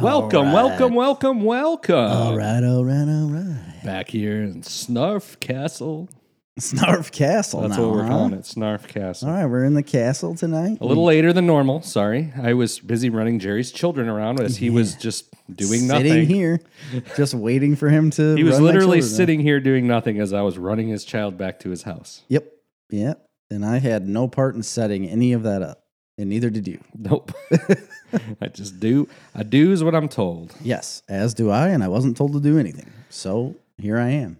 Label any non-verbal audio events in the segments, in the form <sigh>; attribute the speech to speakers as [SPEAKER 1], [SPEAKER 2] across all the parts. [SPEAKER 1] Welcome,
[SPEAKER 2] right.
[SPEAKER 1] welcome, welcome, welcome.
[SPEAKER 2] All right, all right, all right.
[SPEAKER 1] Back here in Snarf Castle.
[SPEAKER 2] Snarf Castle.
[SPEAKER 1] That's
[SPEAKER 2] now,
[SPEAKER 1] what we're
[SPEAKER 2] huh?
[SPEAKER 1] calling it, Snarf Castle.
[SPEAKER 2] All right, we're in the castle tonight.
[SPEAKER 1] A little later than normal, sorry. I was busy running Jerry's children around as he was just doing
[SPEAKER 2] sitting
[SPEAKER 1] nothing.
[SPEAKER 2] here, just waiting for him to.
[SPEAKER 1] He was
[SPEAKER 2] run my
[SPEAKER 1] literally
[SPEAKER 2] children.
[SPEAKER 1] sitting here doing nothing as I was running his child back to his house. <laughs>
[SPEAKER 2] Yep, yep. And I had no part in setting any of that up, and neither did you.
[SPEAKER 1] Nope. I just do I do is what I'm told.
[SPEAKER 2] Yes, as do I, and I wasn't told to do anything. So here I am,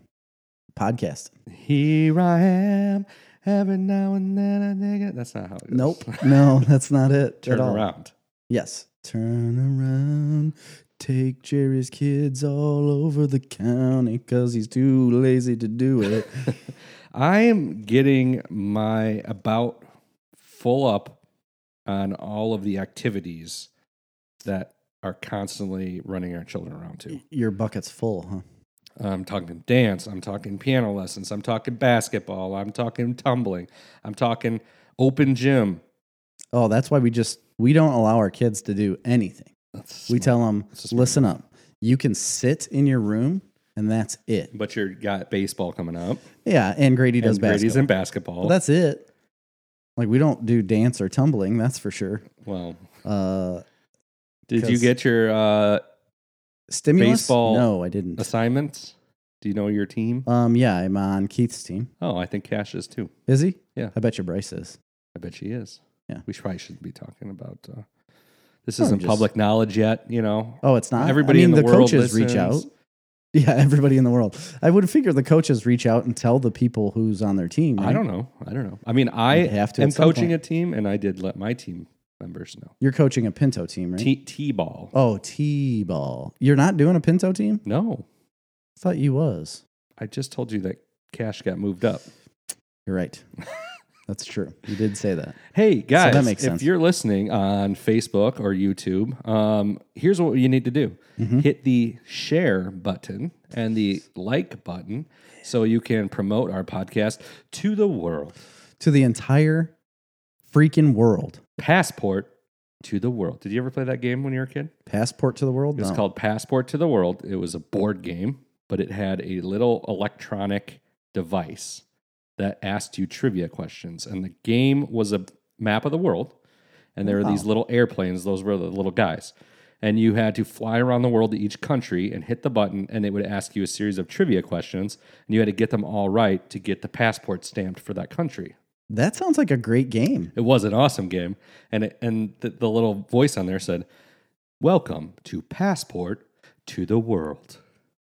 [SPEAKER 2] podcasting.
[SPEAKER 1] Here I am. Every now and then I dig it. That's not how it goes. <laughs>
[SPEAKER 2] Nope, no, that's not it.
[SPEAKER 1] Turn
[SPEAKER 2] at all.
[SPEAKER 1] around.
[SPEAKER 2] Yes. Turn around, take Jerry's kids all over the county because he's too lazy to do it.
[SPEAKER 1] <laughs> I am getting my about full up on all of the activities that are constantly running our children around to.
[SPEAKER 2] Your bucket's full, huh?
[SPEAKER 1] I'm talking dance, I'm talking piano lessons, I'm talking basketball, I'm talking tumbling, I'm talking open gym.
[SPEAKER 2] Oh, that's why we just we don't allow our kids to do anything.
[SPEAKER 1] That's
[SPEAKER 2] We
[SPEAKER 1] smart.
[SPEAKER 2] tell them,
[SPEAKER 1] That's a smart
[SPEAKER 2] listen up. You can sit in your room, and that's it.
[SPEAKER 1] but you got baseball coming up.
[SPEAKER 2] Yeah, and Grady does
[SPEAKER 1] and Brady's
[SPEAKER 2] basketball.
[SPEAKER 1] in basketball.
[SPEAKER 2] But that's it. Like we don't do dance or tumbling, that's for sure.
[SPEAKER 1] well,
[SPEAKER 2] Uh,
[SPEAKER 1] did you
[SPEAKER 2] 'Cause-
[SPEAKER 1] get your uh,
[SPEAKER 2] stimulus?
[SPEAKER 1] Baseball-
[SPEAKER 2] No, I didn't.
[SPEAKER 1] assignments? Do you know your team?
[SPEAKER 2] Um, yeah, I'm on Keith's team.
[SPEAKER 1] Oh, I think Cash is too.
[SPEAKER 2] Is he?
[SPEAKER 1] Yeah.
[SPEAKER 2] I bet your Bryce is.
[SPEAKER 1] I bet she is.
[SPEAKER 2] Yeah.
[SPEAKER 1] We should- probably shouldn't be talking about uh, this.
[SPEAKER 2] No,
[SPEAKER 1] Isn't
[SPEAKER 2] just-
[SPEAKER 1] public knowledge yet? You know,
[SPEAKER 2] Oh, it's not.
[SPEAKER 1] everybody
[SPEAKER 2] I mean,
[SPEAKER 1] in the, world
[SPEAKER 2] coaches reach out. <laughs>
[SPEAKER 1] listens.
[SPEAKER 2] Yeah, everybody in the world. I would figure the coaches reach out and tell the people who's on their team.
[SPEAKER 1] I
[SPEAKER 2] right?
[SPEAKER 1] don't know. I don't know. I mean, I
[SPEAKER 2] You'd have to
[SPEAKER 1] am
[SPEAKER 2] at some
[SPEAKER 1] coaching
[SPEAKER 2] point.
[SPEAKER 1] a team, and I did let my team members know.
[SPEAKER 2] You're coaching a Pinto team, right?
[SPEAKER 1] T T ball.
[SPEAKER 2] oh, T-ball. You're not doing a Pinto team?
[SPEAKER 1] No,
[SPEAKER 2] I thought you was.
[SPEAKER 1] I just told you that Cash got moved up.
[SPEAKER 2] You're
[SPEAKER 1] <laughs>
[SPEAKER 2] right. That's true. You did say that.
[SPEAKER 1] Hey guys,
[SPEAKER 2] makes
[SPEAKER 1] if
[SPEAKER 2] sense.
[SPEAKER 1] you're listening on Facebook or YouTube, um, here's what you need to do:
[SPEAKER 2] Mm-hmm.
[SPEAKER 1] hit the share button and the like button, so you can promote our podcast to the world.
[SPEAKER 2] To the entire freaking world.
[SPEAKER 1] Passport to the World. Did you ever play that game when you were a kid?
[SPEAKER 2] Passport to the world?
[SPEAKER 1] It was
[SPEAKER 2] No.
[SPEAKER 1] called Passport to the World. It was a board game, but it had a little electronic device that asked you trivia questions. And the game was a map of the world. And there were these little airplanes, those were the little guys. And you had to fly around the world to each country and hit the button, and it would ask you a series of trivia questions. And you had to get them all right to get the passport stamped for that country.
[SPEAKER 2] that sounds like a great game.
[SPEAKER 1] It was an awesome game, and it, and the, the little voice on there said, "Welcome to Passport to the World."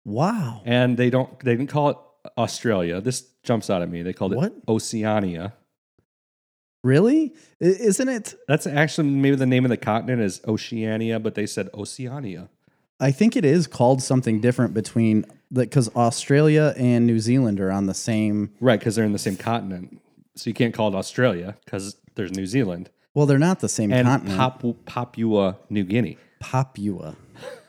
[SPEAKER 2] Wow.
[SPEAKER 1] And they don't they didn't call it Australia. This jumps out at me. They called
[SPEAKER 2] What?
[SPEAKER 1] it Oceania.
[SPEAKER 2] Really? I- isn't it?
[SPEAKER 1] That's actually maybe the name of the continent is Oceania, but they said Oceania.
[SPEAKER 2] I think it is called something different between because Australia and New Zealand are on the same.
[SPEAKER 1] Right, because they're in the same continent. So you can't call it Australia because there's New Zealand
[SPEAKER 2] Well, they're not the same
[SPEAKER 1] and
[SPEAKER 2] continent.
[SPEAKER 1] Papu- Papua New Guinea.
[SPEAKER 2] Papua.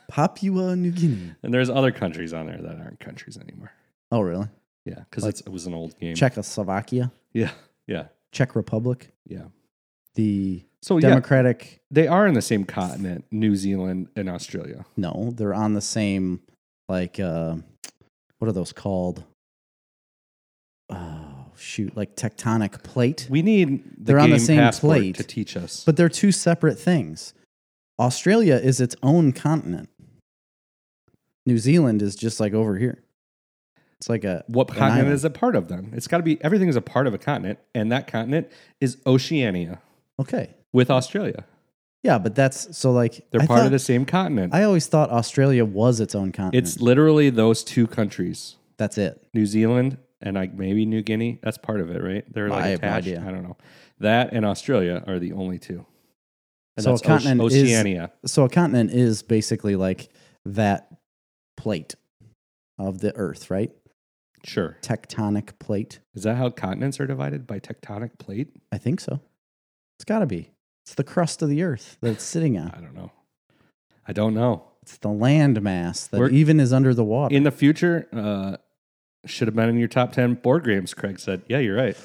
[SPEAKER 2] Papua New Guinea.
[SPEAKER 1] And there's other countries on there that aren't countries anymore.
[SPEAKER 2] Oh, really?
[SPEAKER 1] Yeah, because it's it was an old game.
[SPEAKER 2] Czechoslovakia,
[SPEAKER 1] Yeah, yeah,
[SPEAKER 2] Czech Republic,
[SPEAKER 1] yeah.
[SPEAKER 2] the
[SPEAKER 1] So yeah,
[SPEAKER 2] Democratic.
[SPEAKER 1] they are in the same continent, New Zealand and Australia.
[SPEAKER 2] No, they're on the same, like, uh, what are those called? Oh, shoot. Like tectonic plate.
[SPEAKER 1] We need the
[SPEAKER 2] They're on the
[SPEAKER 1] game
[SPEAKER 2] same
[SPEAKER 1] passport
[SPEAKER 2] plate.
[SPEAKER 1] to teach us.
[SPEAKER 2] But they're two separate things. Australia is its own continent, New Zealand is just like over here. It's like a.
[SPEAKER 1] what
[SPEAKER 2] an
[SPEAKER 1] continent
[SPEAKER 2] island.
[SPEAKER 1] is a part of then? It's got to be everything is a part of a continent, and that continent is Oceania
[SPEAKER 2] Okay.
[SPEAKER 1] with Australia.
[SPEAKER 2] Yeah, but that's so like.
[SPEAKER 1] They're
[SPEAKER 2] I
[SPEAKER 1] part
[SPEAKER 2] thought-
[SPEAKER 1] of the same continent.
[SPEAKER 2] I always thought Australia was its own continent.
[SPEAKER 1] it's literally those two countries,
[SPEAKER 2] that's it.
[SPEAKER 1] New Zealand and like maybe New Guinea. That's part of it, right? They're like
[SPEAKER 2] I have no
[SPEAKER 1] attached.
[SPEAKER 2] idea.
[SPEAKER 1] I don't know. That and Australia are the only two. And
[SPEAKER 2] So a
[SPEAKER 1] that's Oce-
[SPEAKER 2] continent is-
[SPEAKER 1] Oceania.
[SPEAKER 2] So a continent is basically like that plate of the earth, right?
[SPEAKER 1] sure.
[SPEAKER 2] Tectonic plate.
[SPEAKER 1] Is that how continents are divided by tectonic plate?
[SPEAKER 2] I think so. It's got to be. It's the crust of the earth that it's sitting on.
[SPEAKER 1] I don't know. I don't know.
[SPEAKER 2] It's the land mass that
[SPEAKER 1] We're-
[SPEAKER 2] even is under the water.
[SPEAKER 1] In the future, uh, should have been in your top 10 board games, Craig said. Yeah, you're right.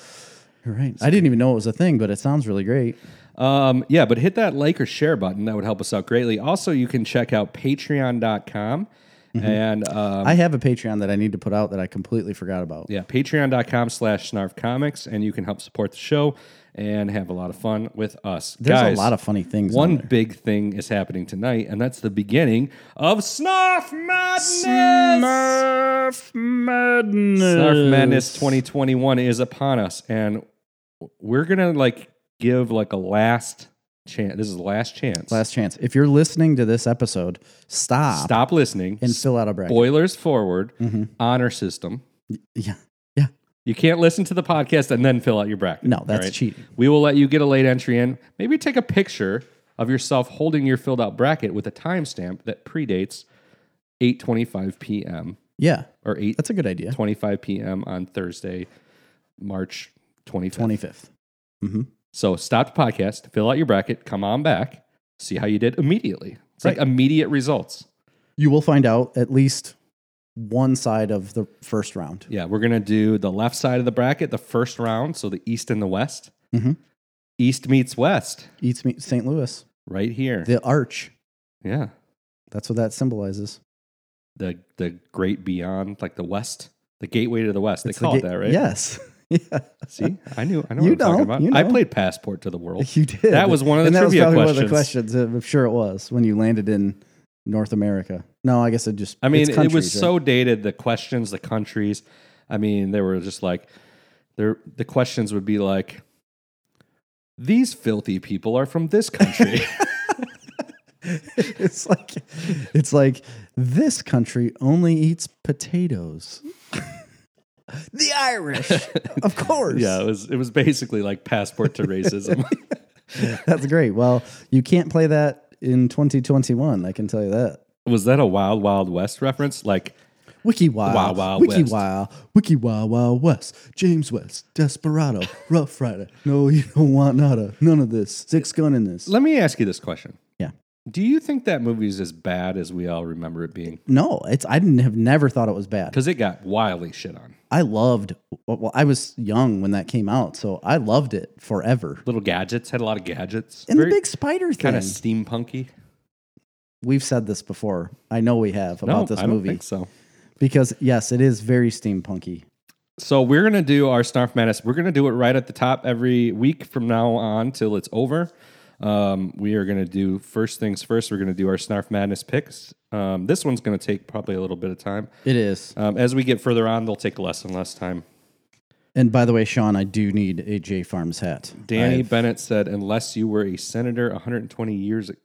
[SPEAKER 2] Right. I didn't even know it was a thing, but it sounds really great.
[SPEAKER 1] Um, yeah, but hit that like or share button. That would help us out greatly. Also, you can check out patreon.com.
[SPEAKER 2] Mm-hmm.
[SPEAKER 1] And um,
[SPEAKER 2] I have a Patreon that I need to put out that I completely forgot about.
[SPEAKER 1] yeah, patreon.com slash snarf comics. And you can help support the show and have a lot of fun with us.
[SPEAKER 2] There's
[SPEAKER 1] Guys,
[SPEAKER 2] a lot of funny things. on
[SPEAKER 1] One
[SPEAKER 2] there.
[SPEAKER 1] big thing is happening tonight, and that's the beginning of Snarf Madness.
[SPEAKER 2] Snarf Madness.
[SPEAKER 1] Snarf Madness 2021 is upon us, and we're gonna like give like a last chance. This is the last chance.
[SPEAKER 2] Last chance. If you're listening to this episode, stop,
[SPEAKER 1] Stop listening.
[SPEAKER 2] and fill out a bracket.
[SPEAKER 1] Spoilers forward.
[SPEAKER 2] Mhm.
[SPEAKER 1] Honor system.
[SPEAKER 2] Yeah.
[SPEAKER 1] You can't listen to the podcast and then fill out your bracket.
[SPEAKER 2] No, that's
[SPEAKER 1] All right?
[SPEAKER 2] cheating.
[SPEAKER 1] We will let you get a late entry in. Maybe take a picture of yourself holding your filled out bracket with a timestamp that predates 8:25 p.m.
[SPEAKER 2] Yeah.
[SPEAKER 1] or 8
[SPEAKER 2] That's a good idea.
[SPEAKER 1] 25 p.m. on Thursday, March 25th.
[SPEAKER 2] 25th. hmm
[SPEAKER 1] So stop the podcast, fill out your bracket, come on back, see how you did immediately. It's like immediate results.
[SPEAKER 2] You will find out at least one side of the first round.
[SPEAKER 1] Yeah, we're going to do the left side of the bracket, the first round. So the East and the West.
[SPEAKER 2] Mhm.
[SPEAKER 1] East meets West
[SPEAKER 2] Eats me St. Louis.
[SPEAKER 1] right here.
[SPEAKER 2] The arch.
[SPEAKER 1] yeah.
[SPEAKER 2] That's what that symbolizes.
[SPEAKER 1] The, the great beyond, like the West, the gateway to the West. They
[SPEAKER 2] It's the
[SPEAKER 1] call it
[SPEAKER 2] ga-
[SPEAKER 1] that, right?
[SPEAKER 2] Yes. <laughs> yeah. <laughs>
[SPEAKER 1] See, I knew, I know
[SPEAKER 2] You
[SPEAKER 1] what I'm talking
[SPEAKER 2] know,
[SPEAKER 1] about.
[SPEAKER 2] you
[SPEAKER 1] I
[SPEAKER 2] know.
[SPEAKER 1] played Passport to
[SPEAKER 2] <laughs>
[SPEAKER 1] the World.
[SPEAKER 2] You did.
[SPEAKER 1] That was one of the
[SPEAKER 2] and that was
[SPEAKER 1] trivia
[SPEAKER 2] probably
[SPEAKER 1] questions.
[SPEAKER 2] one of the questions. I'm sure it was when you landed in North America. No, I guess it just.
[SPEAKER 1] I mean,
[SPEAKER 2] it's
[SPEAKER 1] it was
[SPEAKER 2] countries, right?
[SPEAKER 1] so dated. The questions, the countries. I mean, they were just like, there. The questions would be like, "These filthy people are from
[SPEAKER 2] <laughs>
[SPEAKER 1] this country." <laughs>
[SPEAKER 2] it's like it's like this country only eats potatoes. <laughs> the
[SPEAKER 1] <laughs>
[SPEAKER 2] Irish, of course.
[SPEAKER 1] yeah, it was. It was basically like
[SPEAKER 2] <laughs>
[SPEAKER 1] passport to racism.
[SPEAKER 2] that's great. Well, you can't play that in 2021. I can tell you that.
[SPEAKER 1] was that a Wild Wild West reference? Like,
[SPEAKER 2] Wiki Wild,
[SPEAKER 1] Wild Wild
[SPEAKER 2] Wiki
[SPEAKER 1] West.
[SPEAKER 2] Wild, Wiki Wild Wild West, James West, Desperado, Rough Rider. No, you don't want nada. None of this. Six gun in this.
[SPEAKER 1] let me ask you this question.
[SPEAKER 2] Yeah.
[SPEAKER 1] Do you think that movie is as bad as we all remember it being?
[SPEAKER 2] No, it's I didn't have never thought it was bad.
[SPEAKER 1] Because it got wildly shit on.
[SPEAKER 2] I loved. Well, I was young when that came out, so I loved it forever.
[SPEAKER 1] Little gadgets had a lot of gadgets.
[SPEAKER 2] And the big spider thing.
[SPEAKER 1] kind of steampunky.
[SPEAKER 2] We've said this before. I know we have about
[SPEAKER 1] no,
[SPEAKER 2] this
[SPEAKER 1] I don't
[SPEAKER 2] movie
[SPEAKER 1] think so.
[SPEAKER 2] because yes, it is very steampunky.
[SPEAKER 1] So we're gonna do our Snarf Madness. We're gonna do it right at the top every week from now on till it's over. Um, we are gonna do first things first. We're gonna do our Snarf Madness picks. Um, this one's gonna take probably a little bit of time.
[SPEAKER 2] It is.
[SPEAKER 1] Um, as we get further on, they'll take less and less time.
[SPEAKER 2] And by the way, Sean, I do need a J Farms hat.
[SPEAKER 1] Danny
[SPEAKER 2] I-
[SPEAKER 1] Bennett said, "Unless you were a senator 120 years, ag-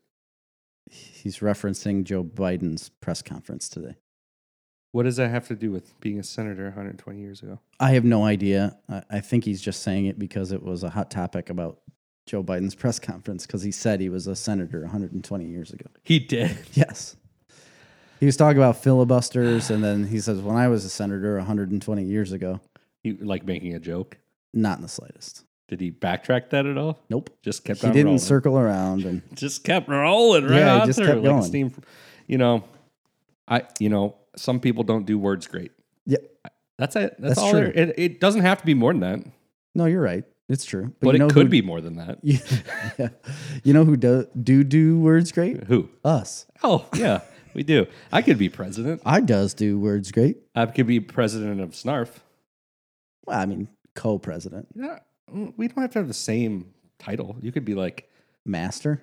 [SPEAKER 2] he's referencing Joe Biden's press conference today.
[SPEAKER 1] what does that have to do with being a senator 120 years ago?"
[SPEAKER 2] I have no idea. I, I think he's just saying it because it was a hot topic about Joe Biden's press conference because he said he was a senator 120 years ago.
[SPEAKER 1] He did.
[SPEAKER 2] Yes. He was talking about filibusters, and then he says, When I was a senator 120 years ago,
[SPEAKER 1] He like making a joke.
[SPEAKER 2] not in the slightest.
[SPEAKER 1] Did he backtrack that at all?
[SPEAKER 2] Nope.
[SPEAKER 1] Just kept.
[SPEAKER 2] He
[SPEAKER 1] on
[SPEAKER 2] didn't
[SPEAKER 1] rolling.
[SPEAKER 2] circle around. And
[SPEAKER 1] just kept rolling right
[SPEAKER 2] Yeah, it
[SPEAKER 1] on
[SPEAKER 2] just
[SPEAKER 1] through
[SPEAKER 2] kept
[SPEAKER 1] like
[SPEAKER 2] going.
[SPEAKER 1] steam. You know, I you know some people don't do words great.
[SPEAKER 2] yeah,
[SPEAKER 1] That's it. That's,
[SPEAKER 2] That's
[SPEAKER 1] all.
[SPEAKER 2] true.
[SPEAKER 1] there- It, it doesn't have to be more than that, but,
[SPEAKER 2] no, you're right. It's true.
[SPEAKER 1] it
[SPEAKER 2] you know
[SPEAKER 1] could
[SPEAKER 2] who-
[SPEAKER 1] be more than that.
[SPEAKER 2] <laughs> Yeah. You know who do, do do words great?
[SPEAKER 1] Who?
[SPEAKER 2] Us.
[SPEAKER 1] Oh <laughs> yeah, we do. I could be president.
[SPEAKER 2] I does do words great.
[SPEAKER 1] I could be president of Snarf.
[SPEAKER 2] Well, I mean, co president,
[SPEAKER 1] Yeah, Mm, we don't have to have the same title. You could be like.
[SPEAKER 2] master.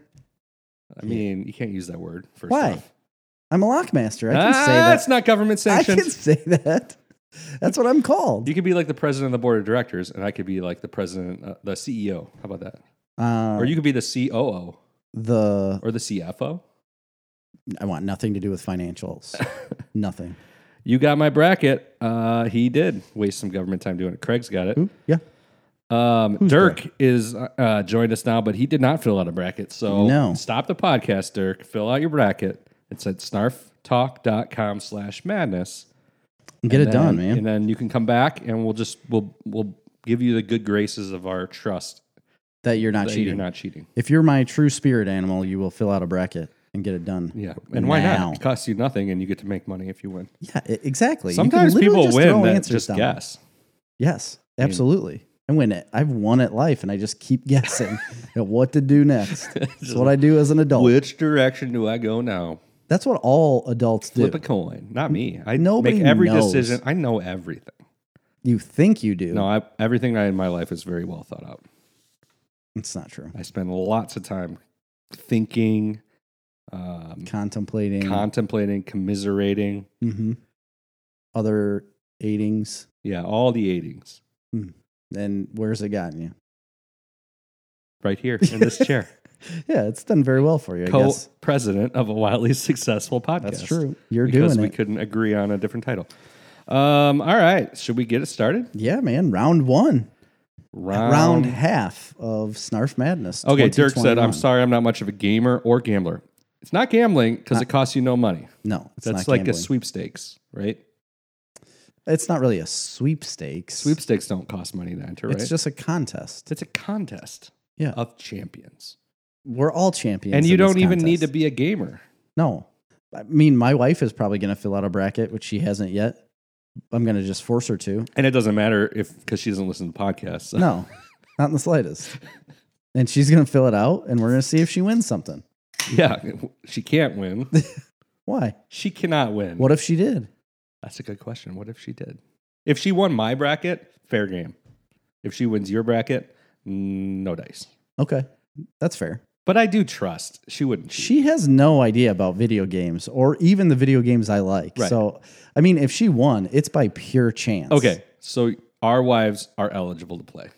[SPEAKER 1] I mean, you can't use that word. First
[SPEAKER 2] Why?
[SPEAKER 1] off.
[SPEAKER 2] I'm a lockmaster. I can
[SPEAKER 1] ah,
[SPEAKER 2] say that.
[SPEAKER 1] That's not government
[SPEAKER 2] I can <laughs>
[SPEAKER 1] sanctioned.
[SPEAKER 2] say that. That's what I'm called.
[SPEAKER 1] You could be like the president of the board of directors, and I could be like the president, uh, the CEO. How about that?
[SPEAKER 2] Uh,
[SPEAKER 1] or you could be the COO.
[SPEAKER 2] the
[SPEAKER 1] or the CFO.
[SPEAKER 2] I want nothing to do with
[SPEAKER 1] <laughs>
[SPEAKER 2] financials. nothing.
[SPEAKER 1] You got my bracket. Uh, he did waste some government time doing it. Craig's got it.
[SPEAKER 2] Who? Yeah.
[SPEAKER 1] Um,
[SPEAKER 2] Who's
[SPEAKER 1] Dirk is uh, joined us now, but he did not fill out a bracket. So
[SPEAKER 2] No.
[SPEAKER 1] stop the podcast, Dirk. Fill out your bracket. It's at snarftalk.com slash madness.
[SPEAKER 2] Get it done,
[SPEAKER 1] And-
[SPEAKER 2] man.
[SPEAKER 1] And then you can come back and we'll just we'll we'll give you the good graces of our trust
[SPEAKER 2] that you're not
[SPEAKER 1] that
[SPEAKER 2] cheating.
[SPEAKER 1] you're not cheating.
[SPEAKER 2] If you're my true spirit animal, you will fill out a bracket and get it done.
[SPEAKER 1] Yeah. And why
[SPEAKER 2] Now.
[SPEAKER 1] not? It costs you nothing and you get to make money if you win.
[SPEAKER 2] Yeah, e- exactly. You can
[SPEAKER 1] Sometimes
[SPEAKER 2] literally
[SPEAKER 1] people
[SPEAKER 2] just
[SPEAKER 1] win
[SPEAKER 2] throw
[SPEAKER 1] that
[SPEAKER 2] answers
[SPEAKER 1] just
[SPEAKER 2] down.
[SPEAKER 1] guess.
[SPEAKER 2] Yes, absolutely. I win it. I've won at life, and I just keep <laughs> guessing at what to do
[SPEAKER 1] <laughs>
[SPEAKER 2] next. That's
[SPEAKER 1] Just
[SPEAKER 2] what I do as an adult.
[SPEAKER 1] Which direction do I go now?
[SPEAKER 2] That's what all adults do.
[SPEAKER 1] Flip a coin. Not me. I
[SPEAKER 2] Nobody
[SPEAKER 1] make every
[SPEAKER 2] knows.
[SPEAKER 1] decision. I know everything.
[SPEAKER 2] You think you do?
[SPEAKER 1] No, I, everything I, in my life is very well thought out.
[SPEAKER 2] it's not true.
[SPEAKER 1] I spend lots of time thinking, um,
[SPEAKER 2] Contemplating
[SPEAKER 1] contemplating, commiserating.
[SPEAKER 2] mhm. other aidings,
[SPEAKER 1] Yeah, all the eightings
[SPEAKER 2] and where's it gotten you?
[SPEAKER 1] right here
[SPEAKER 2] <laughs>
[SPEAKER 1] in this chair.
[SPEAKER 2] Yeah, it's done very well for you. I guess
[SPEAKER 1] Co-president of a wildly successful podcast.
[SPEAKER 2] that's true. You're
[SPEAKER 1] because
[SPEAKER 2] doing
[SPEAKER 1] we
[SPEAKER 2] it.
[SPEAKER 1] couldn't agree on a different title. Um, all right, should we get it started?
[SPEAKER 2] yeah, man. Round one,
[SPEAKER 1] Round.
[SPEAKER 2] round half of Snarf Madness.
[SPEAKER 1] Um, okay, Dirk said, "I'm
[SPEAKER 2] 2021."
[SPEAKER 1] sorry, I'm not much of a gamer or gambler. It's not gambling because it costs you no money.
[SPEAKER 2] No, it's not
[SPEAKER 1] That's like
[SPEAKER 2] gambling.
[SPEAKER 1] a sweepstakes, right?
[SPEAKER 2] It's not really a sweepstakes.
[SPEAKER 1] Sweepstakes don't cost money to enter, right?
[SPEAKER 2] It's just a contest.
[SPEAKER 1] it's a contest
[SPEAKER 2] Yeah.
[SPEAKER 1] of champions,
[SPEAKER 2] We're all champions,
[SPEAKER 1] and
[SPEAKER 2] in
[SPEAKER 1] you
[SPEAKER 2] this
[SPEAKER 1] don't even need to
[SPEAKER 2] contest.
[SPEAKER 1] be a gamer.
[SPEAKER 2] No, I mean, my wife is probably going to fill out a bracket, which she hasn't yet. I'm going to just force her to.
[SPEAKER 1] And it doesn't matter if because she doesn't listen to podcasts. so-
[SPEAKER 2] No, not in the slightest. And she's going to fill it out, and we're going to see if she wins something.
[SPEAKER 1] <laughs> Yeah, she can't win.
[SPEAKER 2] Why?
[SPEAKER 1] She cannot win.
[SPEAKER 2] What if she did?
[SPEAKER 1] That's a good question. What if she did? If she won my bracket, fair game. If she wins your bracket, mm, no dice.
[SPEAKER 2] Okay, that's fair.
[SPEAKER 1] But I do trust she wouldn't. cheat.
[SPEAKER 2] She has no idea about video games or even the video games I like.
[SPEAKER 1] Right.
[SPEAKER 2] So, I mean, if she won, it's by pure chance.
[SPEAKER 1] Okay, so our wives are eligible to play.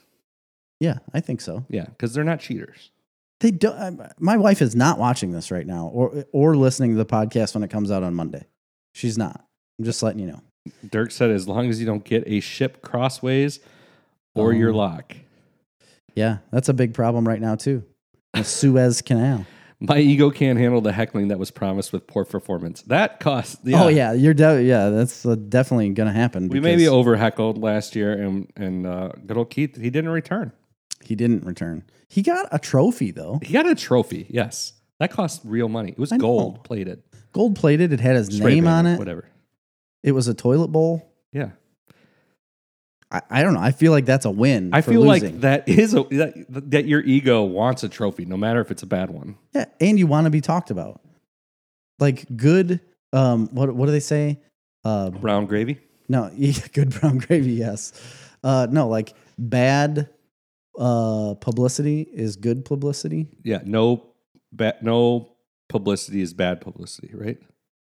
[SPEAKER 2] Yeah, I think so.
[SPEAKER 1] Yeah, because they're not cheaters.
[SPEAKER 2] They don't. I- My wife is not watching this right now, or or listening to the podcast when it comes out on Monday. She's not. I'm just letting you know.
[SPEAKER 1] Dirk said, as long as you don't get a ship crossways or your
[SPEAKER 2] Oh.
[SPEAKER 1] lock.
[SPEAKER 2] Yeah, that's a big problem right now too. The Suez
[SPEAKER 1] <laughs>
[SPEAKER 2] Canal.
[SPEAKER 1] My ego can't handle the heckling that was promised with poor performance. That cost.
[SPEAKER 2] Oh yeah, you're de- yeah. That's uh, definitely gonna happen.
[SPEAKER 1] We may be
[SPEAKER 2] because
[SPEAKER 1] over heckled last year, and and uh, good old Keith, he didn't return.
[SPEAKER 2] he didn't return. He got a trophy though,
[SPEAKER 1] He got a trophy. Yes, that cost real money. It was
[SPEAKER 2] I know.
[SPEAKER 1] gold plated,
[SPEAKER 2] gold plated. It had his
[SPEAKER 1] Spray
[SPEAKER 2] name
[SPEAKER 1] painted,
[SPEAKER 2] on it.
[SPEAKER 1] whatever.
[SPEAKER 2] It was a toilet bowl.
[SPEAKER 1] Yeah,
[SPEAKER 2] I, I don't know. I feel like that's a win.
[SPEAKER 1] I
[SPEAKER 2] for
[SPEAKER 1] feel
[SPEAKER 2] losing.
[SPEAKER 1] like that is a, that, that your ego wants a trophy, no matter if it's a bad one.
[SPEAKER 2] yeah, and you want to be talked about. Like good. Um, what what do they say? Uh,
[SPEAKER 1] Brown gravy.
[SPEAKER 2] No, <laughs> yeah, good brown gravy. Yes. Uh, no, like bad uh, publicity is good publicity.
[SPEAKER 1] Yeah, no, ba- no publicity is bad publicity, right?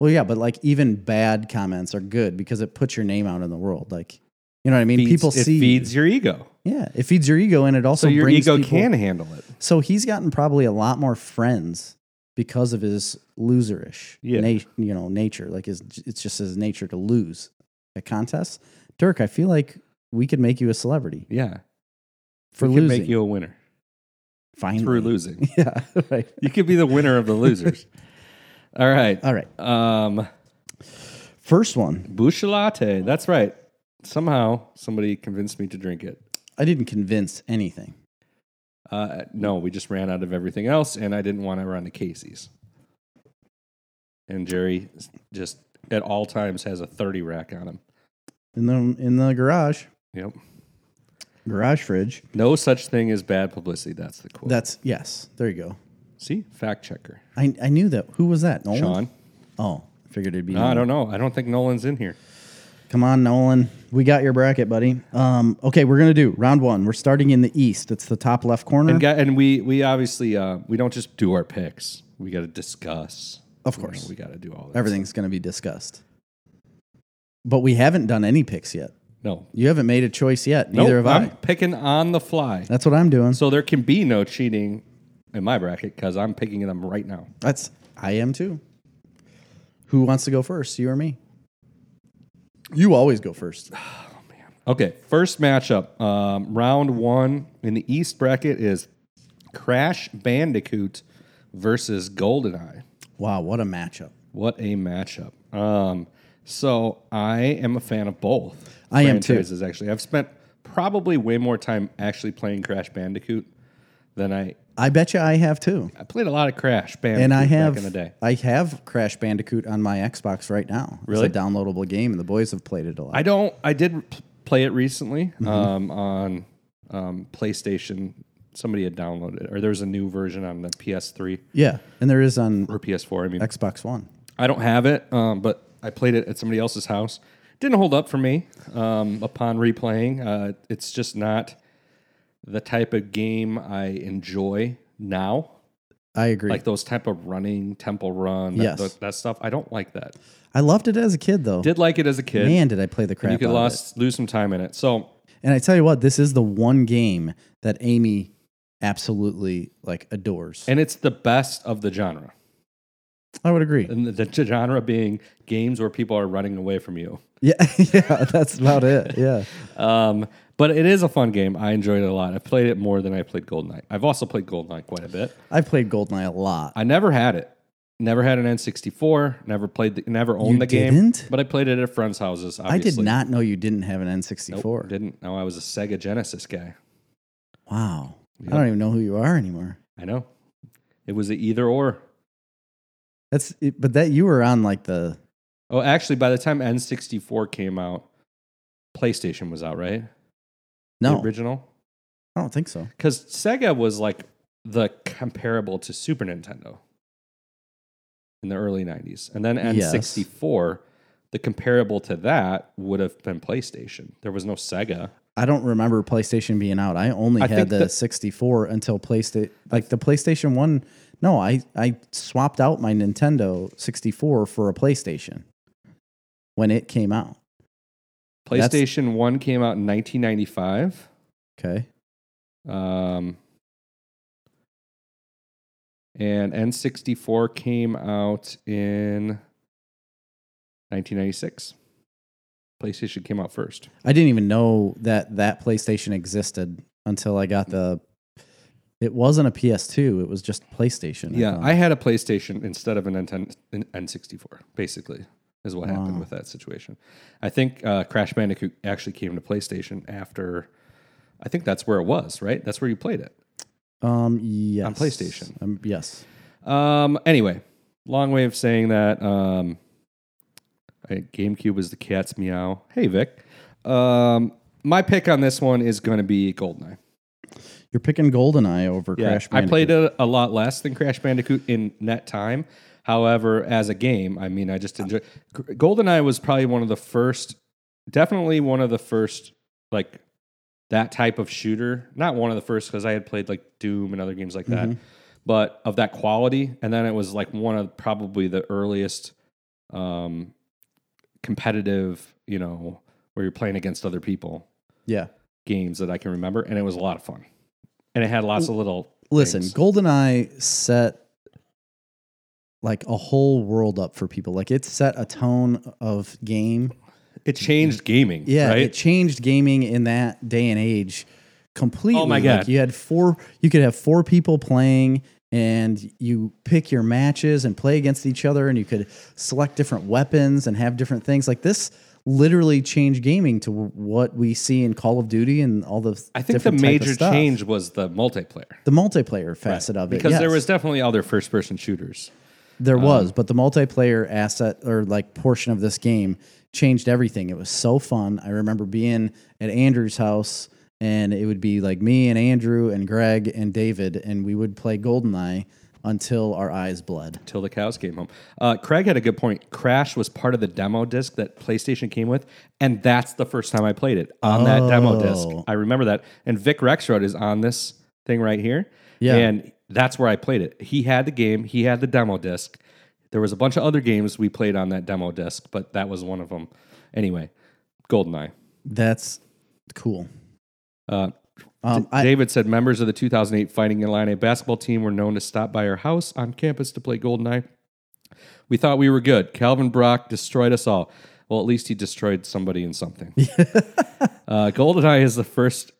[SPEAKER 2] Well, yeah, but like even bad comments are good because it puts your name out in the world. Like, you know what I mean?
[SPEAKER 1] Feeds-
[SPEAKER 2] People
[SPEAKER 1] it
[SPEAKER 2] see. you.
[SPEAKER 1] feeds your ego,
[SPEAKER 2] Yeah, it feeds your ego, and it also
[SPEAKER 1] so your
[SPEAKER 2] brings
[SPEAKER 1] ego
[SPEAKER 2] people-
[SPEAKER 1] can handle it.
[SPEAKER 2] So he's gotten probably a lot more friends because of his loserish,
[SPEAKER 1] Yeah.
[SPEAKER 2] na- you know, nature. Like his, it's just his nature to lose at contests. Dirk, I feel like we could make you a celebrity
[SPEAKER 1] Yeah,
[SPEAKER 2] for
[SPEAKER 1] we
[SPEAKER 2] losing.
[SPEAKER 1] can make you a winner
[SPEAKER 2] Finally.
[SPEAKER 1] through losing.
[SPEAKER 2] <laughs> Yeah, right.
[SPEAKER 1] you could be the winner of the
[SPEAKER 2] <laughs>
[SPEAKER 1] losers. All right.
[SPEAKER 2] All right.
[SPEAKER 1] Um,
[SPEAKER 2] First one.
[SPEAKER 1] Bucha latte. That's right. Somehow somebody convinced me to drink it.
[SPEAKER 2] I didn't convince anything.
[SPEAKER 1] Uh, no, we just ran out of everything else, and I didn't want to run to Casey's. And Jerry s- just at all times has a thirty rack on him.
[SPEAKER 2] In the in the garage.
[SPEAKER 1] Yep.
[SPEAKER 2] Garage fridge.
[SPEAKER 1] No such thing as bad publicity. That's the quote.
[SPEAKER 2] That's yes. There you go.
[SPEAKER 1] See, fact checker
[SPEAKER 2] I, I knew that. Who was that? Nolan?
[SPEAKER 1] Sean.
[SPEAKER 2] Oh, I figured it'd be
[SPEAKER 1] No, I don't know. I don't think Nolan's in here.
[SPEAKER 2] Come on, Nolan. We got your bracket, buddy. Um, okay, we're gonna do round one. We're starting in the east. It's the top left corner.
[SPEAKER 1] And, ga- and we we obviously uh, we don't just do our picks. We got to discuss.
[SPEAKER 2] Of
[SPEAKER 1] You know,
[SPEAKER 2] course.
[SPEAKER 1] we got to do all that.
[SPEAKER 2] Everything's gonna be discussed. But we haven't done any picks yet.
[SPEAKER 1] No,
[SPEAKER 2] You haven't made a choice yet. Neither
[SPEAKER 1] nope,
[SPEAKER 2] have I.
[SPEAKER 1] I'm picking on the fly.
[SPEAKER 2] That's what I'm doing.
[SPEAKER 1] So there can be no cheating in my bracket because I'm picking them right now.
[SPEAKER 2] That's I am too. Who wants to go first? You or me? You always go first.
[SPEAKER 1] Okay, first matchup, um, round one in the East bracket is Crash Bandicoot versus Goldeneye.
[SPEAKER 2] Wow, what a matchup.
[SPEAKER 1] What a matchup! Um, so I am a fan of both.
[SPEAKER 2] I am too.
[SPEAKER 1] franchises, Actually, I've spent probably way more time actually playing Crash Bandicoot than I.
[SPEAKER 2] I bet you I have too.
[SPEAKER 1] I played a lot of Crash Bandicoot
[SPEAKER 2] And I have
[SPEAKER 1] back in the day.
[SPEAKER 2] I have Crash Bandicoot on my Xbox right now.
[SPEAKER 1] Really?
[SPEAKER 2] It's a downloadable game and the boys have played it a lot. Mm-hmm.
[SPEAKER 1] I don't. I did p- play it recently um, on um, PlayStation. Somebody had downloaded it, or there's a new version on the PS3
[SPEAKER 2] Yeah, and there is on
[SPEAKER 1] or PS4. I mean,
[SPEAKER 2] Xbox One.
[SPEAKER 1] I don't have it, um, but I played it at somebody else's house. Didn't hold up for me um, upon replaying. Uh, it's just not the type of game I enjoy now.
[SPEAKER 2] I agree.
[SPEAKER 1] Like those type of running temple run, that,
[SPEAKER 2] Yes.
[SPEAKER 1] that, that stuff. I don't like that.
[SPEAKER 2] I loved it as a kid though.
[SPEAKER 1] Did like it as a kid.
[SPEAKER 2] Man, did I play the
[SPEAKER 1] and
[SPEAKER 2] crap
[SPEAKER 1] you could
[SPEAKER 2] out of it.
[SPEAKER 1] lost, lose some time in it. So
[SPEAKER 2] And I tell you what, this is the one game that Amy absolutely like adores.
[SPEAKER 1] and it's the best of the genre.
[SPEAKER 2] I would agree.
[SPEAKER 1] And the, the genre being games where people are running away from you.
[SPEAKER 2] Yeah, <laughs> yeah, that's about it. Yeah.
[SPEAKER 1] Um, but it is a fun game. I enjoyed it a lot. I played it more than I played GoldenEye. I've also played GoldenEye quite a bit.
[SPEAKER 2] I've played Goldeneye a lot.
[SPEAKER 1] I never had it. Never had an N64. Never played. The, never owned
[SPEAKER 2] You
[SPEAKER 1] the game.
[SPEAKER 2] didn't?
[SPEAKER 1] But I played it at friends' houses.
[SPEAKER 2] I
[SPEAKER 1] Obviously.
[SPEAKER 2] did not know you didn't have an N64.
[SPEAKER 1] Didn't. No, I was a Sega Genesis guy.
[SPEAKER 2] Wow.
[SPEAKER 1] Yeah.
[SPEAKER 2] I don't even know who you are anymore.
[SPEAKER 1] I know. It was a either or.
[SPEAKER 2] That's but that you were on like the
[SPEAKER 1] Oh, actually, by the time N64 came out, PlayStation was out, right?
[SPEAKER 2] No.
[SPEAKER 1] The original.
[SPEAKER 2] I don't think so.
[SPEAKER 1] Because Sega was like the comparable to Super Nintendo in the early 90s. And then
[SPEAKER 2] Yes.
[SPEAKER 1] N64, the comparable to that would have been PlayStation. There was no Sega.
[SPEAKER 2] I don't remember PlayStation being out. I only
[SPEAKER 1] I think
[SPEAKER 2] had the
[SPEAKER 1] that-
[SPEAKER 2] 64 until PlayStation like the PlayStation 1. No, I I swapped out my Nintendo 64 for a PlayStation when it came out. That's-
[SPEAKER 1] PlayStation 1 came out in 1995.
[SPEAKER 2] Okay.
[SPEAKER 1] Um, and N64 came out in 1996. PlayStation came out first.
[SPEAKER 2] I didn't even know that that PlayStation existed until I got the it wasn't a PS2, it was just PlayStation.
[SPEAKER 1] Yeah,
[SPEAKER 2] thought.
[SPEAKER 1] I had a PlayStation instead of an, N- an N64, basically, is what happened
[SPEAKER 2] Wow.
[SPEAKER 1] with that situation. I think uh, Crash Bandicoot actually came to PlayStation after, I think that's where it was, right? That's where you played it.
[SPEAKER 2] um yes.
[SPEAKER 1] PlayStation.
[SPEAKER 2] Um, yes.
[SPEAKER 1] Um, anyway, long way of saying that. Um, I- GameCube is the cat's meow. Hey, Vic. Um, my pick on this one is going to be Goldeneye.
[SPEAKER 2] You're picking GoldenEye over
[SPEAKER 1] Yeah,
[SPEAKER 2] Crash
[SPEAKER 1] I
[SPEAKER 2] Bandicoot.
[SPEAKER 1] played it a lot less than Crash Bandicoot in net time. However, as a game, I mean, I
[SPEAKER 2] Uh,
[SPEAKER 1] just enjoy. GoldenEye was probably one of the first, definitely one of the first, like that type of shooter. Not one of the first because I had played like Doom and other games like that,
[SPEAKER 2] Mm-hmm.
[SPEAKER 1] but of that quality. And then it was like one of probably the earliest um, competitive, you know, where you're playing against other people
[SPEAKER 2] Yeah.
[SPEAKER 1] games that I can remember, and it was a lot of fun. And it had lots of little.
[SPEAKER 2] Listen,
[SPEAKER 1] things.
[SPEAKER 2] GoldenEye set like a whole world up for people. Like it set a tone of game.
[SPEAKER 1] It changed gaming.
[SPEAKER 2] E Yeah,
[SPEAKER 1] right.
[SPEAKER 2] it changed gaming in that day and age completely.
[SPEAKER 1] Oh my
[SPEAKER 2] Like
[SPEAKER 1] God.
[SPEAKER 2] you had four you could have four people playing and you pick your matches and play against each other and you could select different weapons and have different things. Like this literally changed gaming to what we see in Call of Duty and all the
[SPEAKER 1] I think the
[SPEAKER 2] different type of
[SPEAKER 1] major
[SPEAKER 2] stuff.
[SPEAKER 1] change was the multiplayer
[SPEAKER 2] the multiplayer facet of it
[SPEAKER 1] because there
[SPEAKER 2] yes.
[SPEAKER 1] was definitely other first-person shooters.
[SPEAKER 2] There
[SPEAKER 1] Um,
[SPEAKER 2] was, but the multiplayer asset or like portion of this game changed everything. It was so fun. I remember being at Andrew's house and it would be like me and Andrew and Greg and David and we would play Goldeneye until our eyes bled.
[SPEAKER 1] Till the cows came home. Uh, Craig had a good point. Crash was part of the demo disc that PlayStation came with, and that's the first time I played it on that demo disc.
[SPEAKER 2] Oh.
[SPEAKER 1] I remember that. And Vic Rexroad is on this thing right here.
[SPEAKER 2] Yeah.
[SPEAKER 1] And that's where I played it. He had the game, he had the demo disc. There was a bunch of other games we played on that demo disc, but that was one of them. Anyway, Goldeneye.
[SPEAKER 2] That's cool.
[SPEAKER 1] Uh,
[SPEAKER 2] Um, I,
[SPEAKER 1] David said members of the 2008 Fighting Illini basketball team were known to stop by our house on campus to play Goldeneye. We thought we were good. Calvin Brock destroyed us all. Well, at least he destroyed somebody in
[SPEAKER 2] <laughs>
[SPEAKER 1] something. uh, Goldeneye is the first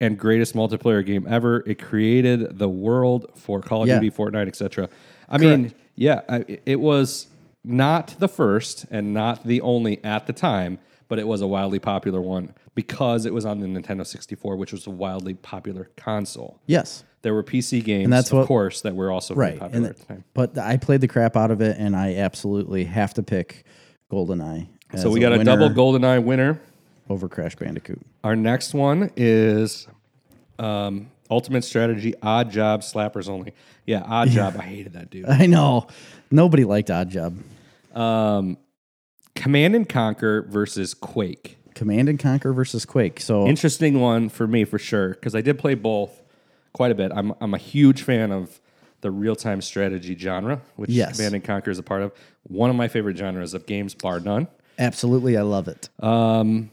[SPEAKER 1] and greatest multiplayer game ever. It created the world for Call of
[SPEAKER 2] Yeah.
[SPEAKER 1] Duty, Fortnite, etc. I mean, yeah, I, it was not the first and not the only at the time, but it was a wildly popular one because it was on the Nintendo 64, which was a wildly popular console.
[SPEAKER 2] yes.
[SPEAKER 1] There were PC games,
[SPEAKER 2] that's
[SPEAKER 1] of
[SPEAKER 2] what-
[SPEAKER 1] course, that were also very
[SPEAKER 2] Right,
[SPEAKER 1] popular
[SPEAKER 2] and-
[SPEAKER 1] at the time.
[SPEAKER 2] But I played the crap out of it and I absolutely have to pick Goldeneye. as
[SPEAKER 1] So we got a
[SPEAKER 2] winner
[SPEAKER 1] double GoldenEye winner.
[SPEAKER 2] over Crash Bandicoot.
[SPEAKER 1] Our next one is Um, ultimate strategy, odd job, slappers only. Yeah, odd job. I hated that dude.
[SPEAKER 2] <laughs> I know. Nobody liked Odd Job.
[SPEAKER 1] Um, Command and Conquer versus Quake.
[SPEAKER 2] Command and Conquer versus Quake. So
[SPEAKER 1] Interesting one for me for sure because I did play both quite a bit. I'm I'm a huge fan of the real time strategy genre, which
[SPEAKER 2] Yes.
[SPEAKER 1] Command and Conquer is a part of. One of my favorite genres of games, bar none.
[SPEAKER 2] absolutely, I love it.
[SPEAKER 1] Um,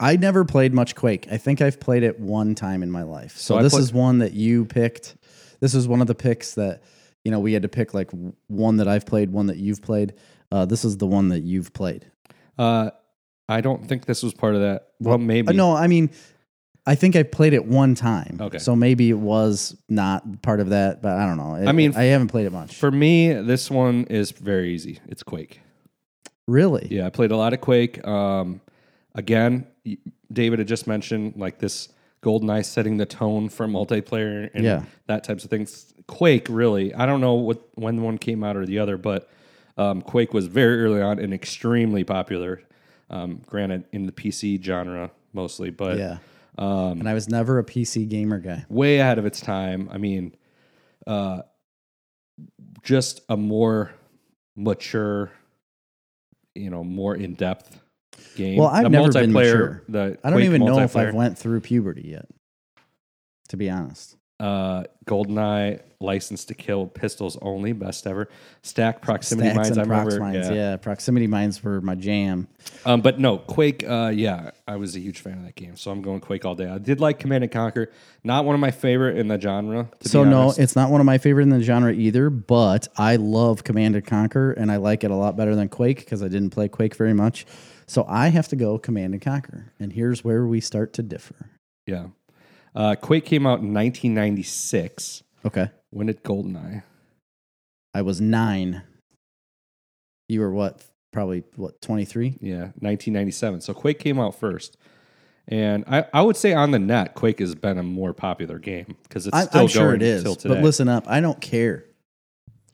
[SPEAKER 2] I never played much Quake. I think I've played it one time in my life. So,
[SPEAKER 1] So I
[SPEAKER 2] this
[SPEAKER 1] play-
[SPEAKER 2] is one that you picked. This is one of the picks that you know we had to pick like w- one that I've played, one that you've played. Uh, this is the one that you've played.
[SPEAKER 1] uh, I don't think this was part of that. Well, maybe
[SPEAKER 2] Uh, no, I mean, I think I played it one time.
[SPEAKER 1] Okay.
[SPEAKER 2] So maybe it was not part of that, but I don't know. It-
[SPEAKER 1] I mean,
[SPEAKER 2] I haven't played it much.
[SPEAKER 1] For me, this one is very easy. It's Quake.
[SPEAKER 2] really?
[SPEAKER 1] Yeah, I played a lot of Quake. Um, again, y- David had just mentioned like this GoldenEye setting the tone for multiplayer and
[SPEAKER 2] Yeah.
[SPEAKER 1] that types of things. Quake really, I don't know what when one came out or the other, but um, Quake was very early on and extremely popular. Um, granted, in the PC genre mostly, but
[SPEAKER 2] Yeah.
[SPEAKER 1] Um,
[SPEAKER 2] and I was never a PC gamer guy.
[SPEAKER 1] way ahead of its time. I mean, uh, just a more mature, you know, more in depth game.
[SPEAKER 2] Well, I've
[SPEAKER 1] the
[SPEAKER 2] never been
[SPEAKER 1] multiplayer-
[SPEAKER 2] mature.
[SPEAKER 1] The
[SPEAKER 2] I don't
[SPEAKER 1] Quake
[SPEAKER 2] even know if
[SPEAKER 1] multiplayer,
[SPEAKER 2] I've went through puberty yet. To be honest.
[SPEAKER 1] uh, Goldeneye, License to Kill, Pistols Only, best ever. Stack Proximity
[SPEAKER 2] Stacks
[SPEAKER 1] Mines. I
[SPEAKER 2] and prox
[SPEAKER 1] remember,
[SPEAKER 2] mines,
[SPEAKER 1] yeah.
[SPEAKER 2] yeah. Proximity mines were my jam.
[SPEAKER 1] Um, but no, Quake. Uh, yeah, I was a huge fan of that game, so I'm going Quake all day. I did like Command and Conquer. Not one of my favorite in the genre. To
[SPEAKER 2] So
[SPEAKER 1] be
[SPEAKER 2] no,
[SPEAKER 1] honest.
[SPEAKER 2] it's not one of my favorite in the genre either, but I love Command and Conquer and I like it a lot better than Quake because I didn't play Quake very much. So I have to go Command and Conquer. And here's where we start to differ.
[SPEAKER 1] yeah. Uh, Quake came out in 1996.
[SPEAKER 2] Okay.
[SPEAKER 1] When did Goldeneye?
[SPEAKER 2] I was nine. You were what? Probably what, 23?
[SPEAKER 1] Yeah, 1997. So Quake came out first. And I, I would say on the net, Quake has been a more popular game because it's
[SPEAKER 2] I,
[SPEAKER 1] still
[SPEAKER 2] I'm
[SPEAKER 1] going
[SPEAKER 2] sure it is.
[SPEAKER 1] until today.
[SPEAKER 2] But listen up, I don't care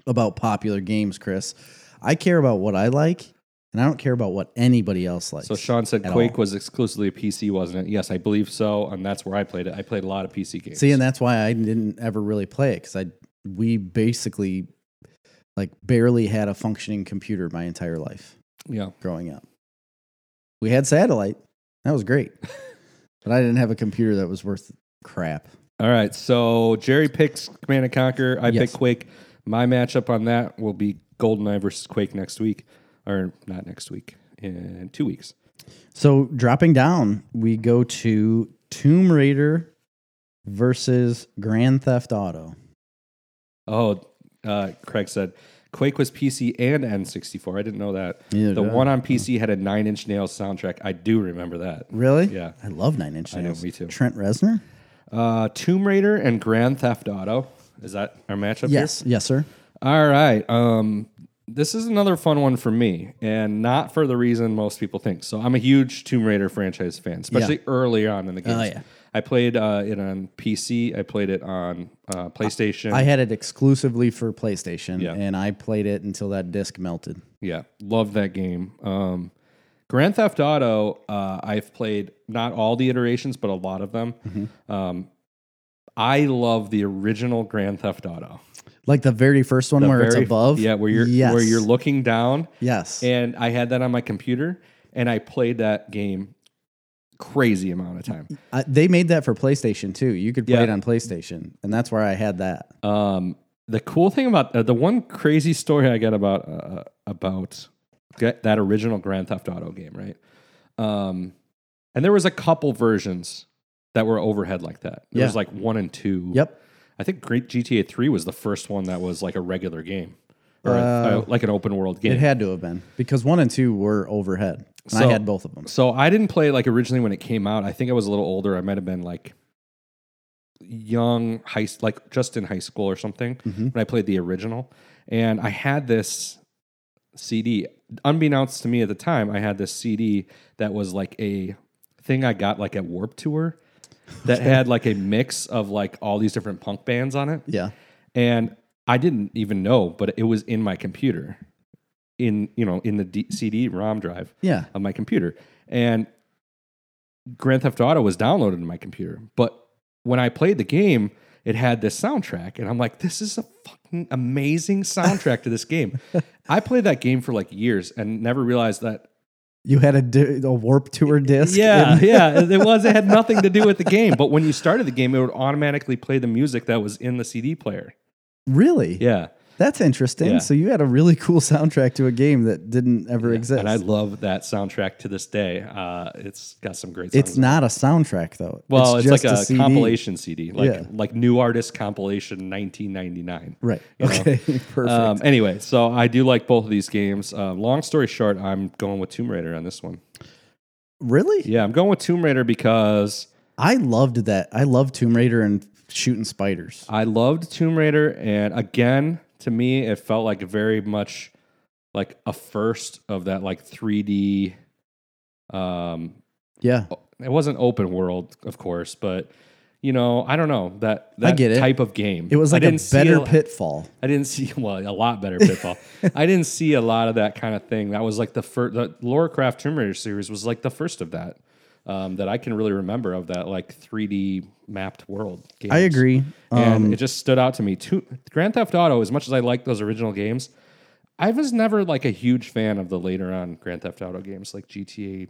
[SPEAKER 2] about popular games, Chris. I care about what I like, and I don't care about what anybody else likes.
[SPEAKER 1] so Sean said
[SPEAKER 2] at
[SPEAKER 1] Quake
[SPEAKER 2] all.
[SPEAKER 1] was exclusively a PC, wasn't it? Yes, I believe so. And that's where I played it. I played a lot of PC games.
[SPEAKER 2] See, and that's why I didn't ever really play it because I we basically like barely had a functioning computer my entire life
[SPEAKER 1] yeah.
[SPEAKER 2] growing up. We had satellite, that was great,
[SPEAKER 1] <laughs>
[SPEAKER 2] but I didn't have a computer that was worth crap.
[SPEAKER 1] All right. So Jerry picks Command and Conquer. I
[SPEAKER 2] Yes.
[SPEAKER 1] pick Quake. My matchup on that will be GoldenEye versus Quake next week, or not next week, in two weeks.
[SPEAKER 2] So dropping down, we go to Tomb Raider versus Grand Theft Auto.
[SPEAKER 1] Oh, uh, Craig said Quake was PC and N64. I didn't know that.
[SPEAKER 2] Neither
[SPEAKER 1] the
[SPEAKER 2] did I.
[SPEAKER 1] one on PC had a Nine Inch Nails soundtrack. I do remember that.
[SPEAKER 2] Really?
[SPEAKER 1] Yeah.
[SPEAKER 2] I love Nine Inch
[SPEAKER 1] I know,
[SPEAKER 2] Nails.
[SPEAKER 1] me too.
[SPEAKER 2] Trent Reznor.
[SPEAKER 1] Uh, Tomb Raider and Grand Theft Auto. Is that our matchup here?
[SPEAKER 2] Yes, yes, sir.
[SPEAKER 1] All right. Um, this is another fun one for me, and not for the reason most people think. So I'm a huge Tomb Raider franchise fan, especially early on in the game.
[SPEAKER 2] Oh, yeah.
[SPEAKER 1] I played uh, it on PC. I played it on uh, PlayStation.
[SPEAKER 2] I had it exclusively for PlayStation,
[SPEAKER 1] Yeah.
[SPEAKER 2] and I played it until that disc melted.
[SPEAKER 1] Yeah, love that game. Um, Grand Theft Auto, uh, I've played not all the iterations, but a lot of them.
[SPEAKER 2] Mm-hmm.
[SPEAKER 1] Um, I love the original Grand Theft Auto.
[SPEAKER 2] Like the very first one
[SPEAKER 1] The
[SPEAKER 2] where it's
[SPEAKER 1] very-
[SPEAKER 2] above.
[SPEAKER 1] yeah, where you're
[SPEAKER 2] yes.
[SPEAKER 1] where you're looking down.
[SPEAKER 2] Yes.
[SPEAKER 1] And I had that on my computer, and I played that game crazy amount of time.
[SPEAKER 2] I, they made that for PlayStation too. You could play
[SPEAKER 1] Yeah.
[SPEAKER 2] it on PlayStation, and that's where I had that.
[SPEAKER 1] Um, the cool thing about uh, the one crazy story I got about uh, about get that original Grand Theft Auto game, right? Um, and there was a couple versions that were overhead like that. There
[SPEAKER 2] Yeah.
[SPEAKER 1] was like one and two.
[SPEAKER 2] Yep.
[SPEAKER 1] I think Great GTA Three was the first one that was like a regular game or a-
[SPEAKER 2] Uh,
[SPEAKER 1] a- like an open world game.
[SPEAKER 2] It had to have been because one and two were overhead, and I
[SPEAKER 1] So-
[SPEAKER 2] had both of them.
[SPEAKER 1] so I didn't play like originally when it came out. I think I was a little older. I might have been like young high like just in high school or something when I played the original. And I had this CD. Unbeknownst to me at the time, I had this CD that was like a thing I got like at Warp Tour that had like a mix of like all these different punk bands on it.
[SPEAKER 2] Yeah.
[SPEAKER 1] And I didn't even know, but it was in my computer in, you know, in the D- CD ROM drive
[SPEAKER 2] Yeah.
[SPEAKER 1] of my computer. And Grand Theft Auto was downloaded to my computer, but when I played the game, it had this soundtrack, and I'm like, this is a fucking amazing soundtrack to this <laughs> game. I played that game for like years and never realized that.
[SPEAKER 2] You had a, di- a warp tour disc.
[SPEAKER 1] <laughs> Yeah,
[SPEAKER 2] and-
[SPEAKER 1] <laughs> yeah, it was. It had nothing to do with the game, but when you started the game, it would automatically play the music that was in the CD player.
[SPEAKER 2] really?
[SPEAKER 1] Yeah,
[SPEAKER 2] That's interesting.
[SPEAKER 1] Yeah.
[SPEAKER 2] So you had a really cool soundtrack to a game that didn't ever exist.
[SPEAKER 1] and I love that soundtrack to this day. Uh, it's got some great. Songs
[SPEAKER 2] it's not a soundtrack though.
[SPEAKER 1] Well, it's,
[SPEAKER 2] just
[SPEAKER 1] like a,
[SPEAKER 2] CD.
[SPEAKER 1] compilation CD, like
[SPEAKER 2] Yeah.
[SPEAKER 1] like new artist compilation 1999.
[SPEAKER 2] Right.
[SPEAKER 1] you know?
[SPEAKER 2] Okay. <laughs> Perfect.
[SPEAKER 1] Um, anyway, so I do like both of these games. Uh, long story short, I'm going with Tomb Raider on this one.
[SPEAKER 2] really?
[SPEAKER 1] Yeah, I'm going with Tomb Raider because
[SPEAKER 2] I loved that. I love Tomb Raider and shooting spiders.
[SPEAKER 1] I loved Tomb Raider, and again, to me, it felt like very much like a first of that like 3D. Um,
[SPEAKER 2] Yeah.
[SPEAKER 1] it wasn't open world, of course, but you know, I don't know that
[SPEAKER 2] I
[SPEAKER 1] that
[SPEAKER 2] get it.
[SPEAKER 1] type of game.
[SPEAKER 2] It was
[SPEAKER 1] I
[SPEAKER 2] like a
[SPEAKER 1] didn't see
[SPEAKER 2] better
[SPEAKER 1] a-
[SPEAKER 2] pitfall.
[SPEAKER 1] I didn't see <laughs> well a lot better pitfall. I didn't see a lot of that kind of thing. That was like the first the Lorecraft Tomb Raider series was like the first of that um, that I can really remember of that like 3D mapped world. Games.
[SPEAKER 2] I agree.
[SPEAKER 1] and
[SPEAKER 2] Um,
[SPEAKER 1] it just stood out to me. Two, Grand Theft Auto, as much as I like those original games, I was never like a huge fan of the later on Grand Theft Auto games like GTA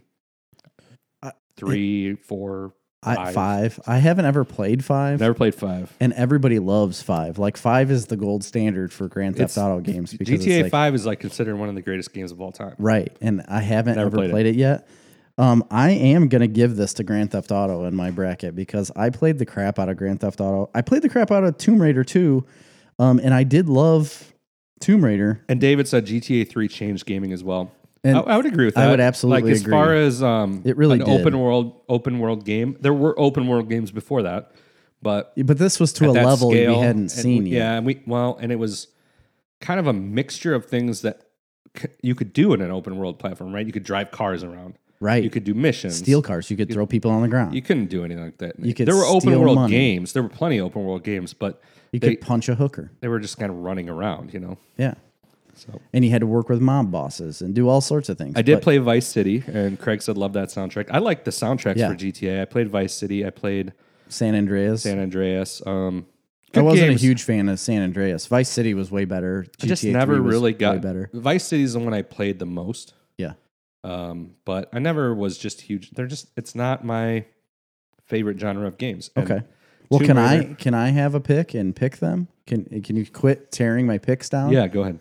[SPEAKER 2] I-
[SPEAKER 1] three, four.
[SPEAKER 2] I,
[SPEAKER 1] five.
[SPEAKER 2] five. I haven't ever played five.
[SPEAKER 1] Never played five.
[SPEAKER 2] And everybody loves five. Like five is the gold standard for Grand Theft
[SPEAKER 1] It's-
[SPEAKER 2] Auto games because it's
[SPEAKER 1] GTA
[SPEAKER 2] like-
[SPEAKER 1] five is like considered one of the greatest games of all time.
[SPEAKER 2] Right. And I haven't
[SPEAKER 1] Never
[SPEAKER 2] ever
[SPEAKER 1] played
[SPEAKER 2] played, it.
[SPEAKER 1] it.
[SPEAKER 2] yet. Um, I am going to give this to Grand Theft Auto in my bracket because I played the crap out of Grand Theft Auto. I played the crap out of Tomb Raider too. Um, and I did love Tomb Raider.
[SPEAKER 1] And David said GTA 3 changed gaming as well.
[SPEAKER 2] And
[SPEAKER 1] I, I would agree with
[SPEAKER 2] I
[SPEAKER 1] that.
[SPEAKER 2] would absolutely
[SPEAKER 1] like as
[SPEAKER 2] agree.
[SPEAKER 1] far as um,
[SPEAKER 2] It really
[SPEAKER 1] an
[SPEAKER 2] did.
[SPEAKER 1] open world open world game. There were open world games before that, but
[SPEAKER 2] But this was to a
[SPEAKER 1] at that
[SPEAKER 2] level
[SPEAKER 1] scale,
[SPEAKER 2] we hadn't
[SPEAKER 1] and-
[SPEAKER 2] seen yet.
[SPEAKER 1] Yeah, and we well, and it was kind of a mixture of things that c- you could do in an open world platform, right? You could drive cars around,
[SPEAKER 2] Right.
[SPEAKER 1] you could do missions,
[SPEAKER 2] steal cars. You could throw people on the ground.
[SPEAKER 1] You
[SPEAKER 2] You,
[SPEAKER 1] couldn't do anything like that.
[SPEAKER 2] You could
[SPEAKER 1] there were open
[SPEAKER 2] steal
[SPEAKER 1] world
[SPEAKER 2] money.
[SPEAKER 1] games. There were plenty of open world games, but they-
[SPEAKER 2] could punch a hooker.
[SPEAKER 1] they were just kind of running around, you know.
[SPEAKER 2] Yeah.
[SPEAKER 1] So
[SPEAKER 2] And you had to work with mob bosses and do all sorts of things.
[SPEAKER 1] I did
[SPEAKER 2] But
[SPEAKER 1] play Vice City, and Craig said love that soundtrack. I like the soundtracks
[SPEAKER 2] Yeah.
[SPEAKER 1] for GTA. I played Vice City. I played
[SPEAKER 2] San Andreas.
[SPEAKER 1] San Andreas. Um,
[SPEAKER 2] I
[SPEAKER 1] good
[SPEAKER 2] wasn't
[SPEAKER 1] games.
[SPEAKER 2] a huge fan of San Andreas. Vice City was way better.
[SPEAKER 1] I just
[SPEAKER 2] GTA 3
[SPEAKER 1] never
[SPEAKER 2] was
[SPEAKER 1] really
[SPEAKER 2] way
[SPEAKER 1] got
[SPEAKER 2] better.
[SPEAKER 1] Vice City's the one I played the most.
[SPEAKER 2] Yeah.
[SPEAKER 1] Um, but I never was just huge. They're just. It's not my favorite genre of games. And
[SPEAKER 2] Okay. Well,
[SPEAKER 1] Tomb
[SPEAKER 2] can
[SPEAKER 1] Raider-
[SPEAKER 2] I can I have a pick and pick them? Can can you quit tearing my picks down?
[SPEAKER 1] Yeah. Go ahead.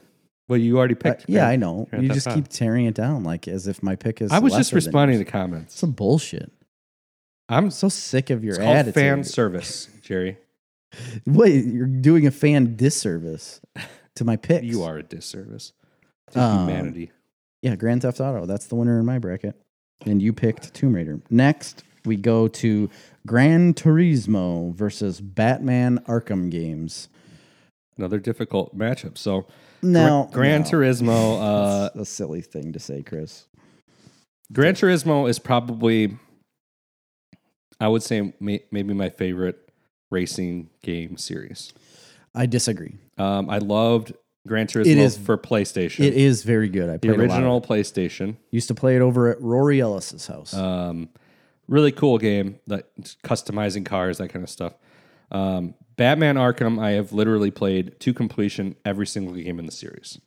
[SPEAKER 1] Well, you already
[SPEAKER 2] I-
[SPEAKER 1] picked.
[SPEAKER 2] Uh, yeah,
[SPEAKER 1] Craig.
[SPEAKER 2] I know.
[SPEAKER 1] Grand
[SPEAKER 2] you
[SPEAKER 1] Theft
[SPEAKER 2] just
[SPEAKER 1] Auto.
[SPEAKER 2] keep tearing it down like as if my pick is.
[SPEAKER 1] I was
[SPEAKER 2] lesser
[SPEAKER 1] just
[SPEAKER 2] than
[SPEAKER 1] responding to
[SPEAKER 2] yours.
[SPEAKER 1] comments.
[SPEAKER 2] some bullshit.
[SPEAKER 1] I'm
[SPEAKER 2] I'm so sick of your
[SPEAKER 1] it's called
[SPEAKER 2] attitude.
[SPEAKER 1] fan service, Jerry.
[SPEAKER 2] Wait, you're doing a fan disservice to my picks.
[SPEAKER 1] <laughs> You are a disservice to
[SPEAKER 2] Um,
[SPEAKER 1] humanity.
[SPEAKER 2] Yeah, Grand Theft Auto. That's the winner in my bracket. And you picked Tomb Raider. Next, we go to Gran Turismo versus Batman Arkham games.
[SPEAKER 1] Another difficult matchup. So
[SPEAKER 2] Now,
[SPEAKER 1] Gran
[SPEAKER 2] no.
[SPEAKER 1] Turismo.
[SPEAKER 2] <laughs>
[SPEAKER 1] Uh,
[SPEAKER 2] That's a silly thing to say, Chris.
[SPEAKER 1] Gran Turismo is probably, I would say, may, maybe my favorite racing game series.
[SPEAKER 2] I disagree.
[SPEAKER 1] Um, I loved Gran Turismo
[SPEAKER 2] is-
[SPEAKER 1] for PlayStation,
[SPEAKER 2] It is very good. I
[SPEAKER 1] the
[SPEAKER 2] played a lot.
[SPEAKER 1] original PlayStation.
[SPEAKER 2] Used to play it over at Rory Ellis's house.
[SPEAKER 1] Um, really cool game, that customizing cars, that kind of stuff. Um, Batman Arkham, I have literally played to completion every single game in the series.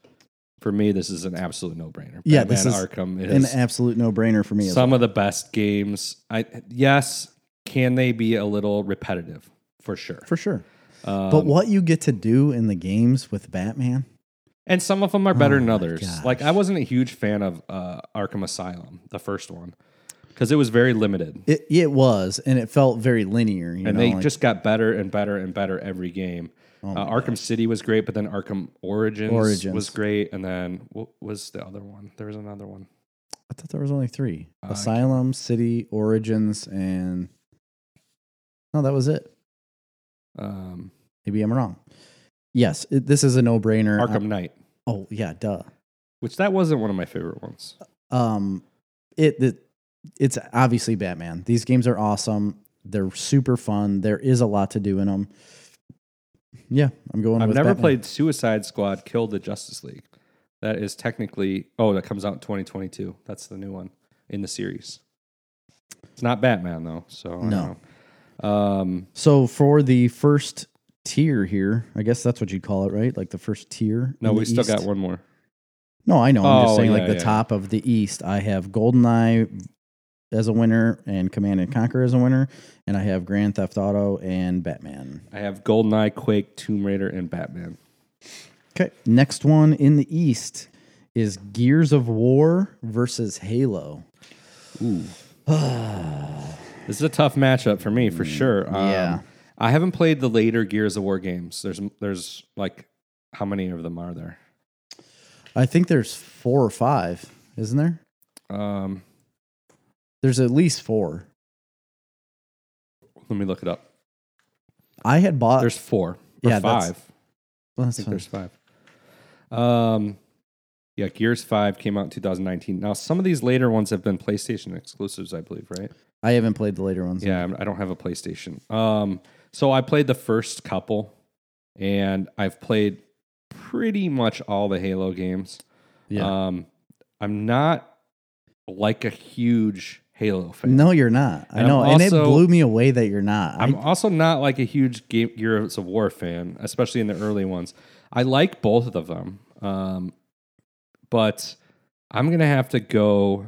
[SPEAKER 1] For me, this is an absolute no brainer.
[SPEAKER 2] Yeah,
[SPEAKER 1] Batman
[SPEAKER 2] this is
[SPEAKER 1] Arkham
[SPEAKER 2] An
[SPEAKER 1] is
[SPEAKER 2] absolute no-brainer for me. as
[SPEAKER 1] some of the best games. I yes, can they be a little repetitive? For sure.
[SPEAKER 2] well, for sure.
[SPEAKER 1] Um,
[SPEAKER 2] but what you get to do in the games with Batman?
[SPEAKER 1] and some of them are better
[SPEAKER 2] Oh
[SPEAKER 1] than
[SPEAKER 2] my
[SPEAKER 1] others.
[SPEAKER 2] gosh.
[SPEAKER 1] Like I wasn't a huge fan of uh, Arkham Asylum, the first one, because it was very limited,
[SPEAKER 2] It it was, and it felt very linear. You know,
[SPEAKER 1] and they
[SPEAKER 2] like- oh
[SPEAKER 1] just got better and better and better every game. uh, Arkham City was great, but then Arkham Origins,
[SPEAKER 2] Origins.
[SPEAKER 1] was great, and then what was the other one? There was another one.
[SPEAKER 2] I thought there was only three:
[SPEAKER 1] Uh, I can't-
[SPEAKER 2] Asylum, City, Origins, and no, that was it.
[SPEAKER 1] Um,
[SPEAKER 2] Maybe I'm wrong. Yes, it, this is a no-brainer.
[SPEAKER 1] Arkham Knight,
[SPEAKER 2] oh yeah, duh.
[SPEAKER 1] which that wasn't one of my favorite ones.
[SPEAKER 2] um it, it it's obviously batman these games are awesome they're super fun there is a lot to do in them yeah i'm going
[SPEAKER 1] I've
[SPEAKER 2] with
[SPEAKER 1] never
[SPEAKER 2] Batman.
[SPEAKER 1] played Suicide Squad Kill the Justice League. That is technically oh, that comes out in 2022. That's the new one in the series. It's not Batman though, so I don't
[SPEAKER 2] No.
[SPEAKER 1] know. Um,
[SPEAKER 2] So for the first tier here, I guess that's what you'd call it, right? Like the first tier.
[SPEAKER 1] no,
[SPEAKER 2] in the
[SPEAKER 1] we still
[SPEAKER 2] East?
[SPEAKER 1] got one more.
[SPEAKER 2] No, I know. I'm
[SPEAKER 1] Oh,
[SPEAKER 2] just saying,
[SPEAKER 1] yeah,
[SPEAKER 2] like the
[SPEAKER 1] yeah.
[SPEAKER 2] top of the East, I have GoldenEye as a winner, and Command and Conquer as a winner, and I have Grand Theft Auto and Batman.
[SPEAKER 1] I have Goldeneye, Quake, Tomb Raider, and Batman.
[SPEAKER 2] Okay. Next one in the East is Gears of War versus Halo.
[SPEAKER 1] Ooh. this is a tough matchup for me for sure. Um,
[SPEAKER 2] Mm, yeah.
[SPEAKER 1] I haven't played the later Gears of War games. There's there's like how many of them are there?
[SPEAKER 2] I think there's four or five, isn't there?
[SPEAKER 1] Um,
[SPEAKER 2] There's at least four.
[SPEAKER 1] let me look it up.
[SPEAKER 2] I had bought.
[SPEAKER 1] There's four or
[SPEAKER 2] Uh, yeah, that's-
[SPEAKER 1] five.
[SPEAKER 2] Well,
[SPEAKER 1] I
[SPEAKER 2] that's
[SPEAKER 1] think
[SPEAKER 2] fine.
[SPEAKER 1] there's five. Um, yeah, Gears Five came out in 2019. Now some of these later ones have been PlayStation exclusives, I believe, right?
[SPEAKER 2] I haven't played the later ones.
[SPEAKER 1] Yeah, I'm- I don't have a PlayStation. Um, so I played the first couple, and I've played pretty much all the Halo games.
[SPEAKER 2] Yeah.
[SPEAKER 1] Um, I'm not like a huge Halo fan.
[SPEAKER 2] No, you're not. I
[SPEAKER 1] And I'm
[SPEAKER 2] know, and it
[SPEAKER 1] also-
[SPEAKER 2] blew me away that you're not.
[SPEAKER 1] I'm
[SPEAKER 2] I,
[SPEAKER 1] also not like a huge Game Gears of War fan, especially in the early ones. I like both of them, um, but I'm gonna have to go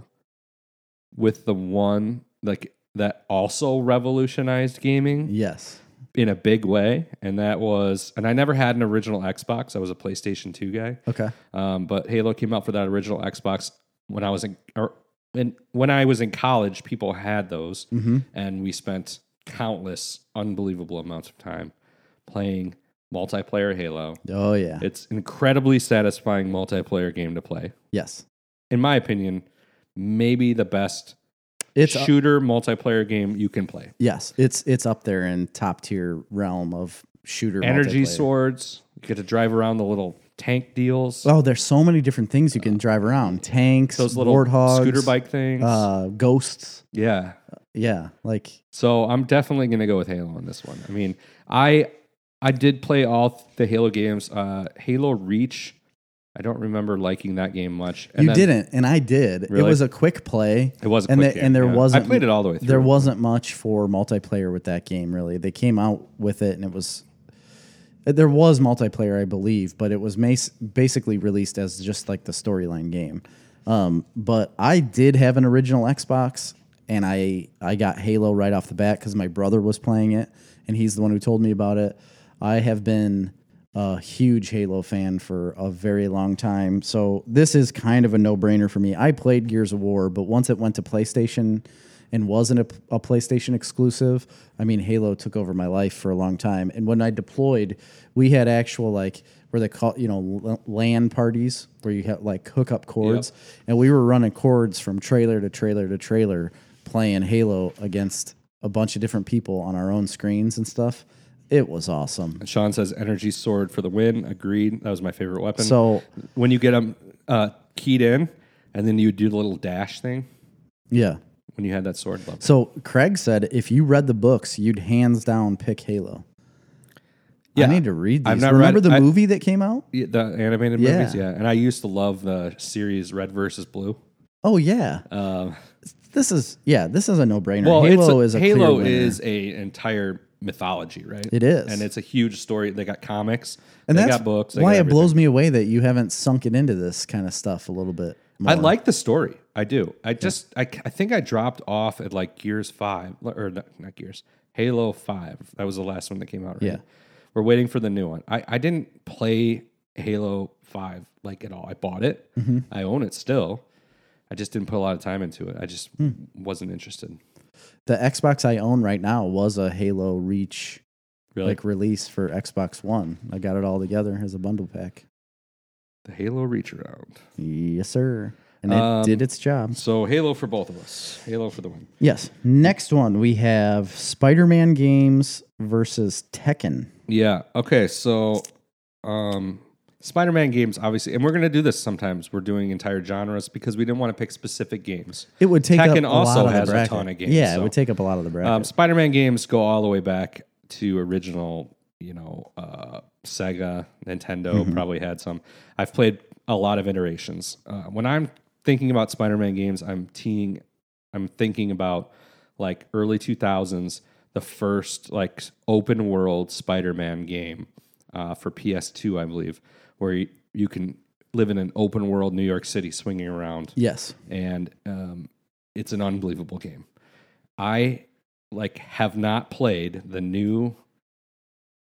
[SPEAKER 1] with the one like that also revolutionized gaming
[SPEAKER 2] yes.
[SPEAKER 1] in a big way, and that was. And I never had an original Xbox. I was a PlayStation Two guy,
[SPEAKER 2] Okay.
[SPEAKER 1] um, but Halo came out for that original Xbox when I was in. Or, and when I was in college, people had those
[SPEAKER 2] Mm-hmm.
[SPEAKER 1] and we spent countless unbelievable amounts of time playing multiplayer Halo.
[SPEAKER 2] Oh yeah.
[SPEAKER 1] It's an incredibly satisfying multiplayer game to play.
[SPEAKER 2] yes.
[SPEAKER 1] In my opinion, maybe the best
[SPEAKER 2] It's up-
[SPEAKER 1] shooter multiplayer game you can play.
[SPEAKER 2] yes. It's it's up there in top tier realm of shooter
[SPEAKER 1] Energy
[SPEAKER 2] multiplayer.
[SPEAKER 1] swords, you get to drive around the little tank deals,
[SPEAKER 2] Oh, there's so many different things you can drive around. Tanks,
[SPEAKER 1] Uh, those little
[SPEAKER 2] warthogs,
[SPEAKER 1] scooter bike things.
[SPEAKER 2] uh, ghosts.
[SPEAKER 1] yeah.
[SPEAKER 2] Yeah, like
[SPEAKER 1] So I'm definitely going to go with Halo on this one. I mean, I I did play all the Halo games. Uh, Halo Reach, I don't remember liking that game much. And
[SPEAKER 2] you
[SPEAKER 1] then-
[SPEAKER 2] didn't, and I did. It
[SPEAKER 1] Really?
[SPEAKER 2] was a quick play.
[SPEAKER 1] It was a
[SPEAKER 2] and
[SPEAKER 1] quick
[SPEAKER 2] the-
[SPEAKER 1] game,
[SPEAKER 2] and there
[SPEAKER 1] yeah.
[SPEAKER 2] wasn't
[SPEAKER 1] I played it all the way through.
[SPEAKER 2] There wasn't much for multiplayer with that game, really. They came out with it, and it was there was multiplayer, I believe, but it was mas- basically released as just like the storyline game. Um, but I did have an original Xbox, and I I got Halo right off the bat because my brother was playing it, and he's the one who told me about it. I have been a huge Halo fan for a very long time, so this is kind of a no brainer for me. I played Gears of War, but once it went to PlayStation, and wasn't a, a PlayStation exclusive. I mean, Halo took over my life for a long time. And when I deployed, we had actual like where they call you know l- LAN parties where you had like hook up cords, and we were running cords from trailer to trailer to trailer playing Halo against a bunch of different people on our own screens and stuff. It was awesome.
[SPEAKER 1] Sean says energy sword for the win. Agreed. That was my favorite weapon.
[SPEAKER 2] So
[SPEAKER 1] when you get them uh, keyed in, and then you do the little dash thing
[SPEAKER 2] yeah.
[SPEAKER 1] when you had that sword. Love. it.
[SPEAKER 2] So Craig said if you read the books, you'd hands down pick Halo.
[SPEAKER 1] Yeah.
[SPEAKER 2] I need to read these.
[SPEAKER 1] I've not
[SPEAKER 2] Remember
[SPEAKER 1] read-
[SPEAKER 2] the
[SPEAKER 1] I-
[SPEAKER 2] movie that came out?
[SPEAKER 1] Yeah, The animated
[SPEAKER 2] Yeah.
[SPEAKER 1] movies, yeah. And I used to love the series Red versus Blue.
[SPEAKER 2] Oh yeah.
[SPEAKER 1] Um,
[SPEAKER 2] This is yeah. This is a no brainer.
[SPEAKER 1] Well,
[SPEAKER 2] Halo
[SPEAKER 1] it's
[SPEAKER 2] is a
[SPEAKER 1] Halo
[SPEAKER 2] clear winner.
[SPEAKER 1] is a entire mythology, right?
[SPEAKER 2] It is.
[SPEAKER 1] and it's a huge story. They got comics,
[SPEAKER 2] and
[SPEAKER 1] they
[SPEAKER 2] that's
[SPEAKER 1] got books. they
[SPEAKER 2] why
[SPEAKER 1] got
[SPEAKER 2] it blows me away that you haven't sunk it into this kind of stuff a little bit. More.
[SPEAKER 1] everything. I like the story. I do. I just, I, I think I dropped off at like Gears Five or not, not Gears, Halo Five. That was the last one that came out. Right?
[SPEAKER 2] Yeah.
[SPEAKER 1] we're waiting for the new one. I, I didn't play Halo Five like at all. I bought it.
[SPEAKER 2] Mm-hmm.
[SPEAKER 1] I own it still. I just didn't put a lot of time into it. I just
[SPEAKER 2] Hmm.
[SPEAKER 1] wasn't interested.
[SPEAKER 2] the Xbox I own right now was a Halo Reach
[SPEAKER 1] Really,
[SPEAKER 2] like release for Xbox One. I got it all together as a bundle pack.
[SPEAKER 1] the Halo Reach around.
[SPEAKER 2] Yes, sir. And it
[SPEAKER 1] Um,
[SPEAKER 2] did its job.
[SPEAKER 1] So Halo for both of us. Halo for the win.
[SPEAKER 2] Yes. Next one we have Spider-Man games versus Tekken.
[SPEAKER 1] Yeah. Okay. So, um, Spider-Man games, obviously, and we're gonna do this sometimes. We're doing entire genres because we didn't want to pick specific games.
[SPEAKER 2] It would take up
[SPEAKER 1] Tekken
[SPEAKER 2] a
[SPEAKER 1] also
[SPEAKER 2] lot of
[SPEAKER 1] has
[SPEAKER 2] the
[SPEAKER 1] a
[SPEAKER 2] bracket.
[SPEAKER 1] ton of games,
[SPEAKER 2] Yeah,
[SPEAKER 1] so-
[SPEAKER 2] it would take up a lot of the bracket.
[SPEAKER 1] Um, Spider-Man games go all the way back to original, you know, uh, Sega, Nintendo probably had some. I've played a lot of iterations. Uh, when I'm thinking about Spider-Man games, I'm teeing, I'm thinking about like early 2000s. the first like open world Spider-Man game uh, for PS2, I believe, where you, you can live in an open world New York City, swinging around,
[SPEAKER 2] Yes.
[SPEAKER 1] and um, it's an unbelievable game. I like have not played the new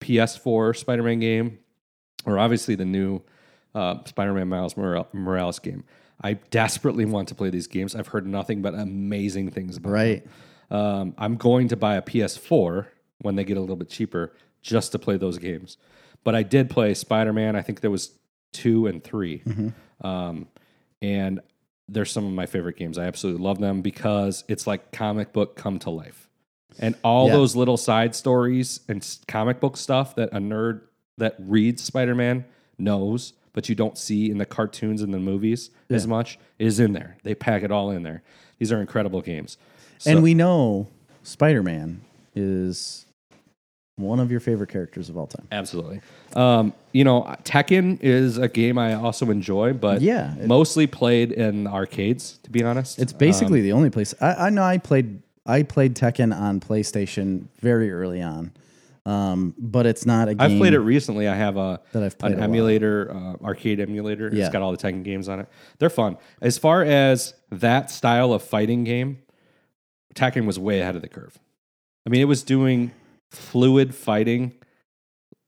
[SPEAKER 1] PS4 Spider-Man game, or obviously the new uh, Spider-Man Miles Mora- Morales game. I desperately want to play these games. I've heard nothing but amazing things about. them.
[SPEAKER 2] Right.
[SPEAKER 1] Um, I'm going to buy a PS4 when they get a little bit cheaper just to play those games. But I did play Spider Man. I think there was two and 3 um, and they're some of my favorite games. I absolutely love them because it's like comic book come to life, and all
[SPEAKER 2] Yeah.
[SPEAKER 1] those little side stories and s- comic book stuff that a nerd that reads Spider Man knows, but you don't see in the cartoons and the movies as much is in there. They pack it all in there. These are incredible games. So-
[SPEAKER 2] and we know Spider Man is one of your favorite characters of all time.
[SPEAKER 1] Absolutely. Um, you know, Tekken is a game I also enjoy, but
[SPEAKER 2] Yeah, it-
[SPEAKER 1] mostly played in arcades. To be honest,
[SPEAKER 2] It's
[SPEAKER 1] Um,
[SPEAKER 2] basically the only place I, I know I played I played Tekken on PlayStation very early on. Um, but it's not a game
[SPEAKER 1] I've played it recently. I have a
[SPEAKER 2] That I've played a
[SPEAKER 1] an
[SPEAKER 2] lot.
[SPEAKER 1] emulator, uh, arcade emulator.
[SPEAKER 2] Yeah.
[SPEAKER 1] It's got all the Tekken games on it. They're fun. As far as that style of fighting game, Tekken was way ahead of the curve. I mean, it was doing fluid fighting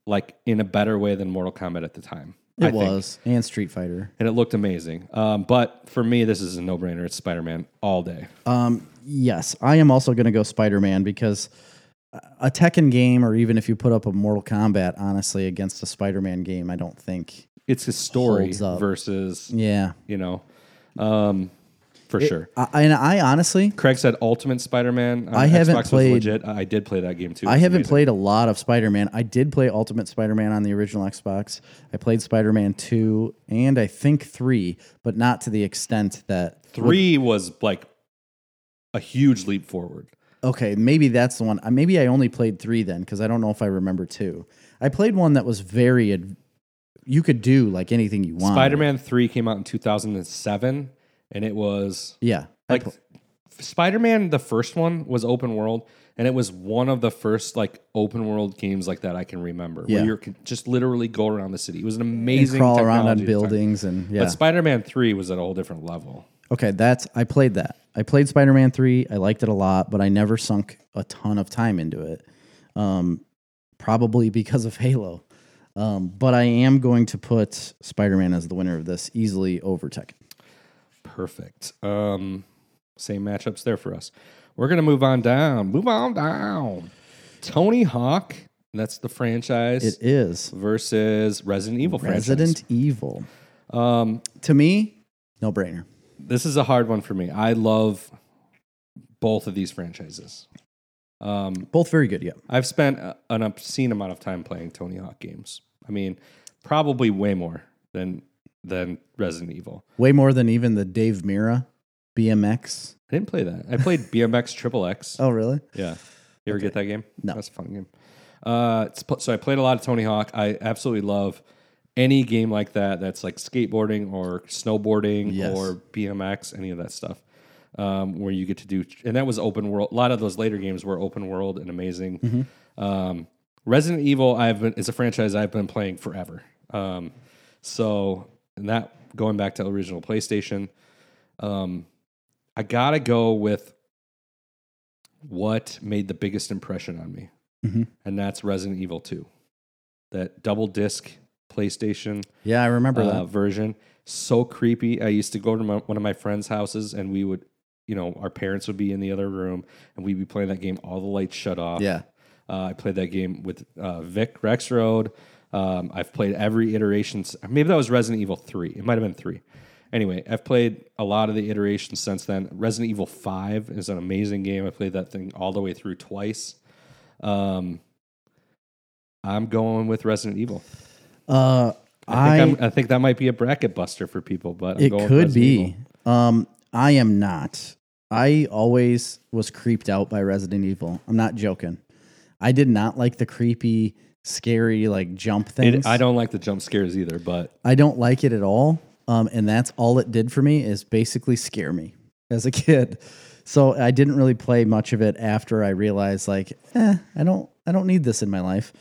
[SPEAKER 1] like in a better way than Mortal Kombat at the time.
[SPEAKER 2] It
[SPEAKER 1] I think.
[SPEAKER 2] was and Street Fighter.
[SPEAKER 1] and it looked amazing. Um, but for me, this is a no-brainer. It's Spider-Man all day.
[SPEAKER 2] Um, yes, I am also going to go Spider Man because a Tekken game, or even if you put up a Mortal Kombat, honestly, against a Spider Man game, I don't think.
[SPEAKER 1] It's his story
[SPEAKER 2] Holds up.
[SPEAKER 1] versus
[SPEAKER 2] Yeah,
[SPEAKER 1] you know, um, for sure.
[SPEAKER 2] I, and I honestly,
[SPEAKER 1] Craig said Ultimate Spider-Man. on
[SPEAKER 2] I haven't
[SPEAKER 1] Xbox was
[SPEAKER 2] played-
[SPEAKER 1] legit. I I did play that game too.
[SPEAKER 2] I
[SPEAKER 1] It's
[SPEAKER 2] haven't
[SPEAKER 1] amazing.
[SPEAKER 2] played a lot of Spider Man. I did play Ultimate Spider Man on the original Xbox. I played Spider Man two and I think three, but not to the extent that
[SPEAKER 1] three was like a huge leap forward.
[SPEAKER 2] Okay, maybe that's the one. Uh, Maybe I only played three then because I don't know if I remember two. I played one that was very. Ad- you could do like anything you want.
[SPEAKER 1] Spider-Man three came out in two thousand and seven, and it was
[SPEAKER 2] Yeah. I
[SPEAKER 1] like
[SPEAKER 2] pl-
[SPEAKER 1] Spider-Man. The first one was open world, and it was one of the first like open world games like that I can remember.
[SPEAKER 2] Yeah.
[SPEAKER 1] Where you can just literally go around the city. It was an
[SPEAKER 2] and
[SPEAKER 1] amazing
[SPEAKER 2] crawl around on
[SPEAKER 1] technology at the time.
[SPEAKER 2] buildings and yeah.
[SPEAKER 1] But Spider-Man three was at a whole different level.
[SPEAKER 2] okay, that's I played that. I played Spider Man three. I liked it a lot, but I never sunk a ton of time into it. Um, probably <laughs> because of Halo. Um, but I am going to put Spider Man as the winner of this easily over Tekken.
[SPEAKER 1] Perfect. Um, same matchups there for us. We're gonna move on down. Move on down. Tony Hawk. That's the franchise
[SPEAKER 2] It is
[SPEAKER 1] versus Resident Evil
[SPEAKER 2] Resident Evil.
[SPEAKER 1] franchise. Um,
[SPEAKER 2] To me, no brainer.
[SPEAKER 1] this is a hard one for me. I love both of these franchises. Um,
[SPEAKER 2] Both very good. Yeah.
[SPEAKER 1] I've spent a- an obscene amount of time playing Tony Hawk games. I mean, probably way more than than Resident Evil.
[SPEAKER 2] Way more than even the Dave Mira BMX.
[SPEAKER 1] I didn't play that. I played BMX Triple X.
[SPEAKER 2] Oh, really?
[SPEAKER 1] Yeah. You ever get that game?
[SPEAKER 2] No.
[SPEAKER 1] That's a fun game. Uh, it's, pl- so I played a lot of Tony Hawk. I absolutely love any game like that that's like skateboarding or snowboarding
[SPEAKER 2] Yes.
[SPEAKER 1] or BMX, any of that stuff. Um, where you get to do, and that was open world. A lot of those later games were open world and amazing.
[SPEAKER 2] Mm-hmm.
[SPEAKER 1] Um, Resident Evil, I've been is a franchise I've been playing forever. Um, so and that going back to original PlayStation, um, I gotta go with what made the biggest impression on me,
[SPEAKER 2] Mhm.
[SPEAKER 1] and that's Resident Evil Two, that double disc PlayStation
[SPEAKER 2] Yeah, I remember
[SPEAKER 1] uh, version. So creepy. I used to go to my, one of my friends' houses, and we would, you know, our parents would be in the other room, and we'd be playing that game. All the lights shut off.
[SPEAKER 2] that. Yeah.
[SPEAKER 1] Uh, I played that game with uh, Vic Rexroad. Um, I've played every iteration. s- Maybe that was Resident Evil 3. It might have been 3. Anyway, I've played a lot of the iterations since then. Resident Evil 5 is an amazing game. I played that thing all the way through twice. Um, I'm going with Resident Evil.
[SPEAKER 2] Uh,
[SPEAKER 1] I
[SPEAKER 2] I,
[SPEAKER 1] think, I, am I think that might be a bracket buster for people, but I'm
[SPEAKER 2] it
[SPEAKER 1] going with
[SPEAKER 2] could
[SPEAKER 1] Resident
[SPEAKER 2] be.
[SPEAKER 1] Evil.
[SPEAKER 2] Um, I am not. I always was creeped out by Resident Evil. I'm not joking. I did not like the creepy, scary, like jump
[SPEAKER 1] It-
[SPEAKER 2] things.
[SPEAKER 1] I don't like the jump scares either, but
[SPEAKER 2] I don't like it at all. Um, and that's all it did for me is basically scare me as a <laughs> kid. So I didn't really play much of it after I realized like, eh, I don't I don't need this in my life.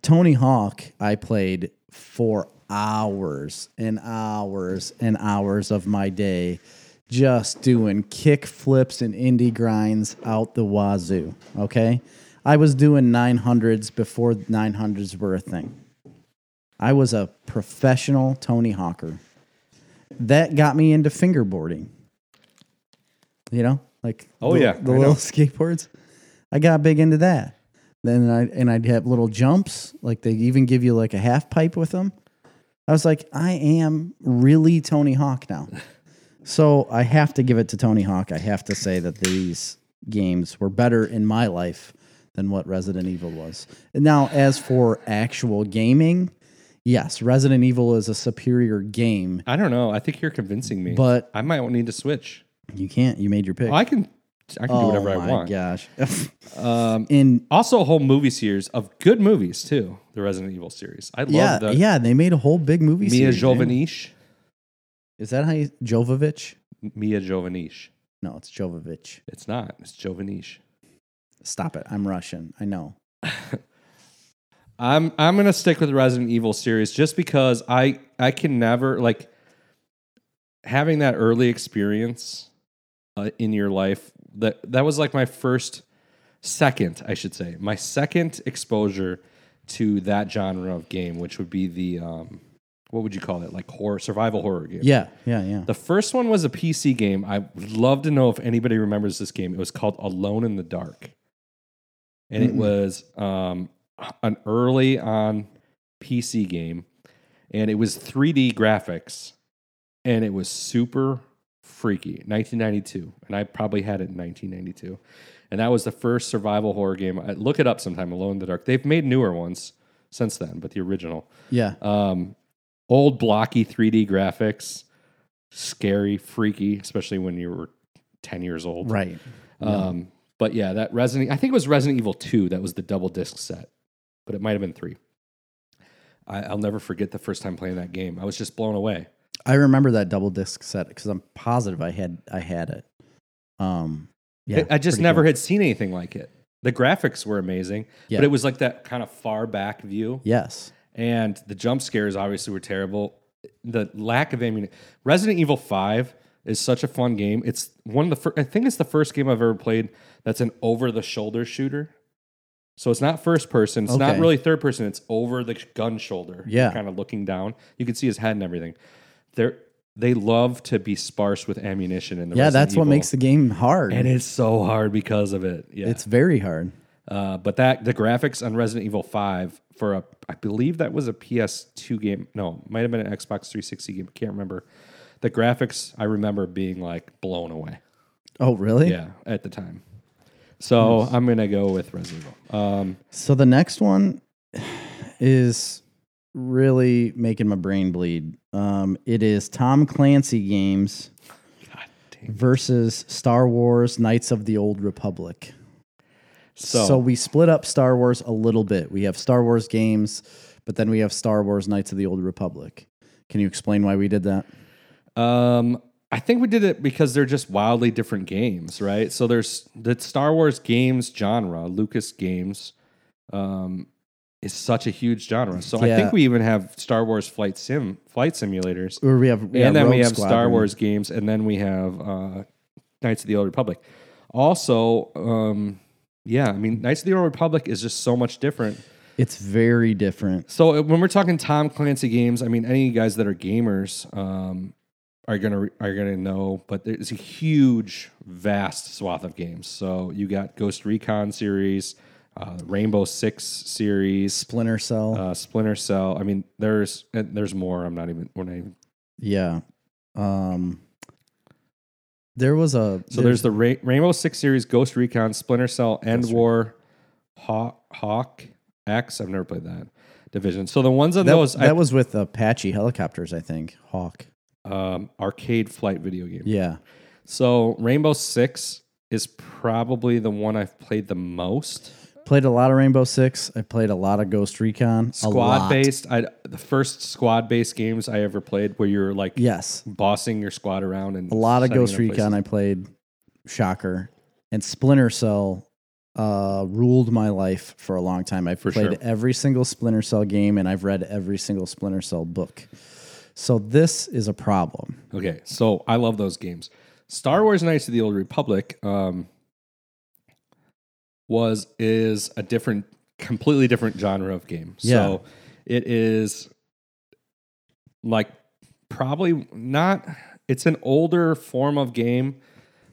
[SPEAKER 2] Tony Hawk, I played for hours and hours and hours of my day just doing kick flips and indie grinds out the wazoo. Okay. I was doing 900s before 900s were a thing. I was a professional Tony Hawker. That got me into fingerboarding. You know, like
[SPEAKER 1] Oh,
[SPEAKER 2] the-
[SPEAKER 1] yeah,
[SPEAKER 2] the
[SPEAKER 1] I
[SPEAKER 2] little <laughs>
[SPEAKER 1] know.
[SPEAKER 2] skateboards. I got big into that. Then I and I'd have little jumps, like they even give you like a half pipe with them. I was like, I am really Tony Hawk now. So I have to give it to Tony Hawk. I have to say that these games were better in my life than what Resident Evil was. And now, as for actual gaming, yes, Resident Evil is a superior game,
[SPEAKER 1] I don't know. I think you're convincing me.
[SPEAKER 2] but
[SPEAKER 1] I might need to switch.
[SPEAKER 2] you can't. You made your pick.
[SPEAKER 1] I can I can do whatever I
[SPEAKER 2] Oh my
[SPEAKER 1] want.
[SPEAKER 2] gosh. <laughs>
[SPEAKER 1] Um,
[SPEAKER 2] and
[SPEAKER 1] also a whole movie series of good movies too. The Resident Evil series. I love
[SPEAKER 2] yeah,
[SPEAKER 1] the
[SPEAKER 2] yeah, they made a whole big movie
[SPEAKER 1] Mia
[SPEAKER 2] series. right?
[SPEAKER 1] Jovanish.
[SPEAKER 2] Is that how you Jovovich?
[SPEAKER 1] Mia Jovanish.
[SPEAKER 2] No, it's Jovovich.
[SPEAKER 1] It's not. It's Jovanish.
[SPEAKER 2] Stop it. I'm Russian. I know.
[SPEAKER 1] I'm I'm gonna stick with the Resident Evil series just because I I can never like having that early experience uh, in your life that that was like my first second I should say my second exposure to that genre of game which would be the um what would you call it like horror survival horror game
[SPEAKER 2] Yeah, yeah, yeah.
[SPEAKER 1] the first one was a PC game I would love to know if anybody remembers this game it was called Alone in the Dark and it
[SPEAKER 2] Mm-mm.
[SPEAKER 1] was um, an early on PC game, and it was 3D graphics, and it was super freaky. 1992, and I probably had it in 1992, and that was the first survival horror game. I, look it up sometime. Alone in the Dark. They've made newer ones since then, but the original,
[SPEAKER 2] Yeah.
[SPEAKER 1] um, old blocky 3D graphics, scary, freaky, especially when you were 10 years old,
[SPEAKER 2] Right.
[SPEAKER 1] um, But yeah, that Resident I think it was Resident Evil 2 that was the double disc set, but it might have been 3. I, I'll never forget the first time playing that game. I was just blown away.
[SPEAKER 2] I remember that double disc set because I'm positive I had I had it. Um, yeah,
[SPEAKER 1] I, I just
[SPEAKER 2] pretty
[SPEAKER 1] never
[SPEAKER 2] cool.
[SPEAKER 1] had seen anything like it. The graphics were amazing,
[SPEAKER 2] Yeah.
[SPEAKER 1] but it was like that kind of far back view.
[SPEAKER 2] Yes,
[SPEAKER 1] And the jump scares obviously were terrible. The lack of ammunition. Resident Evil 5 is such a fun game. It's one of the first, I think it's the first game I've ever played that's an over the shoulder shooter. So it's not first person. It's not
[SPEAKER 2] Okay.
[SPEAKER 1] really third person. It's over the gun shoulder.
[SPEAKER 2] Yeah.
[SPEAKER 1] Kind of looking down. You can see his head and everything. They're, they love to be sparse with ammunition in the
[SPEAKER 2] yeah,
[SPEAKER 1] Resident
[SPEAKER 2] that's what
[SPEAKER 1] Evil,
[SPEAKER 2] makes the game hard.
[SPEAKER 1] and it's so hard because of it. Yeah.
[SPEAKER 2] It's very hard.
[SPEAKER 1] Uh, but that the graphics on Resident Evil Five for a I believe that was a PS2 game. No, might have been an Xbox 360 game. Can't remember. The graphics I remember being like blown away.
[SPEAKER 2] Oh, really?
[SPEAKER 1] Yeah, at the time. So I'm gonna go with Resident Evil. Um,
[SPEAKER 2] So the next one is really making my brain bleed. Um, it is Tom Clancy games
[SPEAKER 1] God damn.
[SPEAKER 2] versus Star Wars Knights of the Old Republic.
[SPEAKER 1] So,
[SPEAKER 2] So, we split up Star Wars a little bit. We have Star Wars games, but then we have Star Wars Knights of the Old Republic. Can you explain why we did that?
[SPEAKER 1] um, I think we did it because they're just wildly different games, right? So there's the Star Wars games genre, Lucas Games, um, is such a huge genre. So I
[SPEAKER 2] Yeah.
[SPEAKER 1] think we even have Star Wars flight sim flight simulators.
[SPEAKER 2] Or we have we
[SPEAKER 1] and then
[SPEAKER 2] Rogue
[SPEAKER 1] we have Star
[SPEAKER 2] Squadron.
[SPEAKER 1] Wars games, and then we have uh, Knights of the Old Republic. Also, um, yeah, I mean, Knights of the Old Republic is just so much different.
[SPEAKER 2] It's very different.
[SPEAKER 1] So uh, when we're talking Tom Clancy games, I mean, any of you guys that are gamers um, are gonna are gonna know, but there's a huge, vast swath of games. So you got Ghost Recon series, uh, Rainbow Six series.
[SPEAKER 2] Splinter Cell.
[SPEAKER 1] Uh, Splinter Cell. I mean, there's and there's more. I'm not even. We're not even.
[SPEAKER 2] yeah. Um. There was a
[SPEAKER 1] So there's, the Ra- Rainbow Six series, Ghost Recon, Splinter Cell, End
[SPEAKER 2] Ghost
[SPEAKER 1] War, Hawk, Hawk X. I've never played that division. So the ones on
[SPEAKER 2] that,
[SPEAKER 1] those
[SPEAKER 2] that
[SPEAKER 1] I,
[SPEAKER 2] was with Apache helicopters, I think. Hawk.
[SPEAKER 1] um, arcade flight video game.
[SPEAKER 2] Yeah.
[SPEAKER 1] So Rainbow Six is probably the one I've played the most.
[SPEAKER 2] Played a lot of Rainbow Six. I played a lot of Ghost Recon. a
[SPEAKER 1] Squad
[SPEAKER 2] lot.
[SPEAKER 1] based. I the first squad based games I ever played where you're like
[SPEAKER 2] Yes.
[SPEAKER 1] bossing your squad around and
[SPEAKER 2] A lot of Ghost
[SPEAKER 1] Recon.
[SPEAKER 2] Recon I played. shocker. And Splinter Cell uh, ruled my life for a long time. I've
[SPEAKER 1] For
[SPEAKER 2] played
[SPEAKER 1] sure.
[SPEAKER 2] every single Splinter Cell game and I've read every single Splinter Cell book. So this is a problem.
[SPEAKER 1] Okay, so I love those games. Star Wars Knights of the Old Republic um, was is a different, completely different genre of game. So it is like probably not. It's an older form of game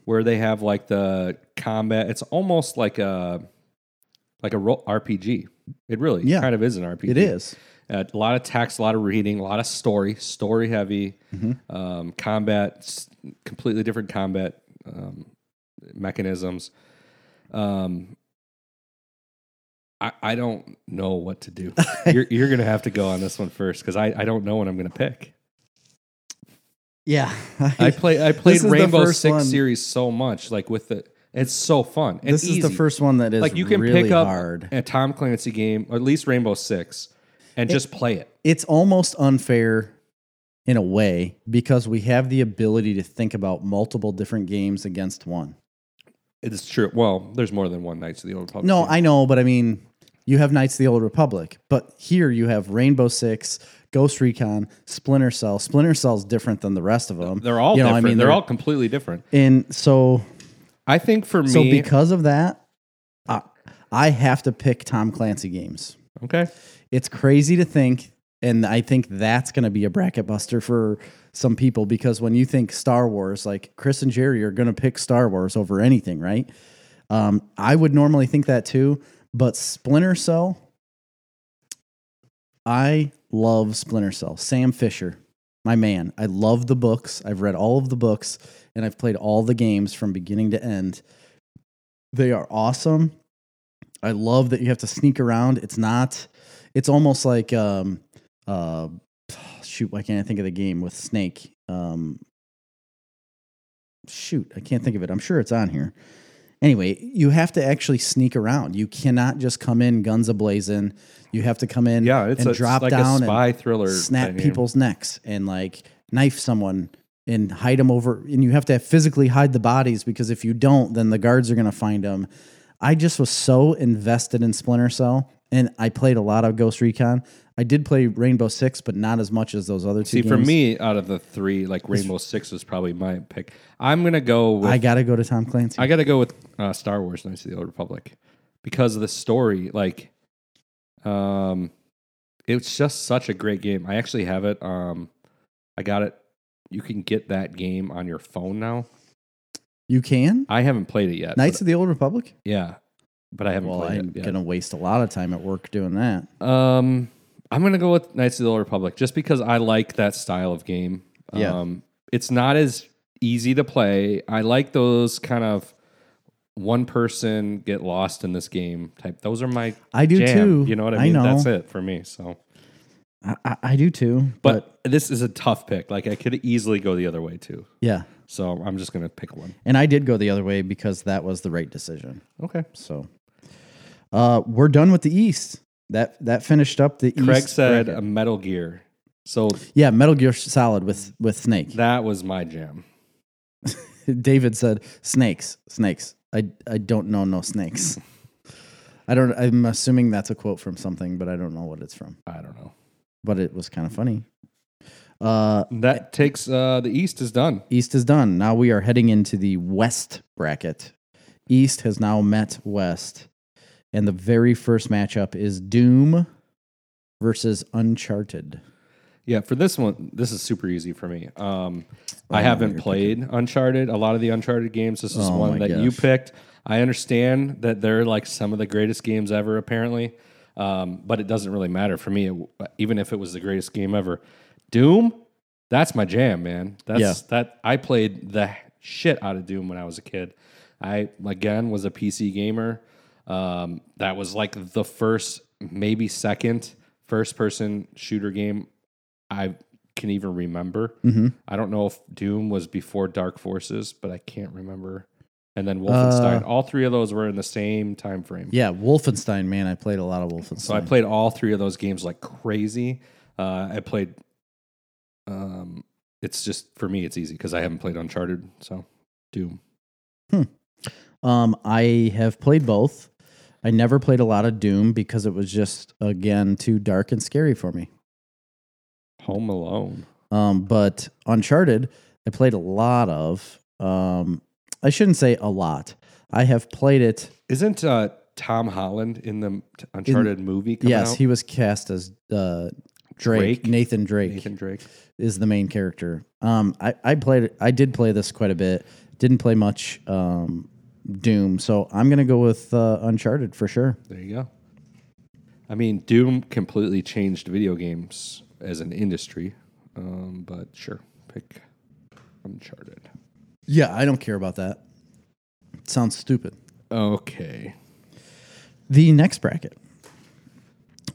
[SPEAKER 1] where they have like the combat. It's almost like a like a ro- RPG. It really
[SPEAKER 2] Yeah.
[SPEAKER 1] kind of is an RPG.
[SPEAKER 2] It is.
[SPEAKER 1] Uh, a lot of text, a lot of reading, a lot of story, story heavy,
[SPEAKER 2] Mm-hmm.
[SPEAKER 1] um, combat, s- completely different combat um, mechanisms. Um, I, I don't know what
[SPEAKER 2] <laughs>
[SPEAKER 1] to do. you're you're going to have to go on this one first because I, I don't know what I'm going to pick.
[SPEAKER 2] <laughs> Yeah.
[SPEAKER 1] I play I played
[SPEAKER 2] is the
[SPEAKER 1] Rainbow
[SPEAKER 2] first
[SPEAKER 1] Six
[SPEAKER 2] one-
[SPEAKER 1] series so much, like with the it's so fun. and
[SPEAKER 2] this is the
[SPEAKER 1] easy.
[SPEAKER 2] first one that is
[SPEAKER 1] like you can
[SPEAKER 2] really
[SPEAKER 1] pick up
[SPEAKER 2] hard.
[SPEAKER 1] a Tom Clancy game, or at least Rainbow Six, and just play it.
[SPEAKER 2] it's almost unfair in a way because we have the ability to think about multiple different games against one.
[SPEAKER 1] It's true. Well, there's more than one Knights of the Old Republic.
[SPEAKER 2] No,
[SPEAKER 1] game.
[SPEAKER 2] I know, but I mean, you have Knights of the Old Republic, but here you have Rainbow Six, Ghost Recon, Splinter Cell. Splinter Cell's different than the rest of them.
[SPEAKER 1] they're all
[SPEAKER 2] You know, I
[SPEAKER 1] different.
[SPEAKER 2] mean,
[SPEAKER 1] they're,
[SPEAKER 2] they're-
[SPEAKER 1] all completely different.
[SPEAKER 2] and so
[SPEAKER 1] I think for me,
[SPEAKER 2] so because of that, I, I have to pick Tom Clancy games.
[SPEAKER 1] okay,
[SPEAKER 2] It's crazy to think, and I think that's going to be a bracket buster for some people because when you think Star Wars, like Chris and Jerry are going to pick Star Wars over anything, right? Um, I would normally think that too, but Splinter Cell, I love Splinter Cell. Sam Fisher, my man. I love the books. I've read all of the books and I've played all the games from beginning to end. They are awesome. I love that you have to sneak around. It's not, it's almost like, um, uh, shoot, why can't I think of the game with Snake? Um, shoot, I can't think of it. I'm sure it's on here. Anyway, you have to actually sneak around. You cannot just come in guns ablazing. You have to come in
[SPEAKER 1] yeah, it's,
[SPEAKER 2] and
[SPEAKER 1] a, it's
[SPEAKER 2] drop
[SPEAKER 1] like
[SPEAKER 2] down
[SPEAKER 1] a
[SPEAKER 2] and
[SPEAKER 1] spy thriller.
[SPEAKER 2] snap
[SPEAKER 1] thing.
[SPEAKER 2] people's necks and like knife someone and hide them over and you have to physically hide the bodies because if you don't then the guards are going to find them i just was so invested in splinter cell and i played a lot of ghost recon i did play rainbow six but not as much as those other two
[SPEAKER 1] See, for
[SPEAKER 2] games.
[SPEAKER 1] me, out of the three, like Rainbow Six was probably my pick. I'm gonna go with
[SPEAKER 2] i
[SPEAKER 1] I,
[SPEAKER 2] gotta go to tom clancy
[SPEAKER 1] gotta go with uh, Star Wars: Knights of the Old Republic because of the story. Like, um, it's just such a great game. I actually have it. Um, I got it. You can get that game on your phone now.
[SPEAKER 2] you can
[SPEAKER 1] I haven't played it yet.
[SPEAKER 2] knights
[SPEAKER 1] but-
[SPEAKER 2] of the old republic
[SPEAKER 1] yeah, but I haven't
[SPEAKER 2] well
[SPEAKER 1] played
[SPEAKER 2] i'm
[SPEAKER 1] it yet.
[SPEAKER 2] gonna waste a lot of time at work doing that
[SPEAKER 1] Um, I'm gonna go with Knights of the Old Republic just because I like that style of game.
[SPEAKER 2] Yeah.
[SPEAKER 1] Um, it's not as easy to play. I like those kind of one person get lost in this game type. Those are my
[SPEAKER 2] i do
[SPEAKER 1] jam.
[SPEAKER 2] too
[SPEAKER 1] You know what I
[SPEAKER 2] i
[SPEAKER 1] mean?
[SPEAKER 2] know
[SPEAKER 1] That's it for me. So,
[SPEAKER 2] I, I, I do too but
[SPEAKER 1] but, this is a tough pick. Like I could easily go the other way too.
[SPEAKER 2] yeah
[SPEAKER 1] So I'm just gonna pick one.
[SPEAKER 2] and i did go the other way because that was the right decision
[SPEAKER 1] Okay.
[SPEAKER 2] So uh, we're done with the East. That that finished up the East.
[SPEAKER 1] Craig said
[SPEAKER 2] bracket.
[SPEAKER 1] a Metal Gear. So
[SPEAKER 2] "Yeah, Metal Gear Solid with with Snake."
[SPEAKER 1] that was my jam.
[SPEAKER 2] <laughs> David said, "Snakes, snakes. I I don't know no snakes. I don't. I'm assuming that's a quote from something, but I don't know what it's from.
[SPEAKER 1] I don't know.
[SPEAKER 2] But it was kind of funny." Uh,
[SPEAKER 1] That takes uh the East is done.
[SPEAKER 2] East is done. Now we are heading into the West bracket. East has now met West. And the very first matchup is Doom versus Uncharted.
[SPEAKER 1] Yeah, for this one, this is super easy for me. Um, I
[SPEAKER 2] Oh,
[SPEAKER 1] haven't
[SPEAKER 2] you're
[SPEAKER 1] played Uncharted. A lot of the Uncharted games. This is
[SPEAKER 2] Oh,
[SPEAKER 1] one
[SPEAKER 2] my
[SPEAKER 1] that you
[SPEAKER 2] gosh.
[SPEAKER 1] picked. I understand that they're like some of the greatest games ever, apparently, um, but it doesn't really matter for me. It- even if it was the greatest game ever, Doom, that's my jam, man. That's
[SPEAKER 2] Yeah.
[SPEAKER 1] that I played the shit out of Doom when I was a kid. I again was a PC gamer. Um, that was like the first, maybe second, first person shooter game I can even remember.
[SPEAKER 2] Mm-hmm.
[SPEAKER 1] I don't know if Doom was before Dark Forces, but I can't remember. And then
[SPEAKER 2] Uh,
[SPEAKER 1] Wolfenstein. all three of those were in the same time frame.
[SPEAKER 2] Yeah, Wolfenstein, man. I played a lot of Wolfenstein.
[SPEAKER 1] So I played all three of those games like crazy. Uh, I played. Um, it's just for me, it's easy because I haven't played Uncharted. So Doom.
[SPEAKER 2] Um, I have played both. I never played a lot of Doom because it was just again too dark and scary for me.
[SPEAKER 1] Home Alone.
[SPEAKER 2] Um, but Uncharted, I played a lot of. Um, I shouldn't say a lot. I have played it.
[SPEAKER 1] Isn't uh, Tom Holland in the Uncharted movie? Coming
[SPEAKER 2] yes,
[SPEAKER 1] out?
[SPEAKER 2] he was cast as uh, Drake,
[SPEAKER 1] Drake?
[SPEAKER 2] Nathan Drake.
[SPEAKER 1] Nathan Drake.
[SPEAKER 2] is the main character. Um, I, I played I did play this quite a bit. Didn't play much um, Doom, so I'm gonna go with uh, Uncharted for sure.
[SPEAKER 1] There you go. I mean, Doom completely changed video games as an industry, um, but sure, pick Uncharted.
[SPEAKER 2] Yeah, I don't care about that. sounds stupid.
[SPEAKER 1] Okay.
[SPEAKER 2] The next bracket,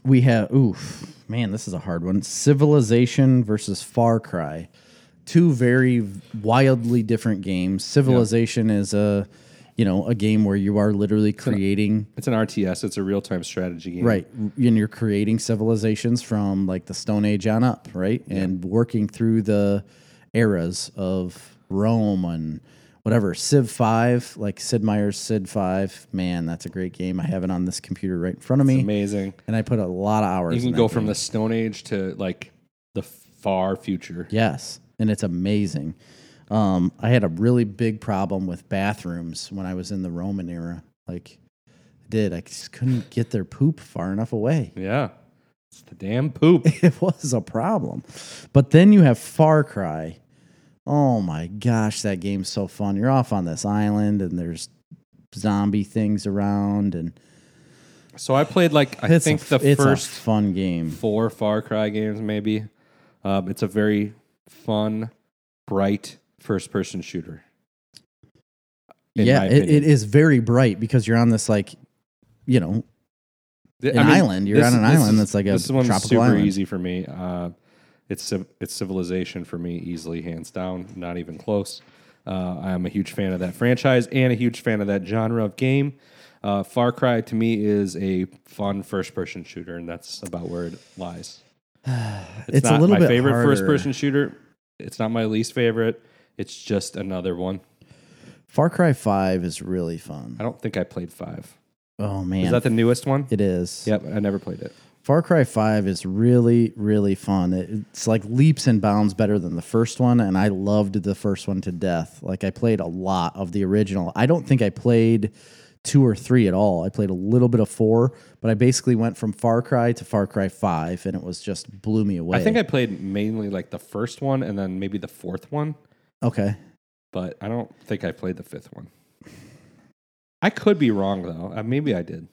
[SPEAKER 2] we have oof man, this is a hard one. Civilization versus Far Cry, two very wildly different games. Civilization is a you know a game where you are literally creating.
[SPEAKER 1] It's an RTS. It's a real-time strategy game.
[SPEAKER 2] Right. And you're creating civilizations from like the Stone Age on up, right? And working through the eras of Rome and whatever. Civ 5, like Sid Meier's Sid 5. Man, that's a great game. I have it on this computer right in front of me.
[SPEAKER 1] Amazing.
[SPEAKER 2] and I put a lot of hours
[SPEAKER 1] You can
[SPEAKER 2] in
[SPEAKER 1] go
[SPEAKER 2] that
[SPEAKER 1] from
[SPEAKER 2] game.
[SPEAKER 1] the Stone Age to like the far future.
[SPEAKER 2] Yes. And it's amazing. Um, I had a really big problem with bathrooms when I was in the Roman era. Like, I did. I just couldn't get their poop far enough away.
[SPEAKER 1] Yeah. It's the
[SPEAKER 2] <laughs>
[SPEAKER 1] damn poop.
[SPEAKER 2] it was a problem. But then you have Far Cry. Oh my gosh, that game's so fun. You're off on this island and there's zombie things around and
[SPEAKER 1] so I played like I
[SPEAKER 2] it's
[SPEAKER 1] think
[SPEAKER 2] a, f-
[SPEAKER 1] the
[SPEAKER 2] it's a
[SPEAKER 1] first
[SPEAKER 2] fun game.
[SPEAKER 1] four Far Cry games, maybe. Um, it's a very fun, bright first-person shooter. in
[SPEAKER 2] yeah,
[SPEAKER 1] my
[SPEAKER 2] it, it
[SPEAKER 1] opinion.
[SPEAKER 2] is very bright because you're on this like you know,
[SPEAKER 1] Th-
[SPEAKER 2] an island. You're on an island that's like a
[SPEAKER 1] this one's
[SPEAKER 2] tropical
[SPEAKER 1] super
[SPEAKER 2] island.
[SPEAKER 1] easy for me. Uh, it's civ- it's civilization for me easily, hands down, not even close. Uh, I'm a huge fan of that franchise and a huge fan of that genre of game. Uh, Far Cry to me is a fun first-person shooter, and that's about where it
[SPEAKER 2] <sighs>
[SPEAKER 1] lies.
[SPEAKER 2] It's, a little
[SPEAKER 1] my
[SPEAKER 2] bit
[SPEAKER 1] favorite
[SPEAKER 2] harder.
[SPEAKER 1] first-person shooter. It's not my least favorite. It's just another one.
[SPEAKER 2] Far Cry 5 is really fun.
[SPEAKER 1] I don't think I played five.
[SPEAKER 2] Oh
[SPEAKER 1] Is
[SPEAKER 2] man.
[SPEAKER 1] that the newest one?
[SPEAKER 2] it is.
[SPEAKER 1] Yep, I never played it.
[SPEAKER 2] Far Cry 5 is really, really fun. It- It's like leaps and bounds better than the first one, and I loved the first one to death. Like, I played a lot of the original. I don't think I played two or three at all. I played a little bit of four, but I basically went from Far Cry to Far Cry 5, and it was just blew me away.
[SPEAKER 1] I think I played mainly like the first one and then maybe the fourth one,
[SPEAKER 2] Okay.
[SPEAKER 1] but I don't think I played the fifth one. I could be wrong though. Uh, maybe I did.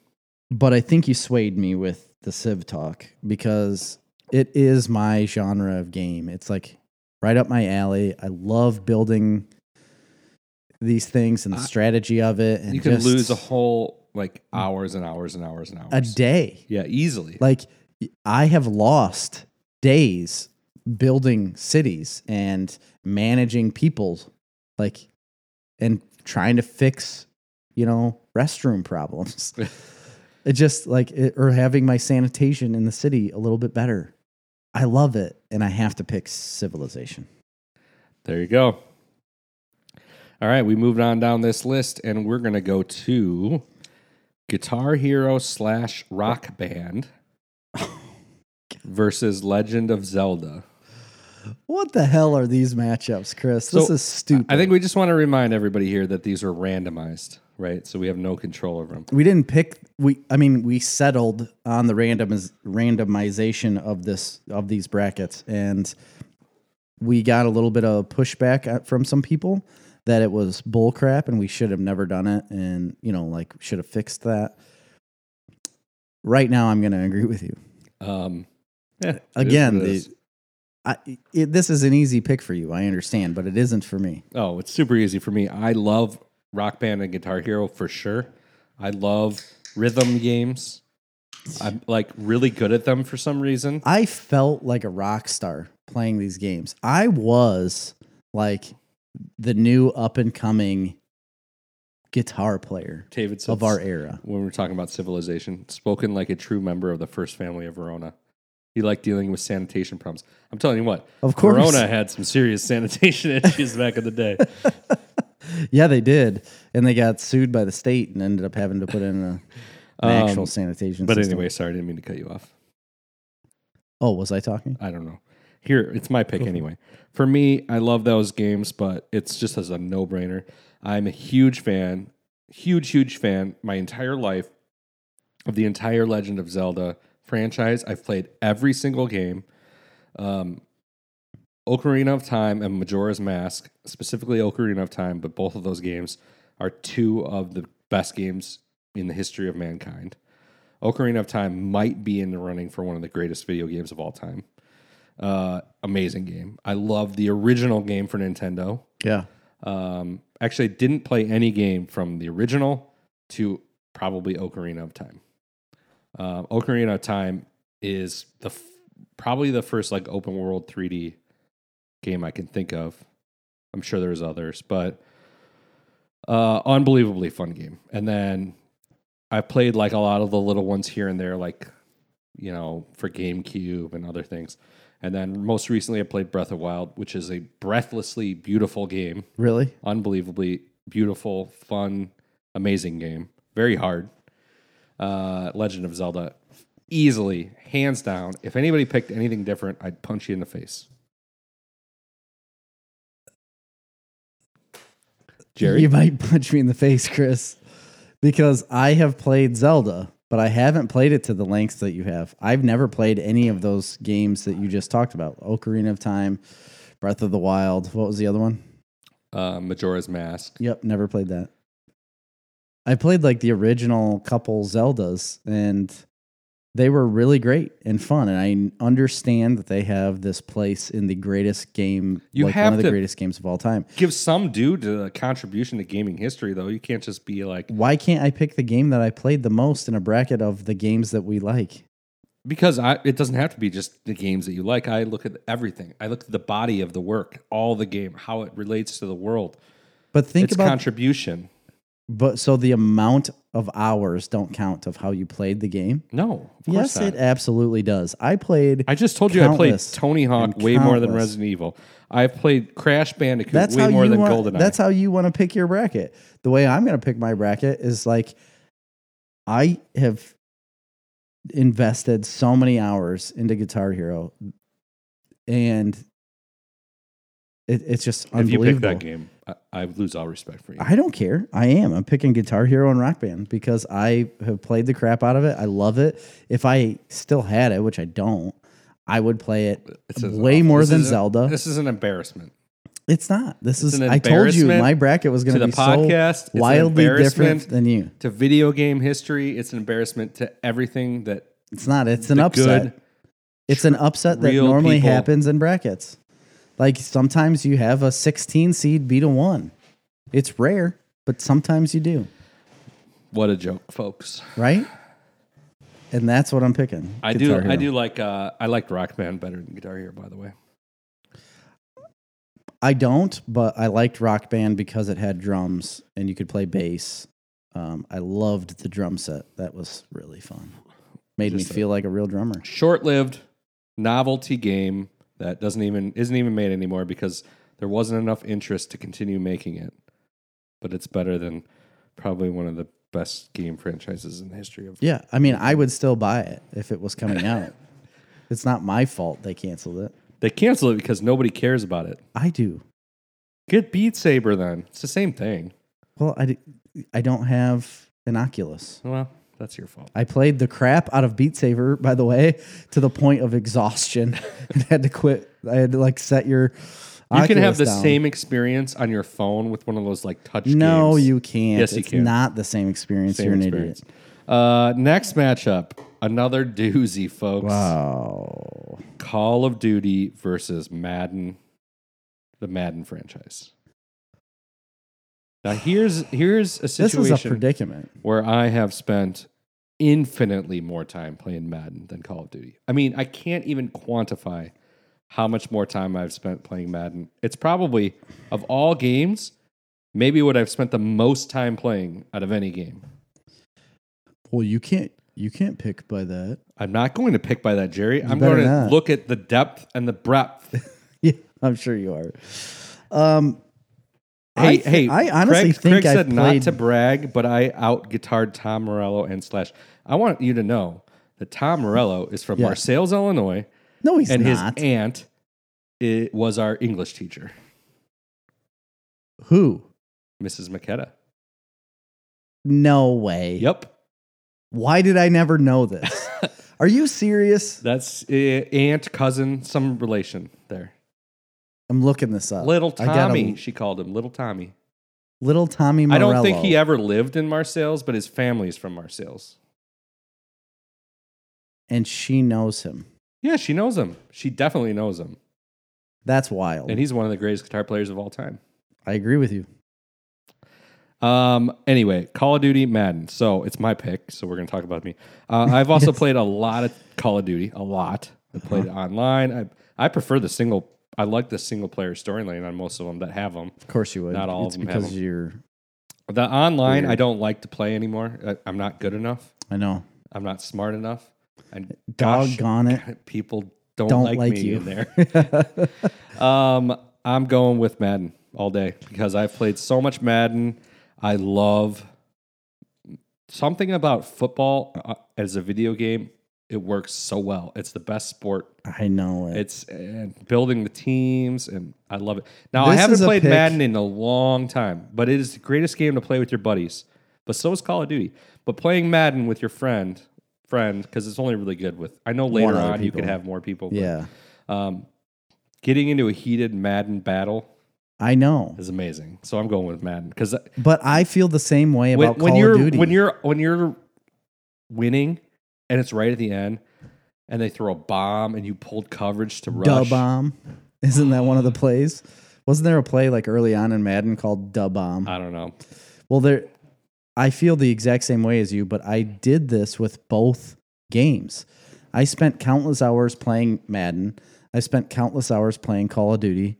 [SPEAKER 2] But I think you swayed me with the Civ talk because it is my genre of game. It's like right up my alley. I love building these things and the
[SPEAKER 1] I-
[SPEAKER 2] strategy of it. And
[SPEAKER 1] you can
[SPEAKER 2] just
[SPEAKER 1] lose a whole like hours and hours and hours and hours.
[SPEAKER 2] a day.
[SPEAKER 1] yeah, easily.
[SPEAKER 2] Like I have lost days building cities and managing people, like and trying to fix, you know, restroom <laughs> problems. it just like it, or having my sanitation in the city a little bit better. I love it, and I have to pick civilization.
[SPEAKER 1] There you go. All right, we moved on down this list, and we're gonna go to Guitar Hero slash
[SPEAKER 2] <laughs>
[SPEAKER 1] Rock Band versus Legend of Zelda.
[SPEAKER 2] What the hell are these matchups, Chris? this
[SPEAKER 1] So,
[SPEAKER 2] is stupid.
[SPEAKER 1] I think we just want to remind everybody here that these are randomized, right? So we have no control over them.
[SPEAKER 2] we didn't pick we i mean we settled on the random randomization of this of these brackets and we got a little bit of pushback uh, from some people that it was bull crap and we should have never done it and you know like should have fixed that right now i'm going to agree with you
[SPEAKER 1] Um, yeah, it is
[SPEAKER 2] again
[SPEAKER 1] what it
[SPEAKER 2] the,
[SPEAKER 1] is.
[SPEAKER 2] I, it, this is an easy pick for you i understand but it isn't for me
[SPEAKER 1] oh, it's super easy for me. I love Rock Band and Guitar Hero for sure. I love rhythm games. I'm like really good at them for some reason.
[SPEAKER 2] I felt like a rock star playing these games. I was like the new up and coming guitar player
[SPEAKER 1] David said
[SPEAKER 2] of our era.
[SPEAKER 1] when we were talking about civilization, spoken like a true member of the first family of Verona. He liked dealing with sanitation problems. I'm telling you what,
[SPEAKER 2] Of course.
[SPEAKER 1] <laughs> Verona had some serious sanitation issues back in the day.
[SPEAKER 2] <laughs> yeah, they did, and they got sued by the state and ended up having to put in a, an actual
[SPEAKER 1] <laughs> Um,
[SPEAKER 2] sanitation.
[SPEAKER 1] But
[SPEAKER 2] system.
[SPEAKER 1] anyway, sorry, I didn't mean to cut you off.
[SPEAKER 2] oh, was I talking?
[SPEAKER 1] I don't know. Here, it's my pick anyway. For me, I love those games, but it's just as a no brainer. I'm a huge fan, huge, huge fan my entire life of the entire Legend of Zelda franchise. I've played every single game. Um, Ocarina of Time and Majora's Mask, specifically Ocarina of Time, but both of those games are two of the best games in the history of mankind. Ocarina of Time might be in the running for one of the greatest video games of all time. Uh, amazing game. I love the original game for Nintendo.
[SPEAKER 2] Yeah,
[SPEAKER 1] Um, actually, I didn't play any game from the original to probably Ocarina of Time. Uh, Ocarina of Time is the f- probably the first like open world 3D game I can think of. I'm sure there's others, but uh, unbelievably fun game. And then I've played like a lot of the little ones here and there, like you know for GameCube and other things. And then most recently, I played Breath of Wild, which is a breathlessly beautiful game
[SPEAKER 2] really?
[SPEAKER 1] unbelievably beautiful, fun, amazing game. Very hard. Uh, Legend of Zelda, easily, hands down. If anybody picked anything different, I'd punch you in the face. Jerry,
[SPEAKER 2] You might <laughs> punch me in the face, Chris, because I have played Zelda, but I haven't played it to the lengths that you have. I've never played any of those games that you just talked about Ocarina of Time, Breath of the Wild. What was the other one?
[SPEAKER 1] uh, Majora's Mask.
[SPEAKER 2] Yep, never played that. I played like the original couple Zeldas and they were really great and fun. And I understand that they have this place in the greatest game,
[SPEAKER 1] You
[SPEAKER 2] like
[SPEAKER 1] have
[SPEAKER 2] one of the
[SPEAKER 1] to-
[SPEAKER 2] greatest games of all time.
[SPEAKER 1] Give some due to the contribution to gaming history, though. You can't just be like
[SPEAKER 2] Why can't I pick the game that I played the most in a bracket of the games that we like?
[SPEAKER 1] because I, it doesn't have to be just the games that you like. I look at everything. I look at the body of the work, all the game, how it relates to the world,
[SPEAKER 2] But think
[SPEAKER 1] its
[SPEAKER 2] about
[SPEAKER 1] contribution.
[SPEAKER 2] but so the amount of hours don't count of how you played the game.
[SPEAKER 1] No, of course
[SPEAKER 2] Yes,
[SPEAKER 1] not.
[SPEAKER 2] it absolutely does. I played
[SPEAKER 1] I just told you I played
[SPEAKER 2] Countless
[SPEAKER 1] Tony Hawk
[SPEAKER 2] and
[SPEAKER 1] way more than
[SPEAKER 2] countless.
[SPEAKER 1] Resident Evil. I played Crash Bandicoot
[SPEAKER 2] That's
[SPEAKER 1] way
[SPEAKER 2] how
[SPEAKER 1] more
[SPEAKER 2] you
[SPEAKER 1] than
[SPEAKER 2] want,
[SPEAKER 1] GoldenEye.
[SPEAKER 2] That's how you want to pick your bracket. The way I'm going to pick my bracket is like I have invested so many hours into Guitar Hero, and it, it's just
[SPEAKER 1] if you
[SPEAKER 2] unbelievable.
[SPEAKER 1] pick that game, I, I would lose all respect for you.
[SPEAKER 2] I don't care. I am. I'm picking Guitar Hero and Rock Band because I have played the crap out of it. I love it. If I still had it, which I don't, I would play it
[SPEAKER 1] This is
[SPEAKER 2] way
[SPEAKER 1] awful.
[SPEAKER 2] more
[SPEAKER 1] This
[SPEAKER 2] than
[SPEAKER 1] is a-
[SPEAKER 2] Zelda.
[SPEAKER 1] This is an embarrassment
[SPEAKER 2] It's not. This
[SPEAKER 1] It's
[SPEAKER 2] is.
[SPEAKER 1] an
[SPEAKER 2] I told you
[SPEAKER 1] embarrassment
[SPEAKER 2] my bracket was going
[SPEAKER 1] to
[SPEAKER 2] to be
[SPEAKER 1] the podcast.
[SPEAKER 2] so wildly
[SPEAKER 1] it's an embarrassment
[SPEAKER 2] different than you.
[SPEAKER 1] to video game history. It's an embarrassment to everything that
[SPEAKER 2] It's not. It's an
[SPEAKER 1] the
[SPEAKER 2] upset.
[SPEAKER 1] good,
[SPEAKER 2] it's an upset that
[SPEAKER 1] real
[SPEAKER 2] normally
[SPEAKER 1] people-
[SPEAKER 2] happens in brackets. Like sometimes you have a 16 seed beat a one. It's rare, but sometimes you do,
[SPEAKER 1] what a joke, folks.
[SPEAKER 2] right? And that's what I'm picking.
[SPEAKER 1] I
[SPEAKER 2] Guitar
[SPEAKER 1] do. I
[SPEAKER 2] Hero.
[SPEAKER 1] do like. Uh, I liked Rock Band better than Guitar Hero, by the way.
[SPEAKER 2] I don't, but I liked Rock Band because it had drums and you could play bass. Um, I loved the drum set. That was really fun. Made
[SPEAKER 1] Just a-
[SPEAKER 2] me feel like a real drummer.
[SPEAKER 1] short-lived novelty game that doesn't even isn't even made anymore because there wasn't enough interest to continue making it. But it's better than probably one of the best game franchises in the history of.
[SPEAKER 2] Yeah, I mean, I would still buy it if it was coming out.
[SPEAKER 1] <laughs>
[SPEAKER 2] it's not my fault they canceled it.
[SPEAKER 1] They canceled it because nobody cares about it.
[SPEAKER 2] I do.
[SPEAKER 1] Get Beat Saber then. It's the same thing.
[SPEAKER 2] Well, I, d- I don't have an Oculus.
[SPEAKER 1] Well, that's your fault.
[SPEAKER 2] I played the crap out of Beat Saber, by the way, to the point of exhaustion <laughs> and had to quit. I had to like set your.
[SPEAKER 1] You can have the
[SPEAKER 2] down.
[SPEAKER 1] same experience on your phone with one of those like touch games.
[SPEAKER 2] No, you can't.
[SPEAKER 1] Yes, you
[SPEAKER 2] it's
[SPEAKER 1] can.
[SPEAKER 2] not the same experience.
[SPEAKER 1] Same
[SPEAKER 2] You're an
[SPEAKER 1] experience.
[SPEAKER 2] idiot.
[SPEAKER 1] Uh, next matchup, another doozy, folks.
[SPEAKER 2] Wow.
[SPEAKER 1] Call of Duty versus Madden, the Madden franchise. Now here's here's a
[SPEAKER 2] This is a
[SPEAKER 1] situation
[SPEAKER 2] predicament.
[SPEAKER 1] where I have spent infinitely more time playing Madden than Call of Duty. I mean, I can't even quantify how much more time I've spent playing Madden. It's probably of all games, maybe what I've spent the most time playing out of any game.
[SPEAKER 2] Well, you can't. You can't pick by that. <laughs>
[SPEAKER 1] I'm not going to pick by that, Jerry. I'm
[SPEAKER 2] better
[SPEAKER 1] going to
[SPEAKER 2] not.
[SPEAKER 1] look at the depth and the breadth
[SPEAKER 2] Yeah, I'm sure you are. Um,
[SPEAKER 1] Hey,
[SPEAKER 2] I thi-
[SPEAKER 1] hey,
[SPEAKER 2] I honestly
[SPEAKER 1] Craig,
[SPEAKER 2] think
[SPEAKER 1] Craig
[SPEAKER 2] I
[SPEAKER 1] said not
[SPEAKER 2] played-
[SPEAKER 1] to brag, but I out guitared Tom Morello and Slash. I want you to know that Tom Morello is from
[SPEAKER 2] Yeah.
[SPEAKER 1] Marseilles, Illinois,
[SPEAKER 2] No, he's
[SPEAKER 1] and
[SPEAKER 2] not.
[SPEAKER 1] his aunt i was our English teacher,
[SPEAKER 2] Who?
[SPEAKER 1] Mrs. Maquetta.
[SPEAKER 2] No way.
[SPEAKER 1] Yep, <laughs>
[SPEAKER 2] Why did I never know this? Are you serious?
[SPEAKER 1] that's uh, aunt, cousin, some relation there.
[SPEAKER 2] I'm looking this up.
[SPEAKER 1] Little
[SPEAKER 2] Uh, I got a-
[SPEAKER 1] Tommy, she called him Little Tommy.
[SPEAKER 2] little Tommy
[SPEAKER 1] I
[SPEAKER 2] Morello.
[SPEAKER 1] don't think he ever lived in Marseilles, but his family's from Marseilles.
[SPEAKER 2] And she knows him.
[SPEAKER 1] Yeah, she knows him. She definitely knows him.
[SPEAKER 2] That's wild.
[SPEAKER 1] And he's one of the greatest guitar players of all time.
[SPEAKER 2] I agree with you.
[SPEAKER 1] Um, anyway, Call of Duty Madden. So it's my pick. So we're going to talk about me. Uh,
[SPEAKER 2] <laughs>
[SPEAKER 1] I've also played a lot of Call of Duty, a lot. I played
[SPEAKER 2] Uh-huh.
[SPEAKER 1] it online. I, I prefer the single, I like the single player storyline on most of them that have them.
[SPEAKER 2] Of course you would.
[SPEAKER 1] Not all
[SPEAKER 2] it's
[SPEAKER 1] of them have
[SPEAKER 2] because
[SPEAKER 1] them.
[SPEAKER 2] you're.
[SPEAKER 1] The online,
[SPEAKER 2] Weird.
[SPEAKER 1] I don't like to play anymore. I, I'm not good enough.
[SPEAKER 2] I know.
[SPEAKER 1] I'm not smart enough. And gosh,
[SPEAKER 2] Doggone it.
[SPEAKER 1] people don't,
[SPEAKER 2] Don't
[SPEAKER 1] like,
[SPEAKER 2] like
[SPEAKER 1] me
[SPEAKER 2] you.
[SPEAKER 1] in there. <laughs> Um, I'm going with Madden all day because I've played so much Madden. I love something about football uh, as a video game. It works so well. It's the best sport.
[SPEAKER 2] I know it.
[SPEAKER 1] It's and building the teams, and I love it. Now I
[SPEAKER 2] This
[SPEAKER 1] haven't
[SPEAKER 2] is a
[SPEAKER 1] played
[SPEAKER 2] pick-
[SPEAKER 1] Madden in a long time, but it is the greatest game to play with your buddies. But so is Call of Duty. But playing Madden with your friend, friend, because it's only really good with. I know later
[SPEAKER 2] other
[SPEAKER 1] on you could
[SPEAKER 2] people.
[SPEAKER 1] have more people. but
[SPEAKER 2] yeah.
[SPEAKER 1] um, getting into a heated Madden battle
[SPEAKER 2] I know.
[SPEAKER 1] is amazing. So I'm going with Madden because
[SPEAKER 2] But I feel the same way
[SPEAKER 1] when,
[SPEAKER 2] about
[SPEAKER 1] when
[SPEAKER 2] Call
[SPEAKER 1] you're
[SPEAKER 2] of Duty.
[SPEAKER 1] when you're when you're winning and it's right at the end and they throw a bomb and you pulled coverage to rush.
[SPEAKER 2] Da bomb. Isn't that one of the plays? Wasn't there a play like early on in Madden called Da bomb?
[SPEAKER 1] I don't know.
[SPEAKER 2] Well, there, I feel the exact same way as you, but I did this with both games. I spent countless hours playing Madden. I spent countless hours playing Call of Duty,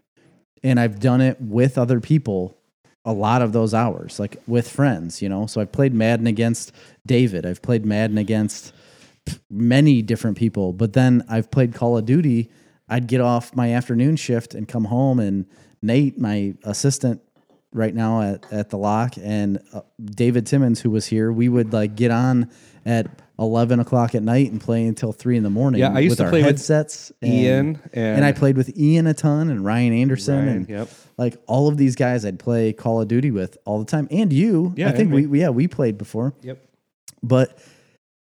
[SPEAKER 2] and I've done it with other people a lot of those hours, like with friends, you know. So I've played Madden against David. I've played Madden against pff, many different people, but then I've played Call of Duty. I'd get off my afternoon shift and come home, and Nate, my assistant right now at, at the lock, and uh, David Timmons, who was here, we would like get on at 11 o'clock at night and play until three in the morning
[SPEAKER 1] Yeah, I used
[SPEAKER 2] with
[SPEAKER 1] to
[SPEAKER 2] our
[SPEAKER 1] play with
[SPEAKER 2] headsets. and-
[SPEAKER 1] Ian
[SPEAKER 2] and,
[SPEAKER 1] and,
[SPEAKER 2] I played with Ian a ton and Ryan Anderson
[SPEAKER 1] Ryan,
[SPEAKER 2] and
[SPEAKER 1] yep.
[SPEAKER 2] like all of these guys I'd play Call of Duty with all the time. And you,
[SPEAKER 1] Yeah,
[SPEAKER 2] I think
[SPEAKER 1] and me.
[SPEAKER 2] we, we yeah we played before,
[SPEAKER 1] Yep.
[SPEAKER 2] but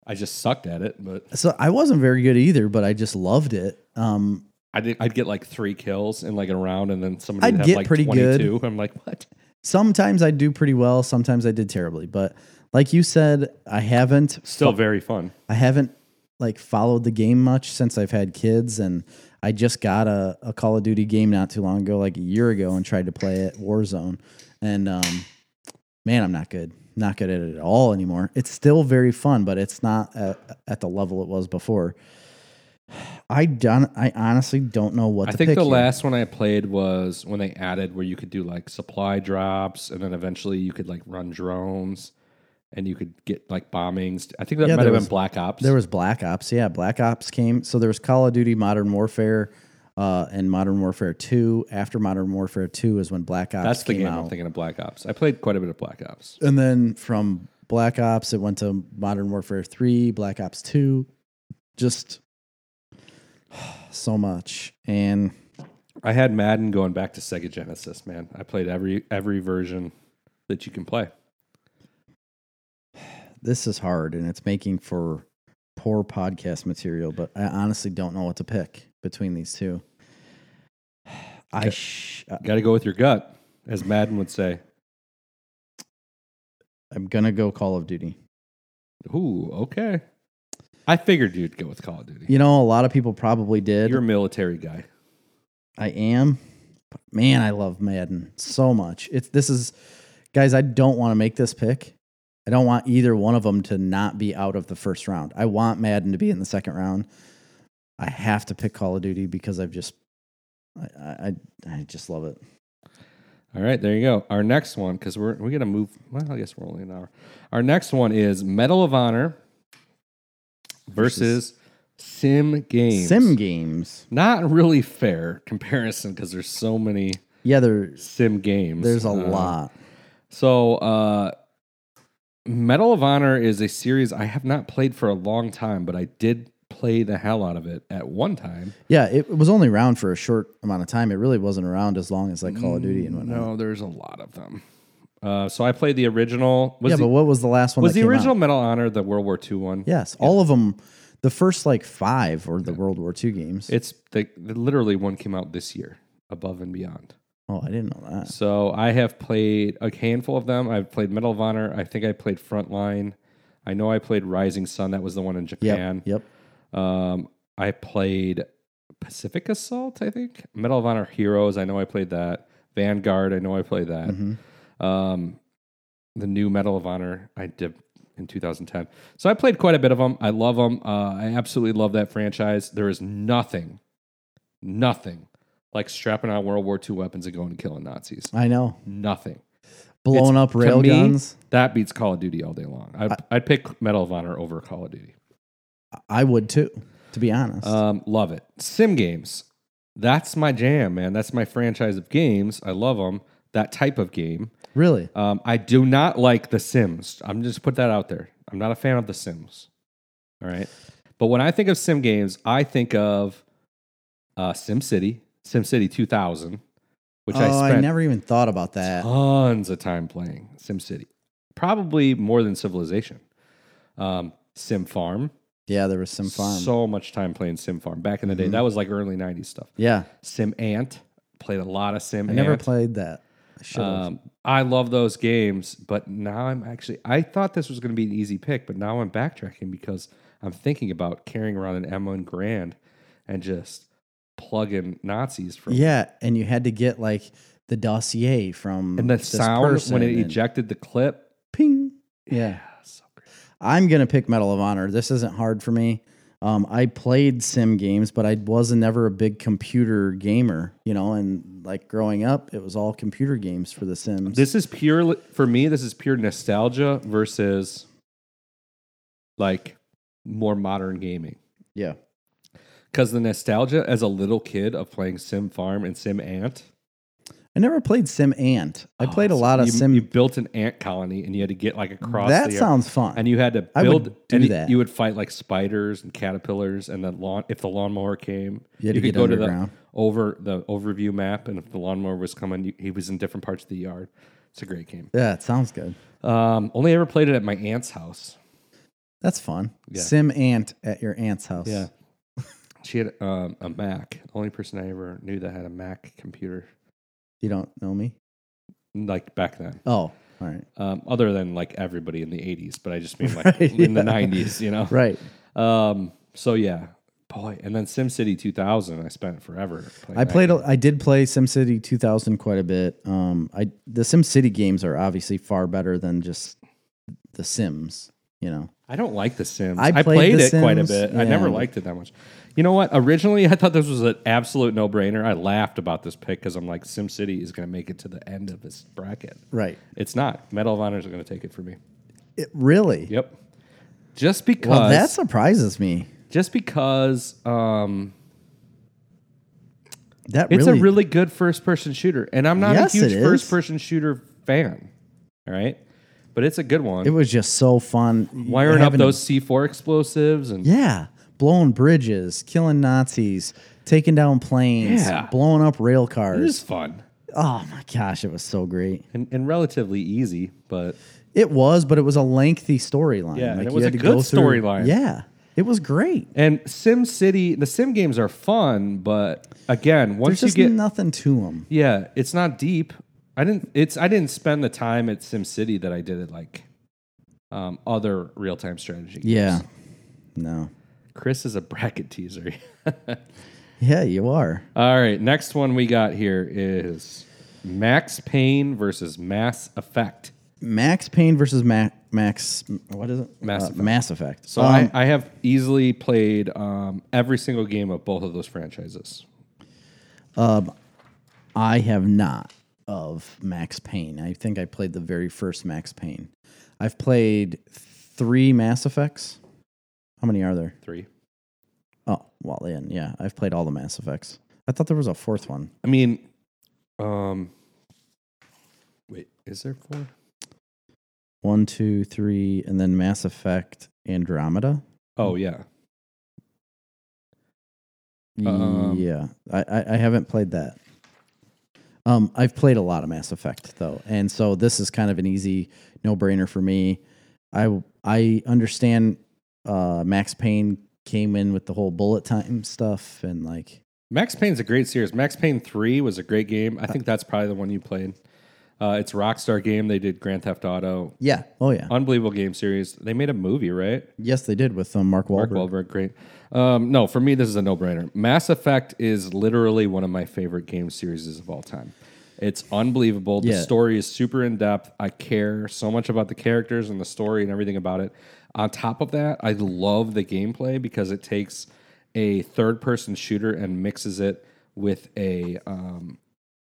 [SPEAKER 1] I just sucked at it, but
[SPEAKER 2] so I wasn't very good either, but I just loved it. Um,
[SPEAKER 1] I did, I'd get like three kills in like a round, and then somebody
[SPEAKER 2] I'd
[SPEAKER 1] would have
[SPEAKER 2] get
[SPEAKER 1] like
[SPEAKER 2] pretty good.
[SPEAKER 1] 22. <laughs> I'm like, what?
[SPEAKER 2] sometimes I do pretty well, sometimes I did terribly, but like you said, I haven't
[SPEAKER 1] Still very fun.
[SPEAKER 2] I haven't like followed the game much since I've had kids and I just got a, a Call of Duty game not too long ago, like a year ago, and tried to play it Warzone. And um, man, I'm not good. Not good at it at all anymore. It's still very fun, but it's not at, at the level it was before. I don't. I honestly don't know what
[SPEAKER 1] I
[SPEAKER 2] to
[SPEAKER 1] think
[SPEAKER 2] pick
[SPEAKER 1] the
[SPEAKER 2] here.
[SPEAKER 1] last one I played was when they added where you could do like supply drops, and then eventually you could like run drones, and you could get like bombings. I think that
[SPEAKER 2] Yeah,
[SPEAKER 1] might
[SPEAKER 2] there
[SPEAKER 1] have been
[SPEAKER 2] was-
[SPEAKER 1] Black Ops.
[SPEAKER 2] There was Black Ops. Yeah, Black Ops came. So there was Call of Duty Modern Warfare uh, and Modern Warfare 2. After Modern Warfare 2 is when Black Ops
[SPEAKER 1] That's the
[SPEAKER 2] came
[SPEAKER 1] game
[SPEAKER 2] out.
[SPEAKER 1] I'm thinking of. Black Ops. I played quite a bit of Black Ops.
[SPEAKER 2] and then from Black Ops, it went to Modern Warfare 3, Black Ops 2, just so much. And
[SPEAKER 1] I had Madden going back to Sega Genesis. Man, I played every every version that you can play.
[SPEAKER 2] this is hard, and it's making for poor podcast material, but I honestly don't know what to pick between these two. I
[SPEAKER 1] Okay.
[SPEAKER 2] sh-
[SPEAKER 1] Got to go with your gut, as Madden would say.
[SPEAKER 2] I'm gonna go Call of Duty.
[SPEAKER 1] Ooh, okay. I figured you'd go with Call of Duty.
[SPEAKER 2] You know, a lot of people probably did.
[SPEAKER 1] You're a military guy.
[SPEAKER 2] I am. But man, I love Madden so much. It's this is guys, I don't want to make this pick. I don't want either one of them to not be out of the first round. I want Madden to be in the second round. I have to pick Call of Duty because I've just I I, I- I just love it.
[SPEAKER 1] All right, there you go. Our next one, because we're we're gonna move. Well, I guess we're only an hour. Our next one is Medal of Honor versus Sim Games.
[SPEAKER 2] Sim games.
[SPEAKER 1] Not really fair comparison because there's so many.
[SPEAKER 2] Yeah, there's
[SPEAKER 1] sim games.
[SPEAKER 2] there's a
[SPEAKER 1] Uh,
[SPEAKER 2] lot.
[SPEAKER 1] So, uh, Medal of Honor is a series I have not played for a long time, but I did play the hell out of it at one time.
[SPEAKER 2] Yeah, it was only around for a short amount of time. It really wasn't around as long as like Call of Duty
[SPEAKER 1] Mm.
[SPEAKER 2] and whatnot.
[SPEAKER 1] No, there's a lot of them. Uh, so I played the original. Was
[SPEAKER 2] yeah,
[SPEAKER 1] the,
[SPEAKER 2] but what was the last one?
[SPEAKER 1] was
[SPEAKER 2] that
[SPEAKER 1] the
[SPEAKER 2] came out?
[SPEAKER 1] original Medal of Honor the World War II one?
[SPEAKER 2] Yes, all of them. The first like five were the World War II games.
[SPEAKER 1] It's the, the literally one came out this year, Above and Beyond.
[SPEAKER 2] oh, I didn't know that.
[SPEAKER 1] So I have played a handful of them. I've played Medal of Honor. I think I played Frontline. I know I played Rising Sun. That was the one in
[SPEAKER 2] Yep,
[SPEAKER 1] Japan.
[SPEAKER 2] yep.
[SPEAKER 1] Um, I played Pacific Assault, I think. Medal of Honor Heroes, I know I played that. Vanguard, I know I played that.
[SPEAKER 2] Mhm.
[SPEAKER 1] Um, the new Medal of Honor, I did in 2010. So I played quite a bit of them. I love them. Uh, I absolutely love that franchise. There is nothing, nothing like strapping on World War II weapons and going and killing Nazis.
[SPEAKER 2] I know.
[SPEAKER 1] Nothing.
[SPEAKER 2] Blown
[SPEAKER 1] It's-
[SPEAKER 2] up
[SPEAKER 1] to
[SPEAKER 2] rail
[SPEAKER 1] me,
[SPEAKER 2] guns.
[SPEAKER 1] That beats Call of Duty all day long. I, I'd pick Medal of Honor over Call of Duty.
[SPEAKER 2] I would too, to be honest.
[SPEAKER 1] Um, love it. Sim games. That's my jam, man. That's my franchise of games. I love them. That type of game.
[SPEAKER 2] really?
[SPEAKER 1] Um, I do not like The Sims. I'm just put that out there. I'm not a fan of The Sims. All right. But when I think of sim games, I think of uh, Sim City, Sim City 2000, which
[SPEAKER 2] oh,
[SPEAKER 1] I
[SPEAKER 2] I,
[SPEAKER 1] spent
[SPEAKER 2] never even thought about that.
[SPEAKER 1] tons of time playing Sim City, probably more than Civilization. Um, sim Farm,
[SPEAKER 2] Yeah, there was some farm.
[SPEAKER 1] so much time playing Sim Farm back in the day. That was like early '90s stuff.
[SPEAKER 2] yeah,
[SPEAKER 1] Sim Ant played a lot of Sim.
[SPEAKER 2] I never
[SPEAKER 1] Ant.
[SPEAKER 2] played that. I should have.
[SPEAKER 1] Um, I love those games, but now I'm actually. I thought this was going to be an easy pick, but now I'm backtracking because I'm thinking about carrying around an M1 Grand and just plugging Nazis from.
[SPEAKER 2] yeah, and you had to get like the dossier from
[SPEAKER 1] And the
[SPEAKER 2] this
[SPEAKER 1] sound
[SPEAKER 2] person
[SPEAKER 1] when it
[SPEAKER 2] and
[SPEAKER 1] ejected the clip.
[SPEAKER 2] Ping. Yeah.
[SPEAKER 1] so great.
[SPEAKER 2] I'm gonna pick Medal of Honor. This isn't hard for me. Um, I played sim games, but I was never a big computer gamer, you know. And like growing up, it was all computer games for The Sims.
[SPEAKER 1] This is pure for me. This is pure nostalgia versus like more modern gaming.
[SPEAKER 2] yeah,
[SPEAKER 1] Because the nostalgia as a little kid of playing Sim Farm and Sim Ant.
[SPEAKER 2] I never played Sim Ant. I played a
[SPEAKER 1] Oh, So
[SPEAKER 2] lot of
[SPEAKER 1] you,
[SPEAKER 2] Sim.
[SPEAKER 1] You built an ant colony and you had to get like across.
[SPEAKER 2] that
[SPEAKER 1] the air-
[SPEAKER 2] sounds fun.
[SPEAKER 1] And you had to
[SPEAKER 2] I would
[SPEAKER 1] build.
[SPEAKER 2] do
[SPEAKER 1] and you-
[SPEAKER 2] that.
[SPEAKER 1] You would fight like spiders and caterpillars, and then lawn. If the lawnmower came,
[SPEAKER 2] You had to
[SPEAKER 1] could
[SPEAKER 2] get
[SPEAKER 1] go to the
[SPEAKER 2] underground.
[SPEAKER 1] over the overview map, and if the lawnmower was coming, you, he was in different parts of the yard. It's a great game.
[SPEAKER 2] yeah, it sounds good.
[SPEAKER 1] Um, only ever played it at my aunt's house.
[SPEAKER 2] That's fun.
[SPEAKER 1] Yeah.
[SPEAKER 2] Sim Ant at your aunt's house.
[SPEAKER 1] she had um, a Mac. The only person I ever knew that had a Mac computer,
[SPEAKER 2] You don't know me?
[SPEAKER 1] like back then.
[SPEAKER 2] Oh, all right.
[SPEAKER 1] um, other than like everybody in the 80s, but I just mean
[SPEAKER 2] <laughs>
[SPEAKER 1] like
[SPEAKER 2] Right,
[SPEAKER 1] in the
[SPEAKER 2] yeah.
[SPEAKER 1] 90s, you know?
[SPEAKER 2] Right.
[SPEAKER 1] Um, so yeah, boy. And then SimCity 2000, I spent forever. Playing
[SPEAKER 2] I
[SPEAKER 1] that
[SPEAKER 2] played.
[SPEAKER 1] game.
[SPEAKER 2] A, I did play SimCity 2000 quite a bit. Um, I the SimCity games are obviously far better than just the Sims. You know,
[SPEAKER 1] I don't like The Sims.
[SPEAKER 2] I
[SPEAKER 1] I
[SPEAKER 2] played
[SPEAKER 1] played,
[SPEAKER 2] The
[SPEAKER 1] it quite a
[SPEAKER 2] Sims,
[SPEAKER 1] bit. I never
[SPEAKER 2] yeah.
[SPEAKER 1] liked it that much. You know what? Originally, I thought this was an absolute no brainer. I laughed about this pick because I'm like, SimCity is going to make it to the end of this bracket.
[SPEAKER 2] right?
[SPEAKER 1] It's not. Medal of Honors are going to take it for me.
[SPEAKER 2] It, really?
[SPEAKER 1] Yep. Just because.
[SPEAKER 2] Well, that surprises me.
[SPEAKER 1] just because. Um,
[SPEAKER 2] That
[SPEAKER 1] It's
[SPEAKER 2] really,
[SPEAKER 1] a really good first person shooter, and I'm not
[SPEAKER 2] Yes,
[SPEAKER 1] a
[SPEAKER 2] it
[SPEAKER 1] huge
[SPEAKER 2] is.
[SPEAKER 1] first person shooter fan. All right, but it's a good one.
[SPEAKER 2] It was just so fun
[SPEAKER 1] Wiring up
[SPEAKER 2] having-
[SPEAKER 1] those C4 explosives and
[SPEAKER 2] Yeah, blowing bridges, killing Nazis, taking down planes,
[SPEAKER 1] Yeah.
[SPEAKER 2] blowing up rail cars.
[SPEAKER 1] it is fun
[SPEAKER 2] Oh my gosh, it was so great.
[SPEAKER 1] and, and relatively easy. But
[SPEAKER 2] It was, but it was a lengthy storyline.
[SPEAKER 1] Yeah, and it
[SPEAKER 2] you
[SPEAKER 1] was
[SPEAKER 2] had
[SPEAKER 1] a
[SPEAKER 2] to go
[SPEAKER 1] good
[SPEAKER 2] through-
[SPEAKER 1] storyline.
[SPEAKER 2] Yeah, it was great.
[SPEAKER 1] and Sim City, the Sim games are fun, but again,
[SPEAKER 2] There's
[SPEAKER 1] once you
[SPEAKER 2] just
[SPEAKER 1] get
[SPEAKER 2] nothing to them.
[SPEAKER 1] yeah, it's not deep. I didn't. It's I didn't spend the time at Sim City that I did at like um, other real time strategy. games.
[SPEAKER 2] Yeah, no.
[SPEAKER 1] Chris is a bracket teaser. <laughs>
[SPEAKER 2] Yeah, you are.
[SPEAKER 1] All right, next one we got here is Max Payne versus Mass Effect.
[SPEAKER 2] Max Payne versus Ma- Max. What is it?
[SPEAKER 1] Mass
[SPEAKER 2] Uh,
[SPEAKER 1] Effect.
[SPEAKER 2] Mass Effect. Um,
[SPEAKER 1] So I, I have easily played um, every single game of both of those franchises.
[SPEAKER 2] I have not of Max Payne. I think I played the very first Max Payne. I've played three Mass Effects. How many are there?
[SPEAKER 1] Three.
[SPEAKER 2] Oh, well, then yeah, I've played all the Mass Effects. I thought there was a fourth one.
[SPEAKER 1] I mean, Um, wait, is there four?
[SPEAKER 2] One, two, three, and then Mass Effect Andromeda.
[SPEAKER 1] Oh yeah, Um,
[SPEAKER 2] yeah, I, I, I haven't played that. Um, I've played a lot of Mass Effect though, and so this is kind of an easy no brainer for me. I I understand uh, Max Payne came in with the whole bullet time stuff and like
[SPEAKER 1] Max Payne's a great series. Max Payne Three was a great game. I think that's probably the one you played. Uh, it's a Rockstar game. They did Grand Theft Auto.
[SPEAKER 2] yeah, oh yeah,
[SPEAKER 1] Unbelievable game series. They made a movie, right?
[SPEAKER 2] yes they did with um, Mark Wahlberg.
[SPEAKER 1] Mark Wahlberg, great. Um, no, for me, this is a no-brainer. Mass Effect is literally one of my favorite game series of all time. It's unbelievable. The
[SPEAKER 2] Yeah.
[SPEAKER 1] story is super in depth. I care so much about the characters and the story and everything about it. On top of that, I love the gameplay because it takes a third-person shooter and mixes it with a um,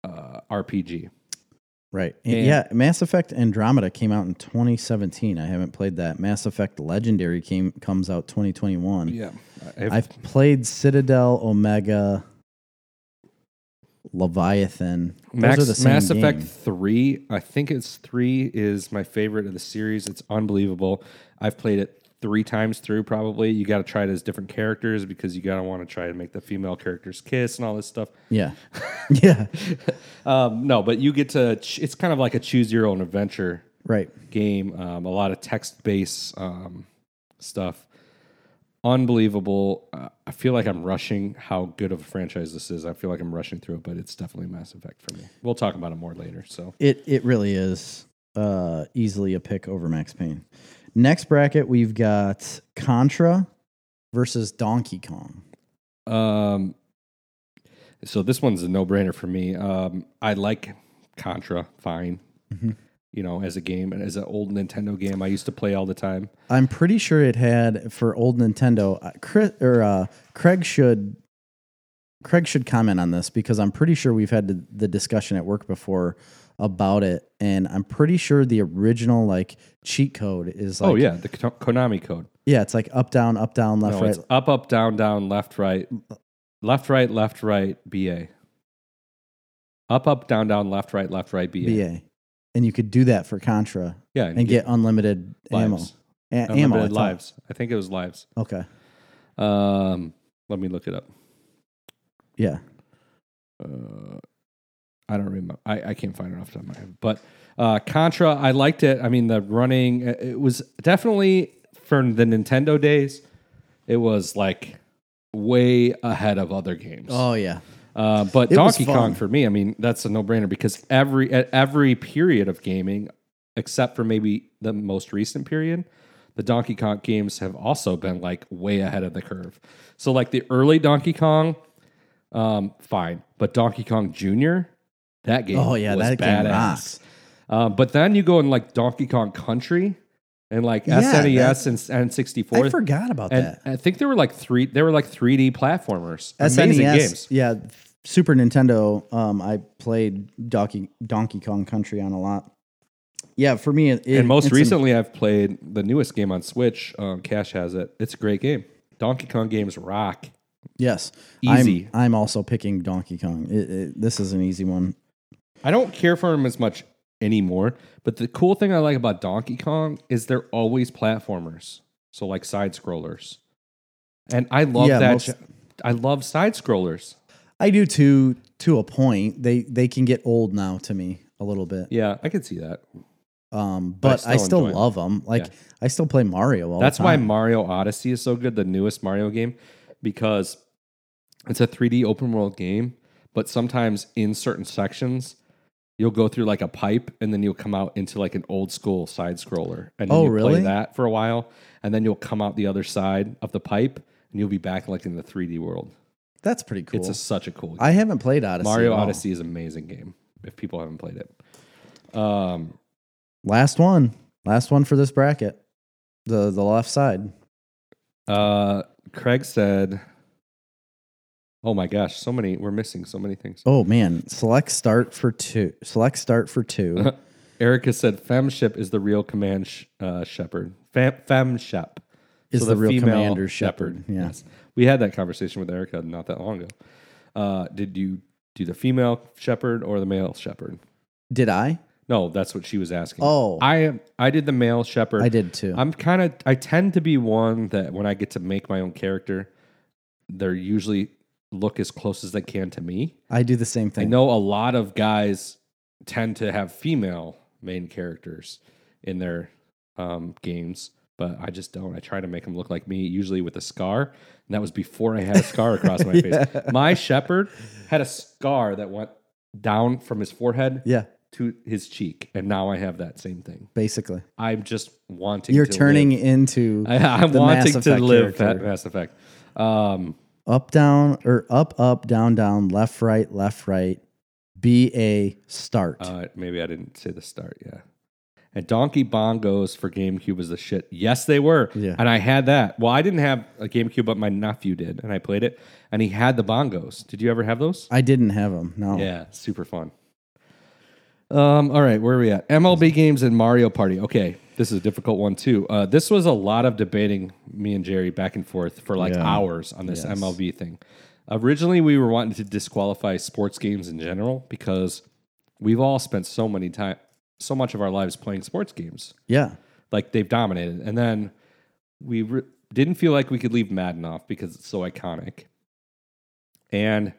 [SPEAKER 1] uh, RPG.
[SPEAKER 2] Right. And yeah, Mass Effect Andromeda came out in 2017. I haven't played that. Mass Effect Legendary came comes out 2021.
[SPEAKER 1] Yeah, I've,
[SPEAKER 2] I've played Citadel, Omega, Leviathan. Those are
[SPEAKER 1] Max,
[SPEAKER 2] the same
[SPEAKER 1] Mass Effect
[SPEAKER 2] game.
[SPEAKER 1] 3, I think it's 3 is my favorite of the series. It's unbelievable. I've played it 3 times through probably. You got to try it as different characters because you got to want to try to make the female characters kiss and all this stuff.
[SPEAKER 2] Yeah. <laughs> yeah.
[SPEAKER 1] Um, no, but you get to ch- it's kind of like a choose your own adventure
[SPEAKER 2] Right.
[SPEAKER 1] game. Um, a lot of text based um, stuff. Unbelievable. Uh, I feel like I'm rushing how good of a franchise this is. I feel like I'm rushing through it, but it's definitely Mass Effect for me. We'll talk about it more later. So
[SPEAKER 2] It it really is uh, easily a pick over Max Payne. Next bracket, we've got Contra versus Donkey Kong.
[SPEAKER 1] Um, so this one's a no-brainer for me. Um, I like Contra, fine.
[SPEAKER 2] Mhm.
[SPEAKER 1] You know, as a game and as an old Nintendo game, I used to play all the time.
[SPEAKER 2] I'm pretty sure it had for old Nintendo. Uh, Chris, or uh, Craig should Craig should comment on this because I'm pretty sure we've had the, the discussion at work before about it, and I'm pretty sure the original like cheat code is like
[SPEAKER 1] oh yeah, the Kon- Konami code.
[SPEAKER 2] yeah, it's like up down up down left
[SPEAKER 1] no,
[SPEAKER 2] right Mm.
[SPEAKER 1] it's up, up, down, down, left, right, left, right, left, right, BA. Up, up, down, down, left, right, left, right, BA.
[SPEAKER 2] BA, and you could do that for Contra
[SPEAKER 1] Yeah,
[SPEAKER 2] and get unlimited ammo.
[SPEAKER 1] lives.
[SPEAKER 2] A- ammo I
[SPEAKER 1] Unlimited
[SPEAKER 2] thought.
[SPEAKER 1] lives. I think it was lives.
[SPEAKER 2] Okay,
[SPEAKER 1] Um, let me look it up.
[SPEAKER 2] yeah,
[SPEAKER 1] uh, I don't remember. I, I can't find it off the top of my head. But uh, Contra, I liked it. I mean, the running, uh, it was definitely for the Nintendo days. It was like way ahead of other games.
[SPEAKER 2] oh yeah,
[SPEAKER 1] Uh, but
[SPEAKER 2] It was
[SPEAKER 1] Donkey
[SPEAKER 2] fun.
[SPEAKER 1] Kong for me, I mean, that's a no-brainer because every at every period of gaming, except for maybe the most recent period, the Donkey Kong games have also been like way ahead of the curve. So like the early Donkey Kong, um, fine, but Donkey Kong Junior, that game,
[SPEAKER 2] oh yeah,
[SPEAKER 1] was
[SPEAKER 2] that game
[SPEAKER 1] badass.
[SPEAKER 2] rocks.
[SPEAKER 1] Um, but then you go in like Donkey Kong Country and like
[SPEAKER 2] Yeah,
[SPEAKER 1] SNES and and sixty
[SPEAKER 2] I
[SPEAKER 1] four.
[SPEAKER 2] forgot about
[SPEAKER 1] And
[SPEAKER 2] that.
[SPEAKER 1] I think there were like three. There were like three D platformers. Amazing
[SPEAKER 2] SNES,
[SPEAKER 1] games.
[SPEAKER 2] E yeah, Super Nintendo. Um, I played Donkey Donkey Kong Country on a lot. Yeah, for me, it,
[SPEAKER 1] and most
[SPEAKER 2] it's an-
[SPEAKER 1] recently, I've played the newest game on Switch. Um, Cash has it. It's a great game. Donkey Kong games rock.
[SPEAKER 2] yes,
[SPEAKER 1] Easy.
[SPEAKER 2] I'm, I'm also picking Donkey Kong. It, it, this is an easy one.
[SPEAKER 1] I don't care for them as much anymore. But the cool thing I like about Donkey Kong is they're always platformers. So like side scrollers, and I love
[SPEAKER 2] Yeah,
[SPEAKER 1] that.
[SPEAKER 2] most-
[SPEAKER 1] gen- I love side scrollers.
[SPEAKER 2] I do too, to a point. They they can get old now to me a little bit.
[SPEAKER 1] Yeah, I could see that.
[SPEAKER 2] Um,
[SPEAKER 1] But
[SPEAKER 2] but
[SPEAKER 1] I
[SPEAKER 2] I
[SPEAKER 1] still
[SPEAKER 2] still,
[SPEAKER 1] enjoy 'em.
[SPEAKER 2] love 'em. love them. Like
[SPEAKER 1] Yeah.
[SPEAKER 2] I still play Mario. All
[SPEAKER 1] That's
[SPEAKER 2] the
[SPEAKER 1] why
[SPEAKER 2] time.
[SPEAKER 1] Mario Odyssey is so good, the newest Mario game, because it's a 3D open world game, but sometimes in certain sections, you'll go through like a pipe and then you'll come out into like an old school side scroller. And then
[SPEAKER 2] Oh,
[SPEAKER 1] you play
[SPEAKER 2] really?
[SPEAKER 1] that for a while, and then you'll come out the other side of the pipe and you'll be back like in the 3D world.
[SPEAKER 2] That's pretty cool.
[SPEAKER 1] It's a, such a cool game.
[SPEAKER 2] I haven't played Odyssey.
[SPEAKER 1] Mario
[SPEAKER 2] at all.
[SPEAKER 1] Odyssey is an amazing game if people haven't played it. Um,
[SPEAKER 2] Last one. Last one for this bracket. The the left side.
[SPEAKER 1] Uh, Craig said, "Oh my gosh, so many. We're missing so many things."
[SPEAKER 2] Oh man, select start for two. Select start for
[SPEAKER 1] Uh-huh.
[SPEAKER 2] two.
[SPEAKER 1] Erica said, "Femship is the real command sh- uh, shepherd. Fem- Femshep
[SPEAKER 2] Is the real
[SPEAKER 1] female
[SPEAKER 2] commander shepherd, yeah.
[SPEAKER 1] Yes, we had that conversation with Erica not that long ago. Uh, did you do the female shepherd or the male shepherd?
[SPEAKER 2] Did I?
[SPEAKER 1] No, that's what she was asking.
[SPEAKER 2] Oh, I,
[SPEAKER 1] I am. I did the male shepherd.
[SPEAKER 2] did too.
[SPEAKER 1] I'm kind of. I tend to be one that when I get to make my own character, they're usually look as close as they can to me.
[SPEAKER 2] I do the same
[SPEAKER 1] I
[SPEAKER 2] thing.
[SPEAKER 1] know a lot of guys tend to have female main characters in their um, games, but I just don't. I try to make them look like me, usually with a scar. And that was before I had a scar across my
[SPEAKER 2] <laughs>
[SPEAKER 1] face.
[SPEAKER 2] Yeah.
[SPEAKER 1] My shepherd had a scar that went down from his forehead
[SPEAKER 2] yeah,
[SPEAKER 1] to his cheek, and now I have that same thing.
[SPEAKER 2] basally.
[SPEAKER 1] I'm just wanting.
[SPEAKER 2] You're
[SPEAKER 1] to
[SPEAKER 2] turning
[SPEAKER 1] live-
[SPEAKER 2] into
[SPEAKER 1] <laughs> I, I'm
[SPEAKER 2] the Mass
[SPEAKER 1] wanting to
[SPEAKER 2] Effect
[SPEAKER 1] live that
[SPEAKER 2] character.
[SPEAKER 1] Mass Effect. Um,
[SPEAKER 2] up, down, or up, up, down, down, left, right, left, right. B A start.
[SPEAKER 1] Uh, maybe I didn't say the start. Yeah. And Donkey Bongos for GameCube was the shit. Yes, they were.
[SPEAKER 2] Yeah.
[SPEAKER 1] And I had that. Well, I didn't have a GameCube, but my nephew did, and I played it. And he had the bongos. Did you ever have those?
[SPEAKER 2] I didn't have them. No.
[SPEAKER 1] Yeah, super fun. Um, all right, where are we at? MLB games and Mario Party. Okay, this is a difficult one too. Uh, this was a lot of debating, me and Jerry back and forth for like
[SPEAKER 2] Yeah.
[SPEAKER 1] hours on this
[SPEAKER 2] Yes.
[SPEAKER 1] MLB thing. Originally, we were wanting to disqualify sports games in general because we've all spent so many time, so much of our lives playing sports games.
[SPEAKER 2] Yeah.
[SPEAKER 1] Like they've dominated, and then we re- didn't feel like we could leave Madden off because it's so iconic. And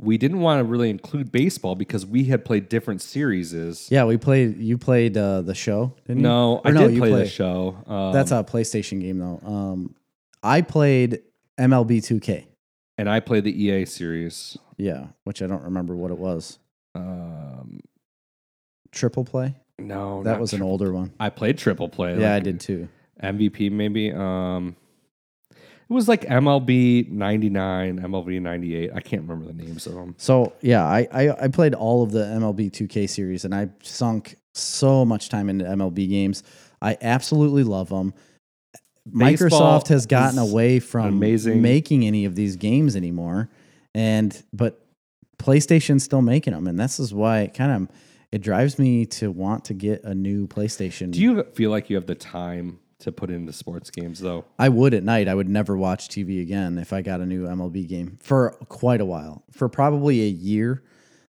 [SPEAKER 1] we didn't want to really include baseball because we had played different series.
[SPEAKER 2] Yeah, we played. You played uh, the show, didn't you?
[SPEAKER 1] No, I
[SPEAKER 2] Or no,
[SPEAKER 1] did
[SPEAKER 2] you
[SPEAKER 1] play, the
[SPEAKER 2] play-
[SPEAKER 1] show. Um,
[SPEAKER 2] That's a PlayStation game though. Um, I played MLB 2K.
[SPEAKER 1] and I played the EA series.
[SPEAKER 2] Yeah, which I don't remember what it was.
[SPEAKER 1] Um,
[SPEAKER 2] Triple play.
[SPEAKER 1] no,
[SPEAKER 2] that
[SPEAKER 1] Oh, not
[SPEAKER 2] was an
[SPEAKER 1] tri-
[SPEAKER 2] older one.
[SPEAKER 1] I played triple play.
[SPEAKER 2] yeah, I
[SPEAKER 1] like
[SPEAKER 2] did too.
[SPEAKER 1] MVP maybe. Um, it was like MLB ninety nine, MLB ninety eight. I can't remember the names of them.
[SPEAKER 2] So yeah, I, I I played all of the MLB 2K series, and I sunk so much time into MLB games. I absolutely love them.
[SPEAKER 1] Baseball
[SPEAKER 2] Microsoft has gotten
[SPEAKER 1] is
[SPEAKER 2] away from
[SPEAKER 1] amazing-
[SPEAKER 2] making any of these games anymore, and but PlayStation's still making them, and this is why it kind of it drives me to want to get a new PlayStation.
[SPEAKER 1] Do you feel like you have the time to put into sports games though?
[SPEAKER 2] I would at night. I would never watch TV again if I got a new MLB game for quite a while. For probably a year,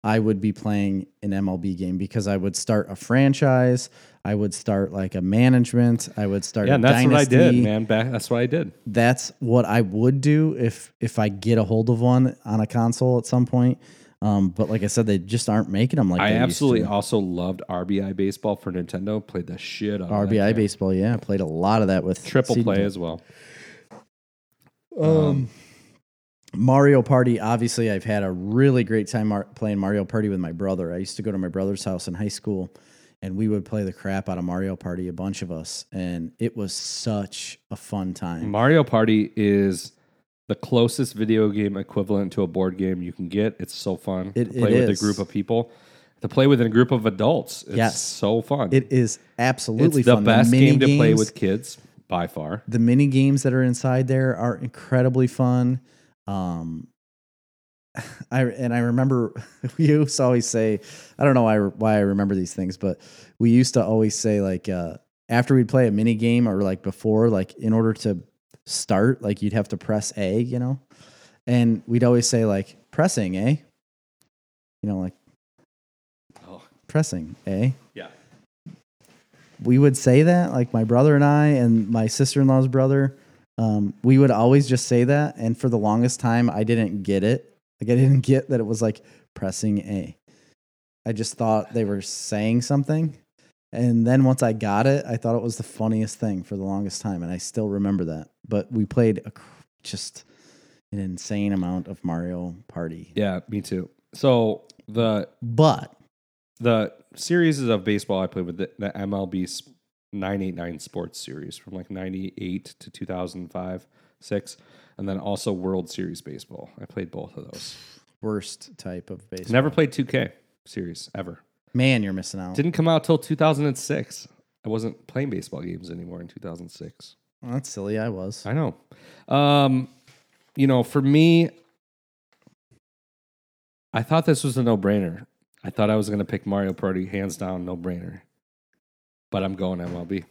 [SPEAKER 2] I would be playing an MLB game because I would start a franchise. I would start like a management. I would start.
[SPEAKER 1] Yeah,
[SPEAKER 2] a
[SPEAKER 1] and that's
[SPEAKER 2] dynasty.
[SPEAKER 1] what I did, man. Back, that's what I did.
[SPEAKER 2] That's what I would do if if I get a hold of one on a console at some point. Um, but like I said, they just aren't making them like
[SPEAKER 1] I
[SPEAKER 2] they used
[SPEAKER 1] absolutely
[SPEAKER 2] to.
[SPEAKER 1] also loved RBI baseball for Nintendo. Played the shit out of that
[SPEAKER 2] RBI
[SPEAKER 1] game.
[SPEAKER 2] baseball. Yeah, I played a lot of that with
[SPEAKER 1] triple
[SPEAKER 2] CD.
[SPEAKER 1] play as well.
[SPEAKER 2] Um, Mario Party. Obviously, I've had a really great time mar- playing Mario Party with my brother. I used to go to my brother's house in high school, and we would play the crap out of Mario Party, a bunch of us, and it was such a fun time.
[SPEAKER 1] Mario Party is the closest video game equivalent to a board game you can get. It's so fun
[SPEAKER 2] It-
[SPEAKER 1] to
[SPEAKER 2] it
[SPEAKER 1] play with
[SPEAKER 2] is.
[SPEAKER 1] a group of people. To play with a group of adults, it's
[SPEAKER 2] Yes.
[SPEAKER 1] so fun.
[SPEAKER 2] It is absolutely
[SPEAKER 1] it's the
[SPEAKER 2] fun.
[SPEAKER 1] best game to play
[SPEAKER 2] minigames-
[SPEAKER 1] with kids by far.
[SPEAKER 2] the mini games that are inside there are incredibly fun. Um, <sighs> I and I remember <laughs> we used to always say, I don't know why why I remember these things, but we used to always say like uh, after we'd play a mini game or like before, like in order to start, like you'd have to press A, you know, and we'd always say like pressing A, you know, like
[SPEAKER 1] Oh,
[SPEAKER 2] pressing eh?" A,
[SPEAKER 1] yeah.
[SPEAKER 2] we would say that like my brother and i and my sister-in-law's brother um, we would always just say that and for the longest time i didn't get it like i didn't get that it was like pressing a i just thought they were saying something and then once i got it i thought it was the funniest thing for the longest time and i still remember that but we played a, cr- just an insane amount of mario party
[SPEAKER 1] Yeah, me too. So the
[SPEAKER 2] but
[SPEAKER 1] the series of baseball I played with the, the MLB s- 989 Sports Series from like 98 to 2005, 6, and then also World Series Baseball. I played both of those.
[SPEAKER 2] worst type of baseball
[SPEAKER 1] Never played 2K series ever.
[SPEAKER 2] man you're missing out
[SPEAKER 1] Didn't come out till 2006. I wasn't playing baseball games anymore in 2006.
[SPEAKER 2] Well, that's silly i was
[SPEAKER 1] I know. Um, you know, for me, I thought this was a no brainer. I thought I was going to pick Mario Party, hands down, no brainer. But I'm going MLB.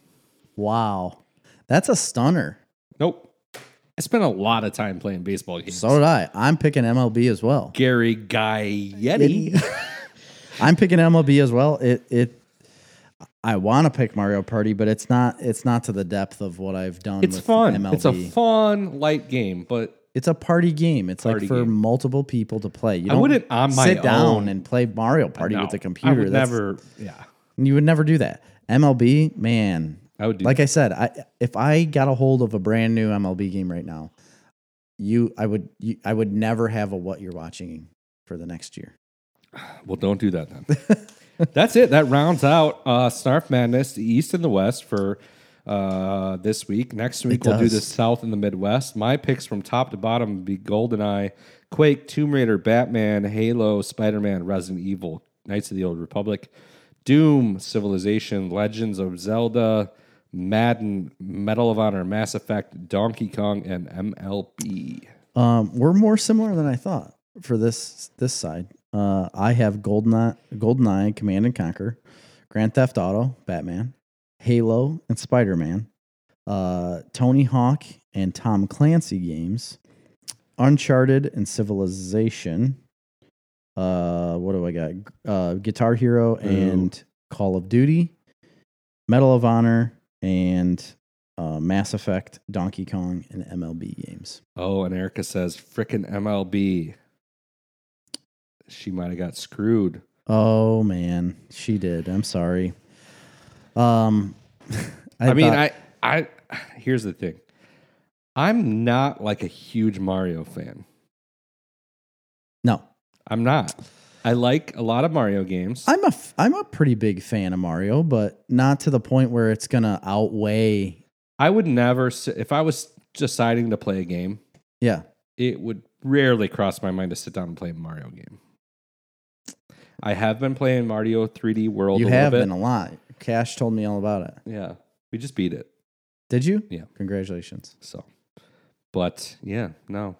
[SPEAKER 2] Wow. That's a stunner.
[SPEAKER 1] Nope. I spent a lot of time playing baseball games.
[SPEAKER 2] So did I. I'm picking MLB as well.
[SPEAKER 1] Gary Guy Yeti.
[SPEAKER 2] <laughs> I'm picking MLB as well. It it I want to pick Mario Party, but it's not it's not to the depth of what I've done.
[SPEAKER 1] It's
[SPEAKER 2] with
[SPEAKER 1] fun.
[SPEAKER 2] MLB.
[SPEAKER 1] It's a fun light game, but
[SPEAKER 2] It's a party game. It's
[SPEAKER 1] Party
[SPEAKER 2] like for
[SPEAKER 1] game.
[SPEAKER 2] multiple people to play. You
[SPEAKER 1] I
[SPEAKER 2] don't
[SPEAKER 1] wouldn't on my
[SPEAKER 2] sit
[SPEAKER 1] own.
[SPEAKER 2] down and play Mario Party
[SPEAKER 1] no,
[SPEAKER 2] with a computer.
[SPEAKER 1] I would
[SPEAKER 2] That's-
[SPEAKER 1] never. Yeah,
[SPEAKER 2] You would never do that. MLB, man.
[SPEAKER 1] I would do.
[SPEAKER 2] Like
[SPEAKER 1] Like
[SPEAKER 2] I said, I if I got a hold of a brand new MLB game right now, you I would you, I would never have a what you're watching for the next year.
[SPEAKER 1] well, don't do that then. <laughs> That's it. That rounds out uh, Snarf Madness, the East and the West for uh, this week. Next week we'll do
[SPEAKER 2] does.
[SPEAKER 1] the South and the Midwest. My picks from top to bottom would be GoldenEye, Quake, Tomb Raider, Batman, Halo, Spider Man, Resident Evil, Knights of the Old Republic, Doom, Civilization, Legends of Zelda. Madden, Medal of Honor, Mass Effect, Donkey Kong, and MLB.
[SPEAKER 2] Um, we're more similar than I thought for this this side. Uh, I have Goldeneye, Goldeneye, Command and Conquer, Grand Theft Auto, Batman, Halo, and Spider Man, uh, Tony Hawk and Tom Clancy games, Uncharted and Civilization. Uh, what do I got? Uh, Guitar Hero and Call of Duty, Medal of Honor and uh, Mass Effect, Donkey Kong, and MLB games.
[SPEAKER 1] Oh, and Erica says, frickin' MLB. She might have got screwed.
[SPEAKER 2] Oh man, she did. I'm sorry. Um, <laughs>
[SPEAKER 1] I, mean,
[SPEAKER 2] thought-
[SPEAKER 1] I, I, here's the thing. I'm not like a huge Mario fan.
[SPEAKER 2] no,
[SPEAKER 1] I'm not. I like a lot of Mario games.
[SPEAKER 2] I'm a f- I'm a pretty big fan of Mario, but not to the point where it's gonna outweigh.
[SPEAKER 1] I would never, s- if I was deciding to play a game,
[SPEAKER 2] Yeah,
[SPEAKER 1] it would rarely cross my mind to sit down and play a Mario game. I have been playing Mario 3D World
[SPEAKER 2] you
[SPEAKER 1] a
[SPEAKER 2] have
[SPEAKER 1] little
[SPEAKER 2] been
[SPEAKER 1] bit.
[SPEAKER 2] a lot. Cash told me all about it.
[SPEAKER 1] yeah. We just beat it.
[SPEAKER 2] Did you?
[SPEAKER 1] Yeah.
[SPEAKER 2] Congratulations.
[SPEAKER 1] So, but yeah, no.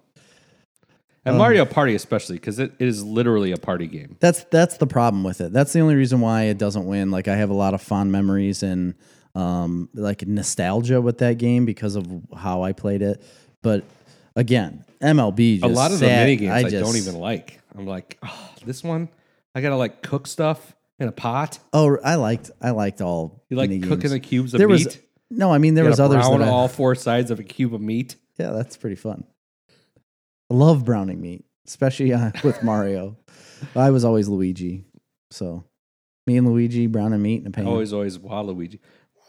[SPEAKER 1] And
[SPEAKER 2] Um,
[SPEAKER 1] Mario Party, especially, because it is literally a party game.
[SPEAKER 2] That's that's the problem with it. That's the only reason why it doesn't win. Like I have a lot of fond memories and um like nostalgia with that game because of how I played it. But again, MLB.
[SPEAKER 1] A
[SPEAKER 2] Just
[SPEAKER 1] lot of the
[SPEAKER 2] sat-
[SPEAKER 1] mini games I,
[SPEAKER 2] just-
[SPEAKER 1] don't even like. I'm like, oh, this one, I gotta like cook stuff in a pot.
[SPEAKER 2] Oh, I liked I liked all
[SPEAKER 1] You like
[SPEAKER 2] mini
[SPEAKER 1] cooking
[SPEAKER 2] games.
[SPEAKER 1] the cubes of
[SPEAKER 2] there
[SPEAKER 1] meat.
[SPEAKER 2] was no, I mean there
[SPEAKER 1] You
[SPEAKER 2] was
[SPEAKER 1] gotta
[SPEAKER 2] others
[SPEAKER 1] brown
[SPEAKER 2] that I,
[SPEAKER 1] all four sides of a cube of meat.
[SPEAKER 2] yeah, that's pretty fun. I love browning meat, especially uh, <laughs> with Mario. I was always Luigi, so me and Luigi browning meat in a
[SPEAKER 1] I
[SPEAKER 2] pan.
[SPEAKER 1] Always, always Waluigi.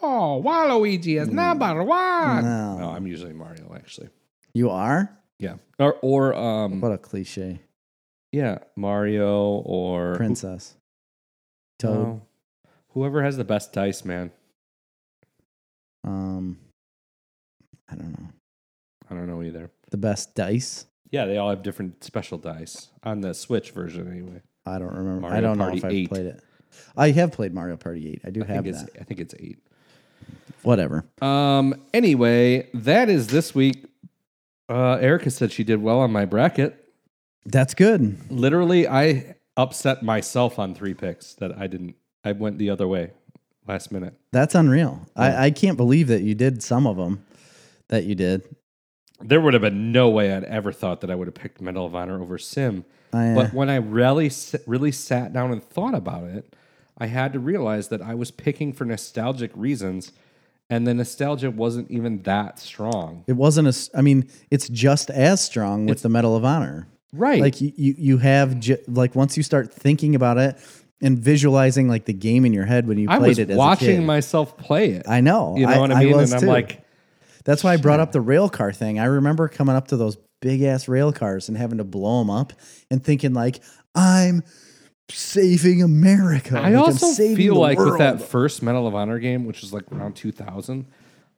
[SPEAKER 1] Oh, Waluigi
[SPEAKER 2] Mm.
[SPEAKER 1] is number one.
[SPEAKER 2] No.
[SPEAKER 1] Ah, no, I'm usually Mario actually.
[SPEAKER 2] You are
[SPEAKER 1] Yeah, or or um,
[SPEAKER 2] what a cliche
[SPEAKER 1] yeah, Mario or
[SPEAKER 2] princess. Toad.
[SPEAKER 1] No. Whoever has the best dice, man. Oh.
[SPEAKER 2] Um, I don't know
[SPEAKER 1] I don't know either.
[SPEAKER 2] the best dice.
[SPEAKER 1] Yeah, they all have different special dice on the Switch version, anyway.
[SPEAKER 2] I don't remember.
[SPEAKER 1] Mario
[SPEAKER 2] I don't
[SPEAKER 1] Party
[SPEAKER 2] know if I've
[SPEAKER 1] 8.
[SPEAKER 2] played it. I have played Mario Party Eight. I do
[SPEAKER 1] I
[SPEAKER 2] have
[SPEAKER 1] think it's
[SPEAKER 2] that.
[SPEAKER 1] I think it's eight.
[SPEAKER 2] Whatever.
[SPEAKER 1] Um. Anyway, that is this week. Uh, Erica said she did well on my bracket.
[SPEAKER 2] That's good.
[SPEAKER 1] Literally, I upset myself on three picks that I didn't. I went the other way last minute.
[SPEAKER 2] That's unreal. I, I can't believe that you did some of them that you did.
[SPEAKER 1] There would have been no way I'd ever thought that I would have picked Medal of Honor over Sim.
[SPEAKER 2] I, uh,
[SPEAKER 1] But when I really, s- really sat down and thought about it, I had to realize that I was picking for nostalgic reasons, and the nostalgia wasn't even that strong.
[SPEAKER 2] it wasn't a. s- I mean, it's just as strong with the Medal of Honor.
[SPEAKER 1] Right.
[SPEAKER 2] Like you, you, you have ju- like once you start thinking about it and visualizing like the game in your head when you
[SPEAKER 1] I
[SPEAKER 2] played
[SPEAKER 1] was
[SPEAKER 2] it. As a
[SPEAKER 1] watching
[SPEAKER 2] kid.
[SPEAKER 1] myself play it.
[SPEAKER 2] I know.
[SPEAKER 1] you know what I mean?
[SPEAKER 2] was
[SPEAKER 1] and
[SPEAKER 2] too.
[SPEAKER 1] I'm like,
[SPEAKER 2] that's why I brought up the rail car thing. I remember coming up to those big ass rail cars and having to blow them up and thinking like, I'm saving America. Like,
[SPEAKER 1] I
[SPEAKER 2] I'm
[SPEAKER 1] also
[SPEAKER 2] saving
[SPEAKER 1] feel
[SPEAKER 2] the
[SPEAKER 1] like with that
[SPEAKER 2] world.
[SPEAKER 1] first Medal of Honor game, which was like around 2000,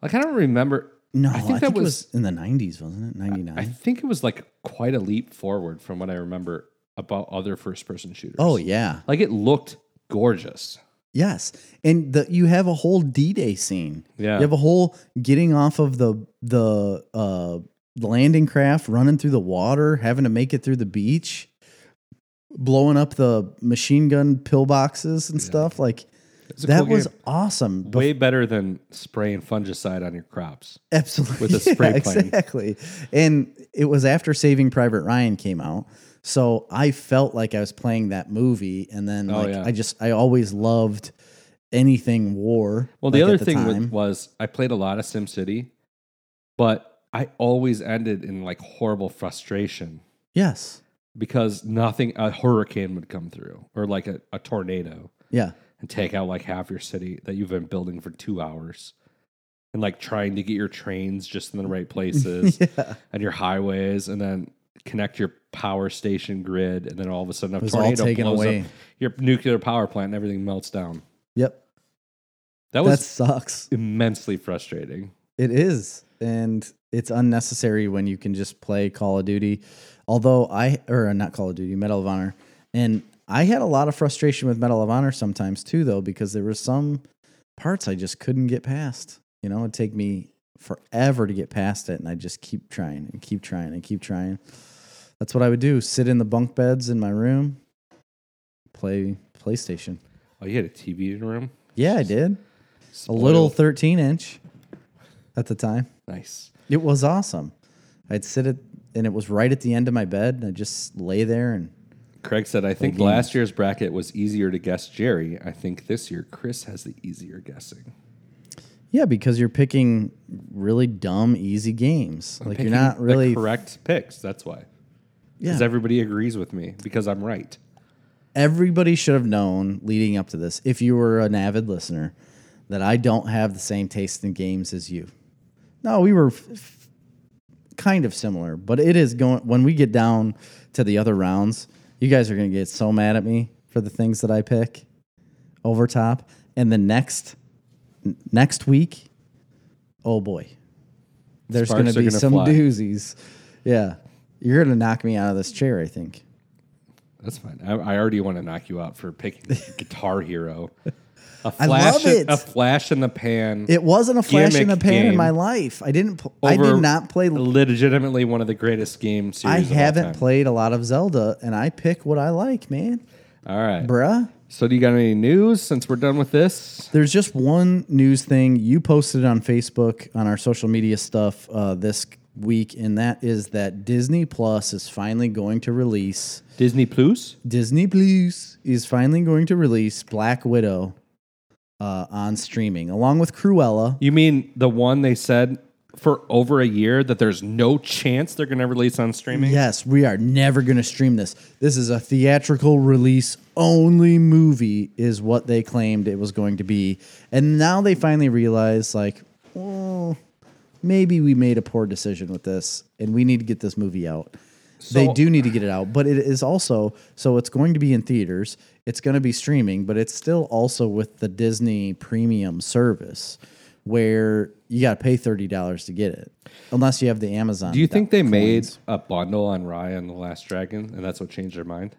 [SPEAKER 1] like I don't remember.
[SPEAKER 2] No,
[SPEAKER 1] I think that
[SPEAKER 2] it
[SPEAKER 1] was-
[SPEAKER 2] was in the nineties, wasn't it? Ninety
[SPEAKER 1] I
[SPEAKER 2] nine.
[SPEAKER 1] think it was like quite a leap forward from what I remember about other first-person shooters.
[SPEAKER 2] Oh yeah,
[SPEAKER 1] like it looked gorgeous.
[SPEAKER 2] yes. And the, you have a whole D Day scene.
[SPEAKER 1] Yeah.
[SPEAKER 2] you have a whole getting off of the the uh, landing craft, running through the water, having to make it through the beach, blowing up the machine gun pillboxes and stuff. Like
[SPEAKER 1] It's a
[SPEAKER 2] that
[SPEAKER 1] cool
[SPEAKER 2] was
[SPEAKER 1] game.
[SPEAKER 2] awesome. Bef-
[SPEAKER 1] way better than spraying fungicide on your crops.
[SPEAKER 2] Absolutely. <laughs>
[SPEAKER 1] with a spray plane.
[SPEAKER 2] Exactly. And it was after Saving Private Ryan came out. So I felt like I was playing that movie. And then
[SPEAKER 1] Oh,
[SPEAKER 2] like
[SPEAKER 1] yeah.
[SPEAKER 2] I just I always loved anything war.
[SPEAKER 1] Well, the
[SPEAKER 2] like, at
[SPEAKER 1] other thing wa-
[SPEAKER 2] time.
[SPEAKER 1] was I played a lot of SimCity, but I always ended in like horrible frustration
[SPEAKER 2] Yes.
[SPEAKER 1] because nothing, a hurricane would come through or like a, a tornado
[SPEAKER 2] Yeah. <laughs>
[SPEAKER 1] and take out like half your city that you've been building for two hours and like trying to get your trains just in the right places
[SPEAKER 2] <laughs> yeah.
[SPEAKER 1] and your highways and then connect your power station grid and then all of a sudden a
[SPEAKER 2] It was all
[SPEAKER 1] tornado
[SPEAKER 2] taken
[SPEAKER 1] blows
[SPEAKER 2] away.
[SPEAKER 1] up your nuclear power plant and everything melts down.
[SPEAKER 2] Yep. that
[SPEAKER 1] That was
[SPEAKER 2] sucks.
[SPEAKER 1] immensely frustrating.
[SPEAKER 2] It is. And it's unnecessary when you can just play Call of Duty. Although I, or not Call of Duty, Medal of Honor. And I had a lot of frustration with Medal of Honor sometimes too, though, because there were some parts I just couldn't get past. You know, it'd take me forever to get past it. And I just keep trying and keep trying and keep trying. That's what I would do sit in the bunk beds in my room, play PlayStation.
[SPEAKER 1] Oh, you had a TV in your room?
[SPEAKER 2] Yeah, I did. A
[SPEAKER 1] Spoiled.
[SPEAKER 2] little 13 inch at the time.
[SPEAKER 1] nice.
[SPEAKER 2] It was awesome. I'd sit it, and it was right at the end of my bed, and I just lay there and
[SPEAKER 1] Craig said, I think
[SPEAKER 2] games.
[SPEAKER 1] last year's bracket was easier to guess Jerry. I think this year Chris has the easier guessing.
[SPEAKER 2] yeah, because you're picking really dumb, easy games. like you're
[SPEAKER 1] Picking
[SPEAKER 2] not really
[SPEAKER 1] the correct picks. That's why.
[SPEAKER 2] yeah.
[SPEAKER 1] Because everybody agrees with me because I'm right.
[SPEAKER 2] everybody should have known leading up to this, if you were an avid listener, that I don't have the same taste in games as you. No, we were f- f- kind of similar, but it is going when we get down to the other rounds. You guys are going to get so mad at me for the things that I pick over top, and the next n- next week, oh boy, there's
[SPEAKER 1] Sparks
[SPEAKER 2] going to
[SPEAKER 1] are
[SPEAKER 2] be
[SPEAKER 1] gonna
[SPEAKER 2] some
[SPEAKER 1] fly.
[SPEAKER 2] doozies. Yeah, you're going to knock me out of this chair. I think.
[SPEAKER 1] That's fine. I, I already want to knock you out for picking
[SPEAKER 2] <laughs>
[SPEAKER 1] Guitar Hero. A
[SPEAKER 2] I
[SPEAKER 1] flash,
[SPEAKER 2] love
[SPEAKER 1] in,
[SPEAKER 2] it.
[SPEAKER 1] a flash in the pan.
[SPEAKER 2] It wasn't a flash in the
[SPEAKER 1] gimmick
[SPEAKER 2] pan in
[SPEAKER 1] game
[SPEAKER 2] my life. I didn't. Pl- I did
[SPEAKER 1] over
[SPEAKER 2] not play.
[SPEAKER 1] Legitimately, one of the greatest game series.
[SPEAKER 2] I
[SPEAKER 1] of all
[SPEAKER 2] haven't
[SPEAKER 1] time.
[SPEAKER 2] played a lot of Zelda, and I pick what I like, man.
[SPEAKER 1] All right.
[SPEAKER 2] Bruh,
[SPEAKER 1] So, do you got any news since we're done with this?
[SPEAKER 2] there's just one news thing you posted on Facebook on our social media stuff uh, this week, and that is that Disney Plus is finally going to release
[SPEAKER 1] Disney Plus.
[SPEAKER 2] Disney Plus is finally going to release Black Widow uh, on streaming along with Cruella.
[SPEAKER 1] You mean the one they said for over a year that there's no chance they're going to release on streaming?
[SPEAKER 2] Yes, we are never going to stream this. This is a theatrical release only movie, is what they claimed it was going to be. And now they finally realize, like, well, maybe we made a poor decision with this and we need to get this movie out. they
[SPEAKER 1] So-
[SPEAKER 2] do need to get it out, but it is also so it's going to be in theaters, it's going to be streaming, but it's still also with the Disney premium service where you got to pay $30 to get it unless you have the Amazon.
[SPEAKER 1] Do you think they made
[SPEAKER 2] coins.
[SPEAKER 1] a bundle on Raya and the Last Dragon and that's what changed their mind?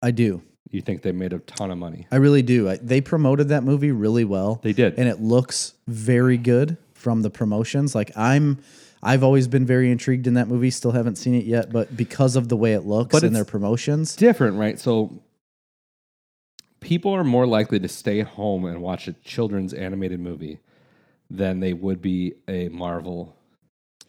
[SPEAKER 2] I do.
[SPEAKER 1] You think they made a ton of money?
[SPEAKER 2] I really do. I, they promoted that movie really well.
[SPEAKER 1] They did.
[SPEAKER 2] and it looks very good from the promotions. Like I'm, I've always been very intrigued in that movie. Still haven't seen it yet, but because of the way it looks
[SPEAKER 1] But
[SPEAKER 2] and
[SPEAKER 1] it's-
[SPEAKER 2] their promotions,
[SPEAKER 1] different, right? So people are more likely to stay home and watch a children's animated movie than they would be a Marvel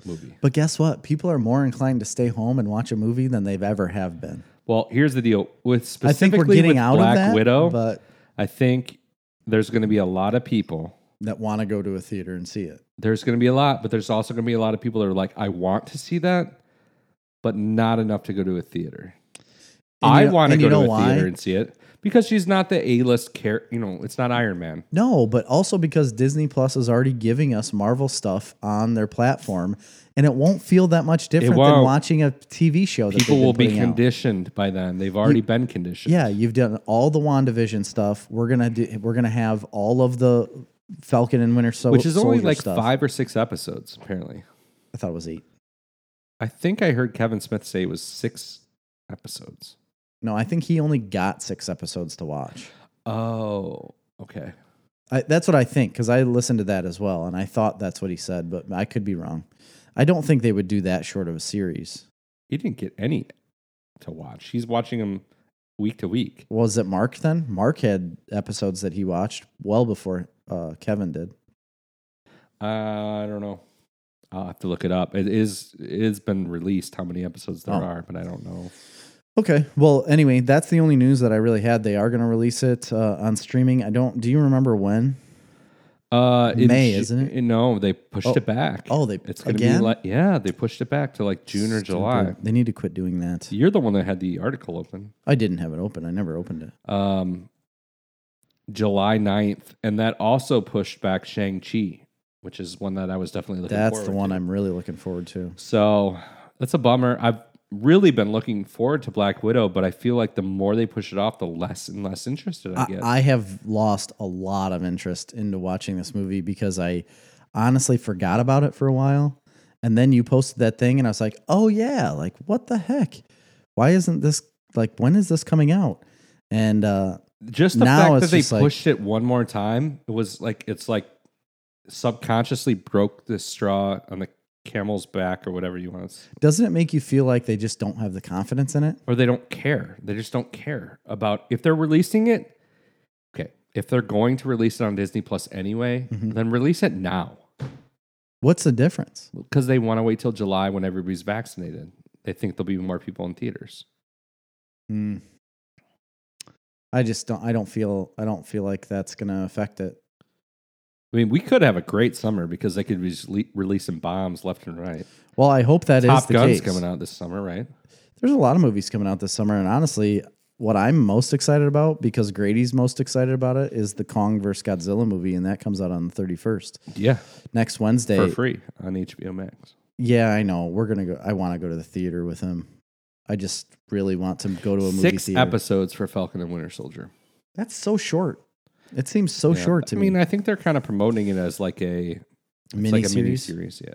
[SPEAKER 1] movie.
[SPEAKER 2] but guess what? People are more inclined to stay home and watch a movie than they've ever have been.
[SPEAKER 1] Well, here's the deal with
[SPEAKER 2] I think
[SPEAKER 1] specifically
[SPEAKER 2] we're getting
[SPEAKER 1] with
[SPEAKER 2] out
[SPEAKER 1] Black
[SPEAKER 2] of that,
[SPEAKER 1] Widow.
[SPEAKER 2] but
[SPEAKER 1] I think there's going to be a lot of people.
[SPEAKER 2] that want to go to a theater and see it.
[SPEAKER 1] There's going to be a lot, but there's also going to be a lot of people that are like, I want to see that, but not enough to go to a theater.
[SPEAKER 2] And
[SPEAKER 1] I
[SPEAKER 2] you know-
[SPEAKER 1] want to
[SPEAKER 2] and
[SPEAKER 1] go
[SPEAKER 2] you
[SPEAKER 1] to
[SPEAKER 2] know
[SPEAKER 1] a
[SPEAKER 2] why?
[SPEAKER 1] theater and see it because she's not the A list character. You know, it's not Iron Man.
[SPEAKER 2] No, but also because Disney Plus is already giving us Marvel stuff on their platform, and it won't feel that much different than
[SPEAKER 1] won't.
[SPEAKER 2] watching a TV show. That they've
[SPEAKER 1] people
[SPEAKER 2] been
[SPEAKER 1] will be
[SPEAKER 2] putting out.
[SPEAKER 1] conditioned by then. They've already been conditioned.
[SPEAKER 2] Yeah, you've done all the WandaVision stuff. We're gonna do. We're gonna have all of the Falcon and Winter Soldier,
[SPEAKER 1] which is only like
[SPEAKER 2] stuff.
[SPEAKER 1] five or six episodes, apparently.
[SPEAKER 2] I thought it was eight.
[SPEAKER 1] I think I heard Kevin Smith say it was six episodes.
[SPEAKER 2] No, I think he only got six episodes to watch.
[SPEAKER 1] Oh, okay.
[SPEAKER 2] I, that's what I think because I listened to that as well, and I thought that's what he said, but I could be wrong. I don't think they would do that short of a series.
[SPEAKER 1] He didn't get any to watch. He's watching them week to week.
[SPEAKER 2] Was it Mark then? Mark had episodes that he watched well before uh, Kevin did.
[SPEAKER 1] Uh, I don't know. I'll have to look it up. It is it has been released how many episodes there
[SPEAKER 2] Oh.
[SPEAKER 1] are, but I don't know.
[SPEAKER 2] Okay. Well, anyway, that's the only news that I really had. They are going to release it uh, on streaming. I don't. Do you remember when?
[SPEAKER 1] Uh, in
[SPEAKER 2] May,
[SPEAKER 1] Ju-
[SPEAKER 2] isn't it?
[SPEAKER 1] in- No, they pushed
[SPEAKER 2] Oh.
[SPEAKER 1] it back.
[SPEAKER 2] Oh, they-
[SPEAKER 1] it's gonna
[SPEAKER 2] again?
[SPEAKER 1] be like yeah, they pushed it back to like June or July.
[SPEAKER 2] They need to quit doing that.
[SPEAKER 1] You're the one that had the article open.
[SPEAKER 2] I didn't have it open. I never opened it.
[SPEAKER 1] Um, July 9th, and that also pushed back Shang Chi, which is one that I was definitely looking.
[SPEAKER 2] That's the
[SPEAKER 1] forward
[SPEAKER 2] one
[SPEAKER 1] to.
[SPEAKER 2] I'm really looking forward to.
[SPEAKER 1] So that's a bummer. I've really been looking forward to Black Widow, but I feel like the more they push it off, the less and less interested I
[SPEAKER 2] I,
[SPEAKER 1] get.
[SPEAKER 2] I have lost a lot of interest into watching this movie because I honestly forgot about it for a while. And then you posted that thing, and I was like, oh, yeah, like what the heck? Why isn't this like when is this coming out? And uh,
[SPEAKER 1] just the
[SPEAKER 2] now
[SPEAKER 1] fact
[SPEAKER 2] it's
[SPEAKER 1] that they
[SPEAKER 2] just like-
[SPEAKER 1] pushed it one more time, it was like it's like subconsciously broke the straw on the camel's back or whatever you want to say.
[SPEAKER 2] doesn't it make you feel like they just don't have the confidence in it?
[SPEAKER 1] or they don't care. They just don't care about if they're releasing it. Okay, if they're going to release it on Disney Plus anyway,
[SPEAKER 2] Mhm.
[SPEAKER 1] then release it now
[SPEAKER 2] What's the difference?
[SPEAKER 1] because they want to wait till July when everybody's vaccinated. They think there'll be more people in theaters.
[SPEAKER 2] Hmm. I just don't. I don't feel. I don't feel like that's gonna affect it.
[SPEAKER 1] I mean, we could have a great summer because they could be just le- releasing bombs left and right.
[SPEAKER 2] Well, I hope that is
[SPEAKER 1] Top
[SPEAKER 2] the case.
[SPEAKER 1] Gun's coming out this summer, right?
[SPEAKER 2] There's a lot of movies coming out this summer, and honestly, what I'm most excited about because Grady's most excited about it is the Kong vs Godzilla movie, and that comes out on the 31st
[SPEAKER 1] Yeah,
[SPEAKER 2] next Wednesday.
[SPEAKER 1] for free on HBO Max.
[SPEAKER 2] Yeah, I know. We're gonna go. I want to go to the theater with him. I just really want to go to a movie
[SPEAKER 1] Six
[SPEAKER 2] theater.
[SPEAKER 1] episodes for Falcon and Winter Soldier.
[SPEAKER 2] That's so short. It seems so
[SPEAKER 1] Yeah.
[SPEAKER 2] short to
[SPEAKER 1] I mean,
[SPEAKER 2] me.
[SPEAKER 1] I think they're kind of promoting it as like a it's like a mini series. Yeah.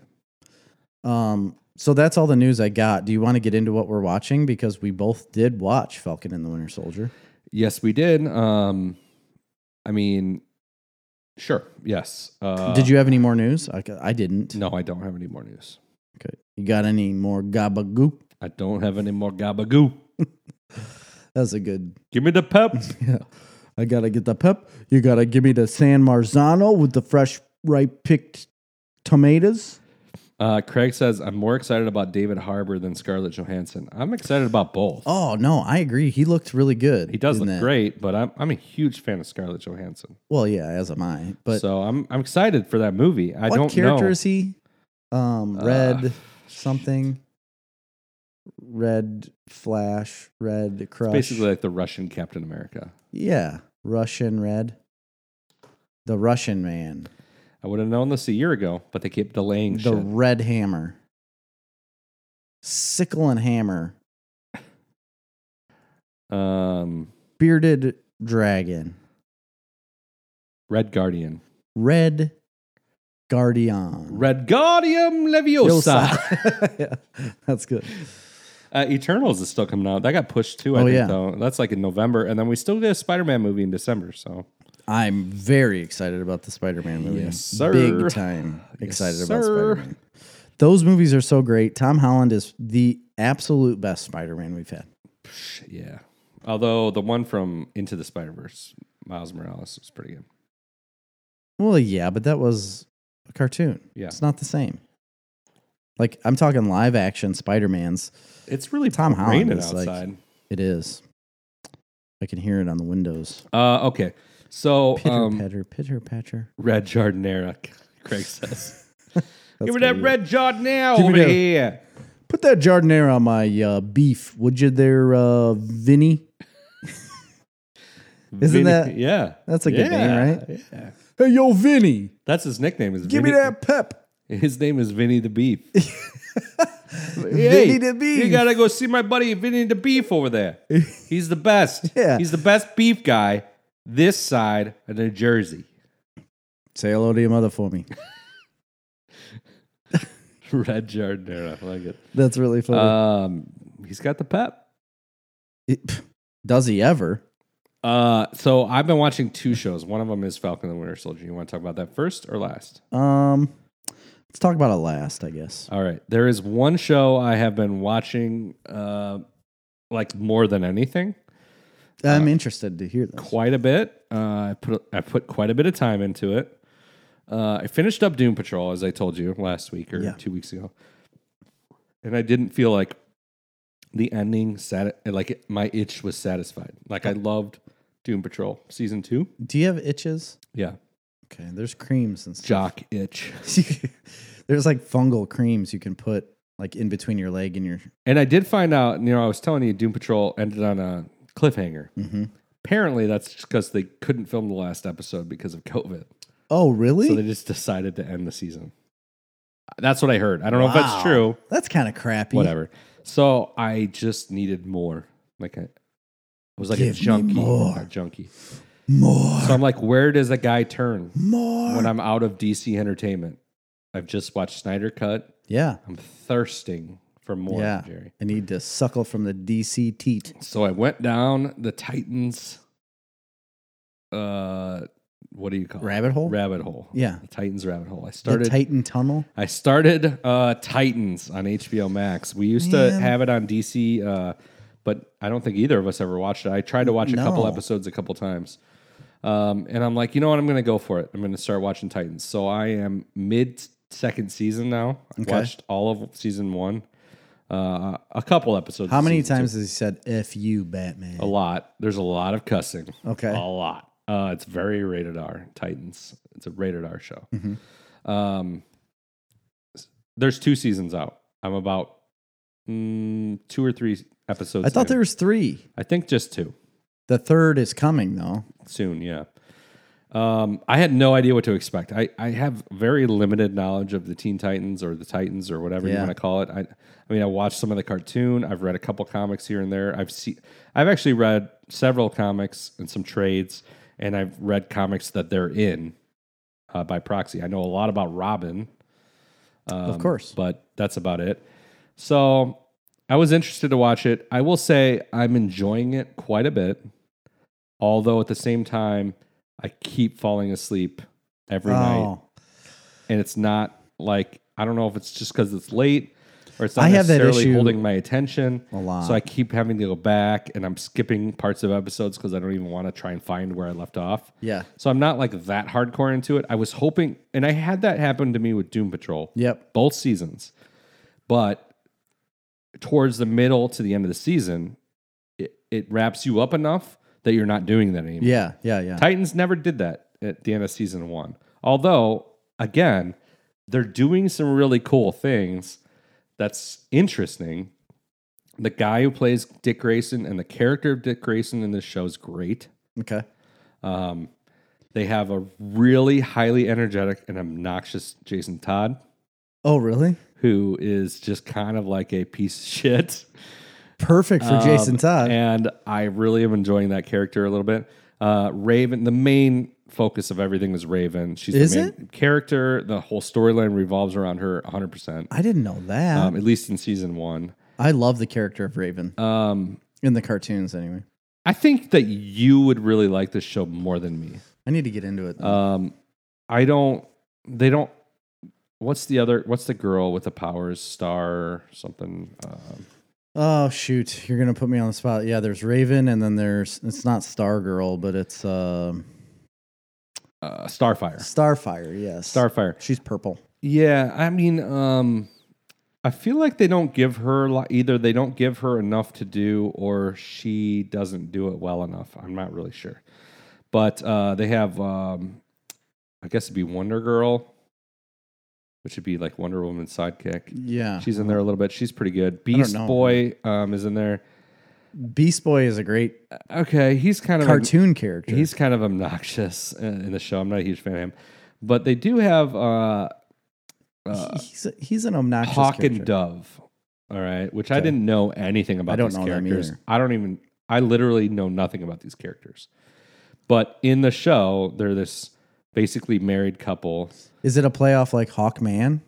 [SPEAKER 2] Um, so that's all the news I got. Do you want to get into what we're watching? Because we both did watch Falcon and the Winter Soldier.
[SPEAKER 1] Yes, we did. Um, I mean, sure. Yes. Uh,
[SPEAKER 2] did you have any more news? I, I didn't.
[SPEAKER 1] No, I don't have any more news.
[SPEAKER 2] Okay. You got any more gabagoop?
[SPEAKER 1] I don't have any more gabagoo.
[SPEAKER 2] That's a good.
[SPEAKER 1] Give me
[SPEAKER 2] <laughs>
[SPEAKER 1] the pep.
[SPEAKER 2] Yeah. I gotta get the pep. You gotta give me the San Marzano with the fresh, ripe picked tomatoes.
[SPEAKER 1] Uh, Craig says I'm more excited about David Harbour than Scarlett Johansson. I'm excited about both.
[SPEAKER 2] Oh no, I agree. He looked really good.
[SPEAKER 1] he does
[SPEAKER 2] in
[SPEAKER 1] look
[SPEAKER 2] that.
[SPEAKER 1] great, but I'm I'm a huge fan of Scarlett Johansson.
[SPEAKER 2] Well, yeah, as am I. But
[SPEAKER 1] so I'm I'm excited for that movie. I
[SPEAKER 2] what
[SPEAKER 1] don't
[SPEAKER 2] character
[SPEAKER 1] know.
[SPEAKER 2] is he? Um,
[SPEAKER 1] Uh,
[SPEAKER 2] red something. Red Flash, Red Crush.
[SPEAKER 1] Basically, like the Russian Captain America.
[SPEAKER 2] yeah, Russian Red. The Russian Man,
[SPEAKER 1] I would have known this a year ago, but they kept delaying
[SPEAKER 2] the
[SPEAKER 1] shit.
[SPEAKER 2] Red Hammer, Sickle and Hammer,
[SPEAKER 1] Um,
[SPEAKER 2] Bearded Dragon,
[SPEAKER 1] Red Guardian.
[SPEAKER 2] Red Guardian,
[SPEAKER 1] Red Guardian Leviosa.
[SPEAKER 2] Yosa. <laughs> yeah, that's good.
[SPEAKER 1] <laughs> Uh, Eternals is still coming out. That got pushed too. I
[SPEAKER 2] Oh,
[SPEAKER 1] think
[SPEAKER 2] yeah.
[SPEAKER 1] though. That's like in November, and then we still get a Spider-Man movie in December. So
[SPEAKER 2] I'm very excited about the Spider-Man movie.
[SPEAKER 1] Yes, sir.
[SPEAKER 2] Big time excited about
[SPEAKER 1] sir.
[SPEAKER 2] Spider-Man. Those movies are so great. Tom Holland is the absolute best Spider-Man we've had.
[SPEAKER 1] yeah. Although the one from Into the Spider Verse, Miles Morales, was pretty good.
[SPEAKER 2] Well, yeah, but that was a cartoon.
[SPEAKER 1] Yeah.
[SPEAKER 2] It's not the same. Like I'm talking live action Spider-Man's.
[SPEAKER 1] It's really
[SPEAKER 2] Tom Holland
[SPEAKER 1] raining
[SPEAKER 2] is like-
[SPEAKER 1] outside.
[SPEAKER 2] It is. I can hear it on the windows.
[SPEAKER 1] uh, okay, so
[SPEAKER 2] Pitter
[SPEAKER 1] um,
[SPEAKER 2] patter, pitter patter.
[SPEAKER 1] Red Jardinera. <laughs> Craig says,
[SPEAKER 2] <laughs> That's
[SPEAKER 1] "Give me that
[SPEAKER 2] pretty good.
[SPEAKER 1] Red Jardinera
[SPEAKER 2] Give me
[SPEAKER 1] over
[SPEAKER 2] that-
[SPEAKER 1] here."
[SPEAKER 2] Put that jardinera on my uh, beef, would you, there, uh, Vinny? Isn't
[SPEAKER 1] Vinny-
[SPEAKER 2] that-
[SPEAKER 1] yeah?
[SPEAKER 2] that's a good name,
[SPEAKER 1] right? Yeah,
[SPEAKER 2] Hey, yo, Vinny,
[SPEAKER 1] that's his nickname. Is
[SPEAKER 2] give
[SPEAKER 1] Vinny,
[SPEAKER 2] me that pep.
[SPEAKER 1] His name is Vinny the Beef.
[SPEAKER 2] <laughs> Vinny the Beef.
[SPEAKER 1] You gotta go see my buddy Vinny the Beef
[SPEAKER 2] <laughs>
[SPEAKER 1] over there. He's the best.
[SPEAKER 2] Yeah.
[SPEAKER 1] He's the best beef guy this side of New Jersey. <laughs>
[SPEAKER 2] Say hello to your mother for me.
[SPEAKER 1] Red Jardinera. I like it.
[SPEAKER 2] That's really funny.
[SPEAKER 1] Um, he's got the pep.
[SPEAKER 2] It- pff, does he ever?
[SPEAKER 1] Uh, so I've been watching two shows. One of them is Falcon and the Winter Soldier. You want to talk about that first or last?
[SPEAKER 2] Um, let's talk about it last, I guess.
[SPEAKER 1] All right. There is one show I have been watching, uh, like more than anything,
[SPEAKER 2] I'm interested to hear this.
[SPEAKER 1] quite a bit. Uh, I put I put quite a bit of time into it. Uh, I finished up Doom Patrol as I told you last week or
[SPEAKER 2] Yeah.
[SPEAKER 1] two weeks ago, and I didn't feel like the ending sat like it, my itch was satisfied. Like I loved Doom Patrol season two.
[SPEAKER 2] Do you have itches?
[SPEAKER 1] Yeah,
[SPEAKER 2] Okay, there's creams and stuff. <laughs>
[SPEAKER 1] jock itch,
[SPEAKER 2] there's like fungal creams you can put like in between your leg and your.
[SPEAKER 1] and I did find out. You know, I was telling you Doom Patrol ended on a cliffhanger.
[SPEAKER 2] Mhm.
[SPEAKER 1] Apparently, that's just because they couldn't film the last episode because of COVID.
[SPEAKER 2] Oh, really?
[SPEAKER 1] So they just decided to end the season. That's what I heard. I don't know if
[SPEAKER 2] Wow.
[SPEAKER 1] that's true.
[SPEAKER 2] That's kind of crappy.
[SPEAKER 1] Whatever. So I just needed more. Like I, I was like
[SPEAKER 2] Give
[SPEAKER 1] a
[SPEAKER 2] me
[SPEAKER 1] junkie.
[SPEAKER 2] more.
[SPEAKER 1] A junkie.
[SPEAKER 2] More.
[SPEAKER 1] So I'm like, where does a guy turn
[SPEAKER 2] More.
[SPEAKER 1] when I'm out of DC entertainment? I've just watched Snyder Cut.
[SPEAKER 2] yeah.
[SPEAKER 1] I'm thirsting for more,
[SPEAKER 2] Yeah.
[SPEAKER 1] Jerry.
[SPEAKER 2] I need to suckle from the DC teat.
[SPEAKER 1] So I went down the Titans. Uh, what do you call
[SPEAKER 2] Rabbit
[SPEAKER 1] it?
[SPEAKER 2] hole?
[SPEAKER 1] Rabbit hole.
[SPEAKER 2] Yeah.
[SPEAKER 1] the Titans rabbit hole. I
[SPEAKER 2] The
[SPEAKER 1] started
[SPEAKER 2] Titan Tunnel.
[SPEAKER 1] I started uh, Titans on HBO Max. We used to
[SPEAKER 2] Man.
[SPEAKER 1] have it on DC, uh, but I don't think either of us ever watched it. I tried to watch a couple
[SPEAKER 2] No.
[SPEAKER 1] episodes a couple times. Um, and I'm like, you know what? I'm going to go for it. I'm going to start watching Titans. So I am mid second season now. I
[SPEAKER 2] Okay.
[SPEAKER 1] watched all of season one, uh, a couple episodes.
[SPEAKER 2] How
[SPEAKER 1] of
[SPEAKER 2] many
[SPEAKER 1] season two.
[SPEAKER 2] times has he said "f you, Batman"?
[SPEAKER 1] A lot. There's a lot of cussing.
[SPEAKER 2] Okay.
[SPEAKER 1] A lot. Uh, it's very rated R. Titans. It's a rated R show.
[SPEAKER 2] Mhm.
[SPEAKER 1] Um, s- there's two seasons out. I'm about mm, two or three episodes.
[SPEAKER 2] I thought
[SPEAKER 1] in.
[SPEAKER 2] there was three.
[SPEAKER 1] I think just two
[SPEAKER 2] The third is coming though.
[SPEAKER 1] soon. Yeah. Um, I had no idea what to expect. I, I have very limited knowledge of the Teen Titans or the Titans or whatever you
[SPEAKER 2] Yeah.
[SPEAKER 1] want to call it. I I mean I watched some of the cartoon. I've read a couple comics here and there. I've seen I've actually read several comics and some trades, and I've read comics that they're in uh, by proxy. I know a lot about Robin, Um,
[SPEAKER 2] of course.
[SPEAKER 1] but that's about it. So I was interested to watch it. I will say I'm enjoying it quite a bit, although at the same time, I keep falling asleep every night,
[SPEAKER 2] Oh,
[SPEAKER 1] and it's not like I don't know if it's just because it's late or it's not
[SPEAKER 2] I have that
[SPEAKER 1] necessarily
[SPEAKER 2] issue
[SPEAKER 1] holding my attention
[SPEAKER 2] a lot.
[SPEAKER 1] So I keep having to go back, and I'm skipping parts of episodes because I don't even want to try and find where I left off.
[SPEAKER 2] yeah.
[SPEAKER 1] So I'm not like that hardcore into it. I was hoping, and I had that happen to me with Doom Patrol
[SPEAKER 2] Yep.
[SPEAKER 1] both seasons. But towards the middle to the end of the season, it, it wraps you up enough that you're not doing that anymore.
[SPEAKER 2] Yeah. Yeah. Yeah.
[SPEAKER 1] Titans never did that at the end of season one. Although, again, they're doing some really cool things that's interesting. The guy who plays Dick Grayson and the character of Dick Grayson in this show is great.
[SPEAKER 2] Okay.
[SPEAKER 1] Um, they have a really highly energetic and obnoxious Jason Todd
[SPEAKER 2] Oh, really?
[SPEAKER 1] who is just kind of like a piece of shit.
[SPEAKER 2] Perfect for Jason
[SPEAKER 1] Um,
[SPEAKER 2] Todd.
[SPEAKER 1] And I really am enjoying that character a little bit. Uh, Raven, the main focus of everything is Raven. She's
[SPEAKER 2] Is
[SPEAKER 1] the main character. The whole storyline revolves around her 100%,
[SPEAKER 2] I didn't know that.
[SPEAKER 1] um, at least in season one.
[SPEAKER 2] I love the character of Raven
[SPEAKER 1] Um,
[SPEAKER 2] in the cartoons. Anyway,
[SPEAKER 1] I think that you would really like this show more than me.
[SPEAKER 2] I need to get into it.
[SPEAKER 1] Um, I don't, they don't. What's the other? What's the girl with the powers? Star something? Um,
[SPEAKER 2] oh shoot, you're gonna put me on the spot. Yeah, there's Raven, and then there's it's not Stargirl, but it's um,
[SPEAKER 1] uh, Starfire.
[SPEAKER 2] Starfire. Yes,
[SPEAKER 1] Starfire.
[SPEAKER 2] She's purple.
[SPEAKER 1] Yeah, I mean, um, I feel like they don't give her li- either. They don't give her enough to do, or she doesn't do it well enough. I'm not really sure, but uh, they have, um, I guess it'd be Wonder Girl, which would be like Wonder Woman's sidekick.
[SPEAKER 2] Yeah,
[SPEAKER 1] She's in there a little bit. She's pretty
[SPEAKER 2] don't
[SPEAKER 1] good. Beast
[SPEAKER 2] know.
[SPEAKER 1] Boy um, is in there.
[SPEAKER 2] Beast Boy is a great
[SPEAKER 1] Okay, he's kind of a-
[SPEAKER 2] cartoon character.
[SPEAKER 1] He's kind of obnoxious uh, in the show. I'm not a huge fan of him, but they do have. Uh, uh,
[SPEAKER 2] he's, he's an obnoxious
[SPEAKER 1] Hawk
[SPEAKER 2] character.
[SPEAKER 1] and Dove. All right, which I
[SPEAKER 2] Okay.
[SPEAKER 1] didn't know anything about.
[SPEAKER 2] I don't
[SPEAKER 1] these
[SPEAKER 2] know them
[SPEAKER 1] characters.
[SPEAKER 2] either.
[SPEAKER 1] I don't even. I literally know nothing about these characters. But in the show, they're this basically married couple.
[SPEAKER 2] Is it a playoff like Hawkman?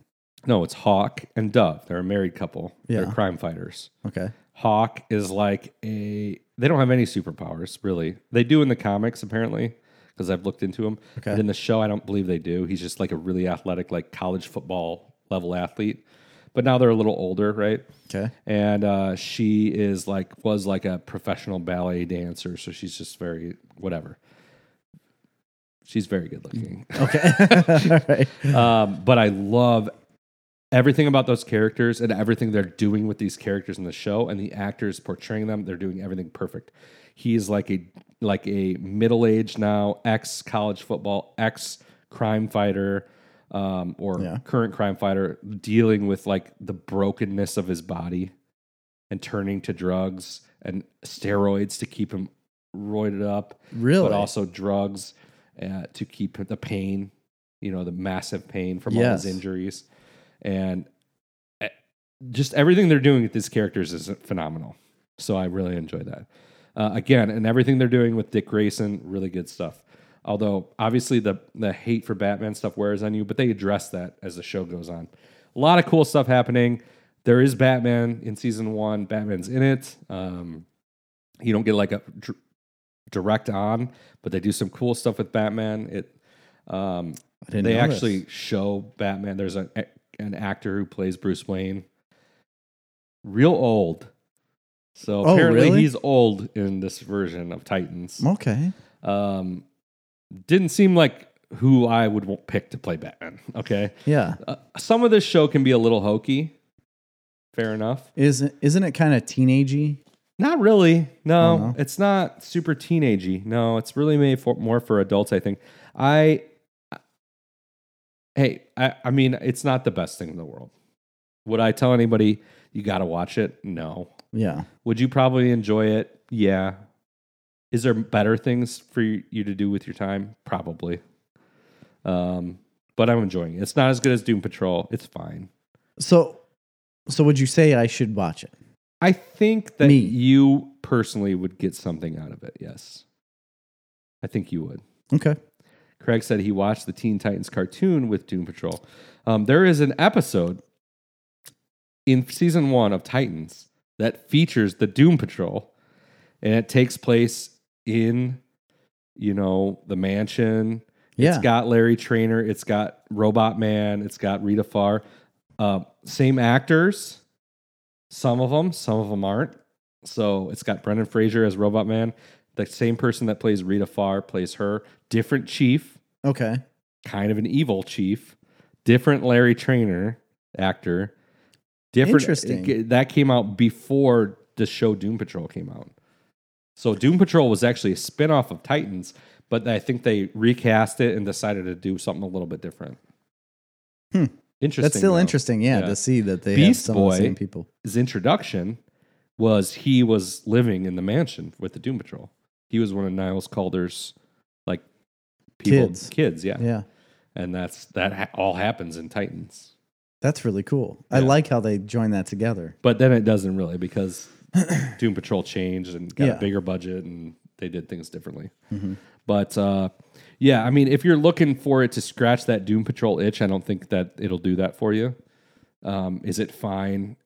[SPEAKER 1] No, it's Hawk and Dove. They're a married couple. They're
[SPEAKER 2] Yeah.
[SPEAKER 1] crime fighters.
[SPEAKER 2] Okay.
[SPEAKER 1] Hawk is like a. They don't have any superpowers really. They do in the comics apparently because I've looked into them.
[SPEAKER 2] Okay.
[SPEAKER 1] But in the show, I don't believe they do. He's just like a really athletic, like college football level athlete. but now they're a little older, right?
[SPEAKER 2] Okay.
[SPEAKER 1] And uh, she is like was like a professional ballet dancer, so she's just very whatever. She's very good looking.
[SPEAKER 2] Okay. <laughs> All right.
[SPEAKER 1] um, but I love everything about those characters and everything they're doing with these characters in the show and the actors portraying them. They're doing everything perfect. He is like a like a middle aged now ex college football ex crime fighter um, or
[SPEAKER 2] Yeah.
[SPEAKER 1] current crime fighter dealing with like the brokenness of his body and turning to drugs and steroids to keep him roided up
[SPEAKER 2] Really?
[SPEAKER 1] but also drugs uh, to keep the pain, you know, the massive pain from all
[SPEAKER 2] Yes.
[SPEAKER 1] his injuries. And eh, just everything they're doing with these characters is phenomenal. So I really enjoy that. Uh, again, and everything they're doing with Dick Grayson, really good stuff. Although obviously the the hate for Batman stuff wears on you, but they address that as the show goes on. A lot of cool stuff happening. There is Batman in season one. Batman's in it. Um, you don't get like a dr- direct on, but they do some cool stuff with Batman. It um,
[SPEAKER 2] I didn't
[SPEAKER 1] they
[SPEAKER 2] know this.
[SPEAKER 1] actually show Batman. There's an an actor who plays Bruce Wayne, real old. So
[SPEAKER 2] Oh,
[SPEAKER 1] apparently
[SPEAKER 2] really?
[SPEAKER 1] he's old in this version of Titans.
[SPEAKER 2] Okay.
[SPEAKER 1] Um, didn't seem like who I would wa- pick to play Batman. Okay,
[SPEAKER 2] Yeah.
[SPEAKER 1] uh, some of this show can be a little hokey. Fair enough.
[SPEAKER 2] Isn't isn't it kind of teenagey?
[SPEAKER 1] Not really. No,
[SPEAKER 2] Dunno.
[SPEAKER 1] it's not super teenagey. No, it's really made for more for adults. I think. I. Hey, I, I mean, it's not the best thing in the world. Would I tell anybody you got to watch it? No.
[SPEAKER 2] Yeah.
[SPEAKER 1] Would you probably enjoy it? Yeah. Is there better things for you to do with your time? Probably. Um, but I'm enjoying it. It's not as good as Doom Patrol. It's fine.
[SPEAKER 2] So so would you say I should watch it?
[SPEAKER 1] I think that
[SPEAKER 2] Me.
[SPEAKER 1] you personally would get something out of it. Yes. I think you would.
[SPEAKER 2] Okay.
[SPEAKER 1] Craig said he watched the Teen Titans cartoon with Doom Patrol. Um, there is an episode in season one of Titans that features the Doom Patrol, and it takes place in, you know, the mansion.
[SPEAKER 2] Yeah.
[SPEAKER 1] It's got Larry Trainer. It's got Robot Man. It's got Rita Farr. Uh, same actors. Some of them. Some of them aren't. So it's got Brendan Fraser as Robot Man. The same person that plays Rita Farr plays her. Different chief,
[SPEAKER 2] okay.
[SPEAKER 1] kind of an evil chief. Different Larry Trainer actor. Different.
[SPEAKER 2] Interesting.
[SPEAKER 1] it- that came out before the show Doom Patrol came out. So Doom Patrol was actually a spin-off of Titans, but I think they recast it and decided to do something a little bit different.
[SPEAKER 2] Hmm.
[SPEAKER 1] Interesting.
[SPEAKER 2] That's still
[SPEAKER 1] though.
[SPEAKER 2] interesting, yeah,
[SPEAKER 1] Yeah.
[SPEAKER 2] to see that they have
[SPEAKER 1] Beast
[SPEAKER 2] some of
[SPEAKER 1] Boy.
[SPEAKER 2] the same people.
[SPEAKER 1] His introduction was he was living in the mansion with the Doom Patrol. He was one of Niles Calder's like people,
[SPEAKER 2] Kids.
[SPEAKER 1] kids yeah.
[SPEAKER 2] Yeah.
[SPEAKER 1] And that's that ha- all happens in Titans.
[SPEAKER 2] That's really cool. I
[SPEAKER 1] Yeah.
[SPEAKER 2] like how they join that together.
[SPEAKER 1] But then it doesn't
[SPEAKER 2] <clears throat>
[SPEAKER 1] really because Doom Patrol changed and got
[SPEAKER 2] Yeah.
[SPEAKER 1] a bigger budget and they did things differently.
[SPEAKER 2] Mhm.
[SPEAKER 1] But uh, yeah, I mean, if you're looking for it to scratch that Doom Patrol itch, I don't think that it'll do that for you. Um, is it fine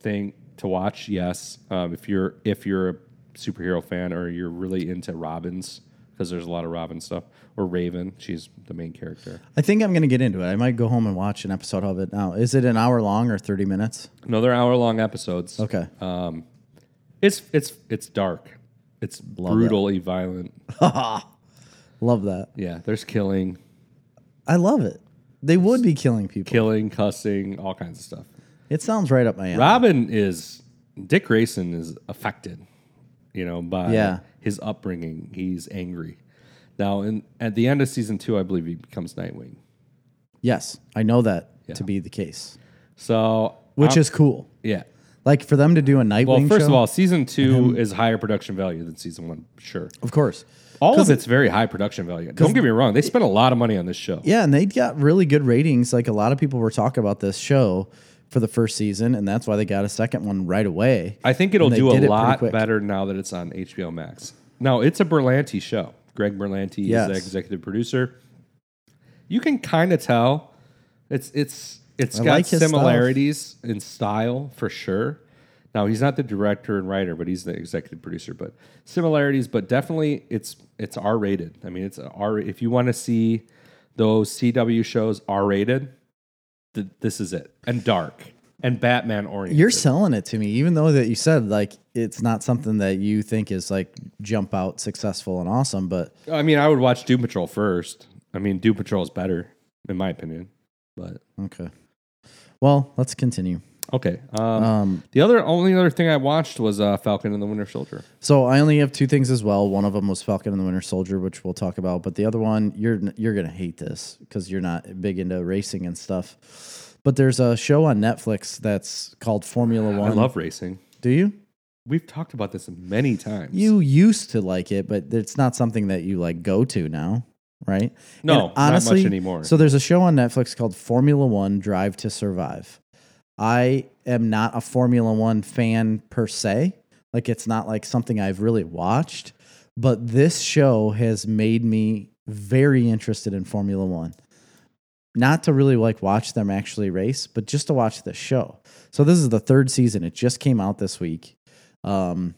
[SPEAKER 1] thing to watch? Yes. Um, if you're if you're a superhero fan or you're really into Robins because there's a lot of Robin stuff or Raven, she's the main character.
[SPEAKER 2] I think I'm going to get into it. I might go home and watch an episode of it now. Is it an hour long or 30 minutes?
[SPEAKER 1] Another hour long episodes.
[SPEAKER 2] Okay.
[SPEAKER 1] Um, it's it's it's dark. It's brutally violent.
[SPEAKER 2] love that.
[SPEAKER 1] Yeah, there's killing,
[SPEAKER 2] I love it. They would be killing people.
[SPEAKER 1] killing, cussing, all kinds of stuff.
[SPEAKER 2] It sounds right up my alley.
[SPEAKER 1] Robin is Dick Grayson is affected, you know, by
[SPEAKER 2] Yeah.
[SPEAKER 1] his upbringing. He's angry. Now, in at the end of season two, I believe he becomes Nightwing.
[SPEAKER 2] Yes, I know that to be the case,
[SPEAKER 1] So,
[SPEAKER 2] which
[SPEAKER 1] I'm-
[SPEAKER 2] is cool.
[SPEAKER 1] yeah.
[SPEAKER 2] Like for them to do a Nightwing
[SPEAKER 1] Um, Well, first
[SPEAKER 2] show,
[SPEAKER 1] of all, season two is higher production value than season one, sure.
[SPEAKER 2] of course.
[SPEAKER 1] All of it's very high production value. Don't get me wrong; they spent a lot of money on this show.
[SPEAKER 2] Yeah, and they got really good ratings. Like a lot of people were talking about this show for the first season, and that's why they got a second one right away.
[SPEAKER 1] I think it'll
[SPEAKER 2] And they
[SPEAKER 1] do
[SPEAKER 2] did it
[SPEAKER 1] a
[SPEAKER 2] pretty
[SPEAKER 1] lot
[SPEAKER 2] quick.
[SPEAKER 1] better now that it's on HBO Max. Now it's a Berlanti show. Greg Berlanti
[SPEAKER 2] Yes.
[SPEAKER 1] is the executive producer. You can kind of tell it's it's it's
[SPEAKER 2] I
[SPEAKER 1] got
[SPEAKER 2] like his stuff.
[SPEAKER 1] similarities in style for sure. Now he's not the director and writer, but he's the executive producer. But similarities, but definitely it's it's R rated. I mean, it's a R. If you want to see those CW shows R rated, th- this is it, and dark and Batman oriented.
[SPEAKER 2] You're selling it to me, even though that you said like it's not something that you think is like jump out successful and awesome, but
[SPEAKER 1] I mean, I would watch Doom Patrol first. I mean, Doom Patrol is better in my opinion, but
[SPEAKER 2] okay. Well, let's continue.
[SPEAKER 1] okay. Um,
[SPEAKER 2] Um,
[SPEAKER 1] the other only other thing I watched was uh, Falcon and the Winter Soldier.
[SPEAKER 2] so I only have two things as well. One of them was Falcon and the Winter Soldier, which we'll talk about, but the other one you're you're gonna hate this because you're not big into racing and stuff. But there's a show on Netflix that's called Formula One.
[SPEAKER 1] I love racing.
[SPEAKER 2] Do you?
[SPEAKER 1] We've talked about this many times.
[SPEAKER 2] You used to like it, but it's not something that you like go to now, right?
[SPEAKER 1] no,
[SPEAKER 2] And honestly,
[SPEAKER 1] not much anymore.
[SPEAKER 2] So there's a show on Netflix called Formula One Drive to Survive. I am not a Formula One fan per se. Like it's not like something I've really watched, but this show has made me very interested in Formula One. Not to really like watch them actually race, but just to watch the show. So this is the third season. It just came out this week. Um,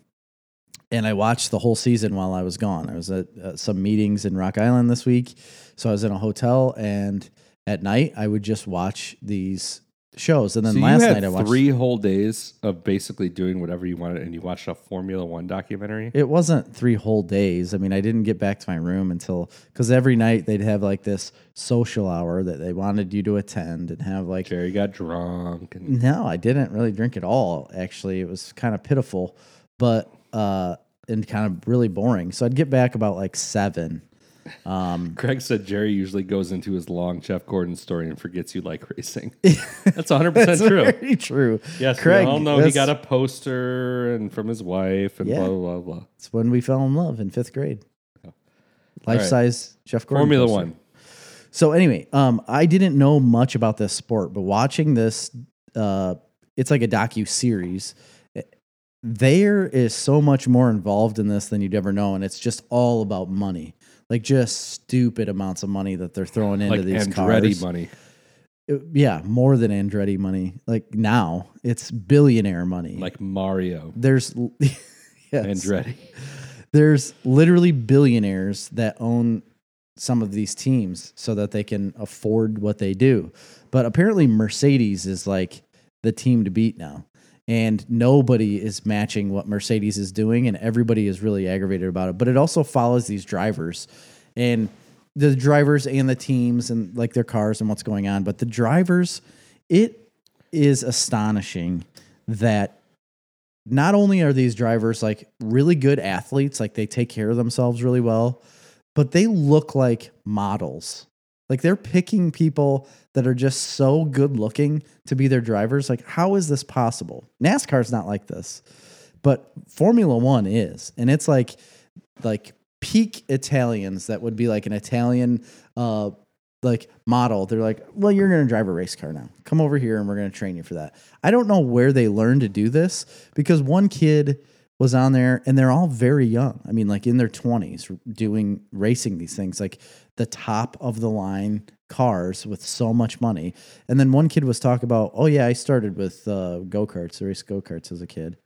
[SPEAKER 2] and I watched the whole season while I was gone. I was at uh, some meetings in Rock Island this week, so I was in a hotel, and at night I would just watch these shows. And then
[SPEAKER 1] So
[SPEAKER 2] last
[SPEAKER 1] you had
[SPEAKER 2] night I watched.
[SPEAKER 1] three whole days of basically doing whatever you wanted, and you watched a Formula One documentary.
[SPEAKER 2] It wasn't three whole days. I mean, I didn't get back to my room until because every night they'd have like this social hour that they wanted you to attend and have like
[SPEAKER 1] Jerry got drunk, and
[SPEAKER 2] No, I didn't really drink at all. Actually, it was kind of pitiful, but uh, and kind of really boring. So I'd get back about like seven. Um,
[SPEAKER 1] Craig said Jerry usually goes into his long Jeff Gordon story and forgets you like <laughs>
[SPEAKER 2] <laughs>
[SPEAKER 1] racing. That's 100 percent true.
[SPEAKER 2] very true.
[SPEAKER 1] Yes,
[SPEAKER 2] Craig,
[SPEAKER 1] we all know he
[SPEAKER 2] that's-
[SPEAKER 1] got a poster and from his wife and
[SPEAKER 2] Yeah.
[SPEAKER 1] blah blah blah.
[SPEAKER 2] It's when we fell in love in fifth grade. Life size Jeff Gordon.
[SPEAKER 1] Formula
[SPEAKER 2] poster.
[SPEAKER 1] One.
[SPEAKER 2] So anyway, um, I didn't know much about this sport, but watching this, uh, it's like a docu series. There is so much more involved in this than you'd ever know, and it's just all about money, like just stupid amounts of money that they're throwing into
[SPEAKER 1] Like
[SPEAKER 2] these
[SPEAKER 1] Andretti
[SPEAKER 2] cars.
[SPEAKER 1] money.
[SPEAKER 2] It- yeah, more than Andretti money. Like now, it's billionaire money.
[SPEAKER 1] Like Mario
[SPEAKER 2] there's, <laughs> yes,
[SPEAKER 1] Andretti.
[SPEAKER 2] there's literally billionaires that own some of these teams so that they can afford what they do. But apparently Mercedes is like the team to beat now. And nobody is matching what Mercedes is doing and everybody is really aggravated about it. But it also follows these drivers and the drivers and the teams and like their cars and what's going on, but the drivers it is astonishing that not only are these drivers like really good athletes, like they take care of themselves really well, but they look like models. Like they're picking people that are just so good looking to be their drivers. Like, how is this possible? NASCAR's not like this, but Formula One is. And it's like, like peak Italians that would be like an Italian, uh, like model. They're like, well, you're going to drive a race car now. Come over here and we're going to train you for that. I don't know where they learned to do this because one kid was on there and they're all very young. I mean, like in their 20s doing racing these things, like the top of the line cars with so much money. And then one kid was talking about, oh, yeah, I started with uh, go karts, I raced go karts as a kid.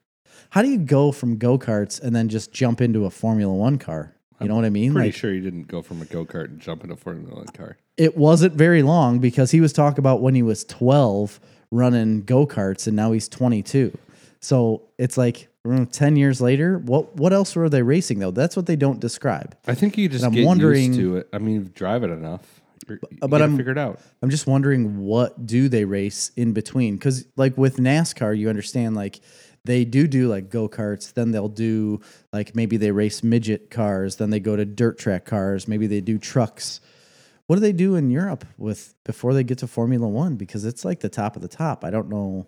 [SPEAKER 2] How do you go from go karts and then just jump into a Formula One car? You know what I mean?
[SPEAKER 1] Pretty
[SPEAKER 2] Like-
[SPEAKER 1] sure you didn't go from a go kart and jump into a Formula One car.
[SPEAKER 2] it wasn't very long because he was talking about when he was 12 running go-karts and now he's 22 so it's like mm, 10 years later what what else were they racing though that's what they don't describe
[SPEAKER 1] I think you just
[SPEAKER 2] I'm
[SPEAKER 1] get
[SPEAKER 2] wondering-
[SPEAKER 1] used to it. I mean, drive it enough. You're, you
[SPEAKER 2] but
[SPEAKER 1] gotta
[SPEAKER 2] I'm-
[SPEAKER 1] figure it out.
[SPEAKER 2] i'm just wondering what do they race in between because like with nascar you understand like they do do like go-karts then they'll do like maybe they race midget cars then they go to dirt track cars maybe they do trucks what do they do in Europe with before they get to Formula One? Because it's like the top of the top. I don't know.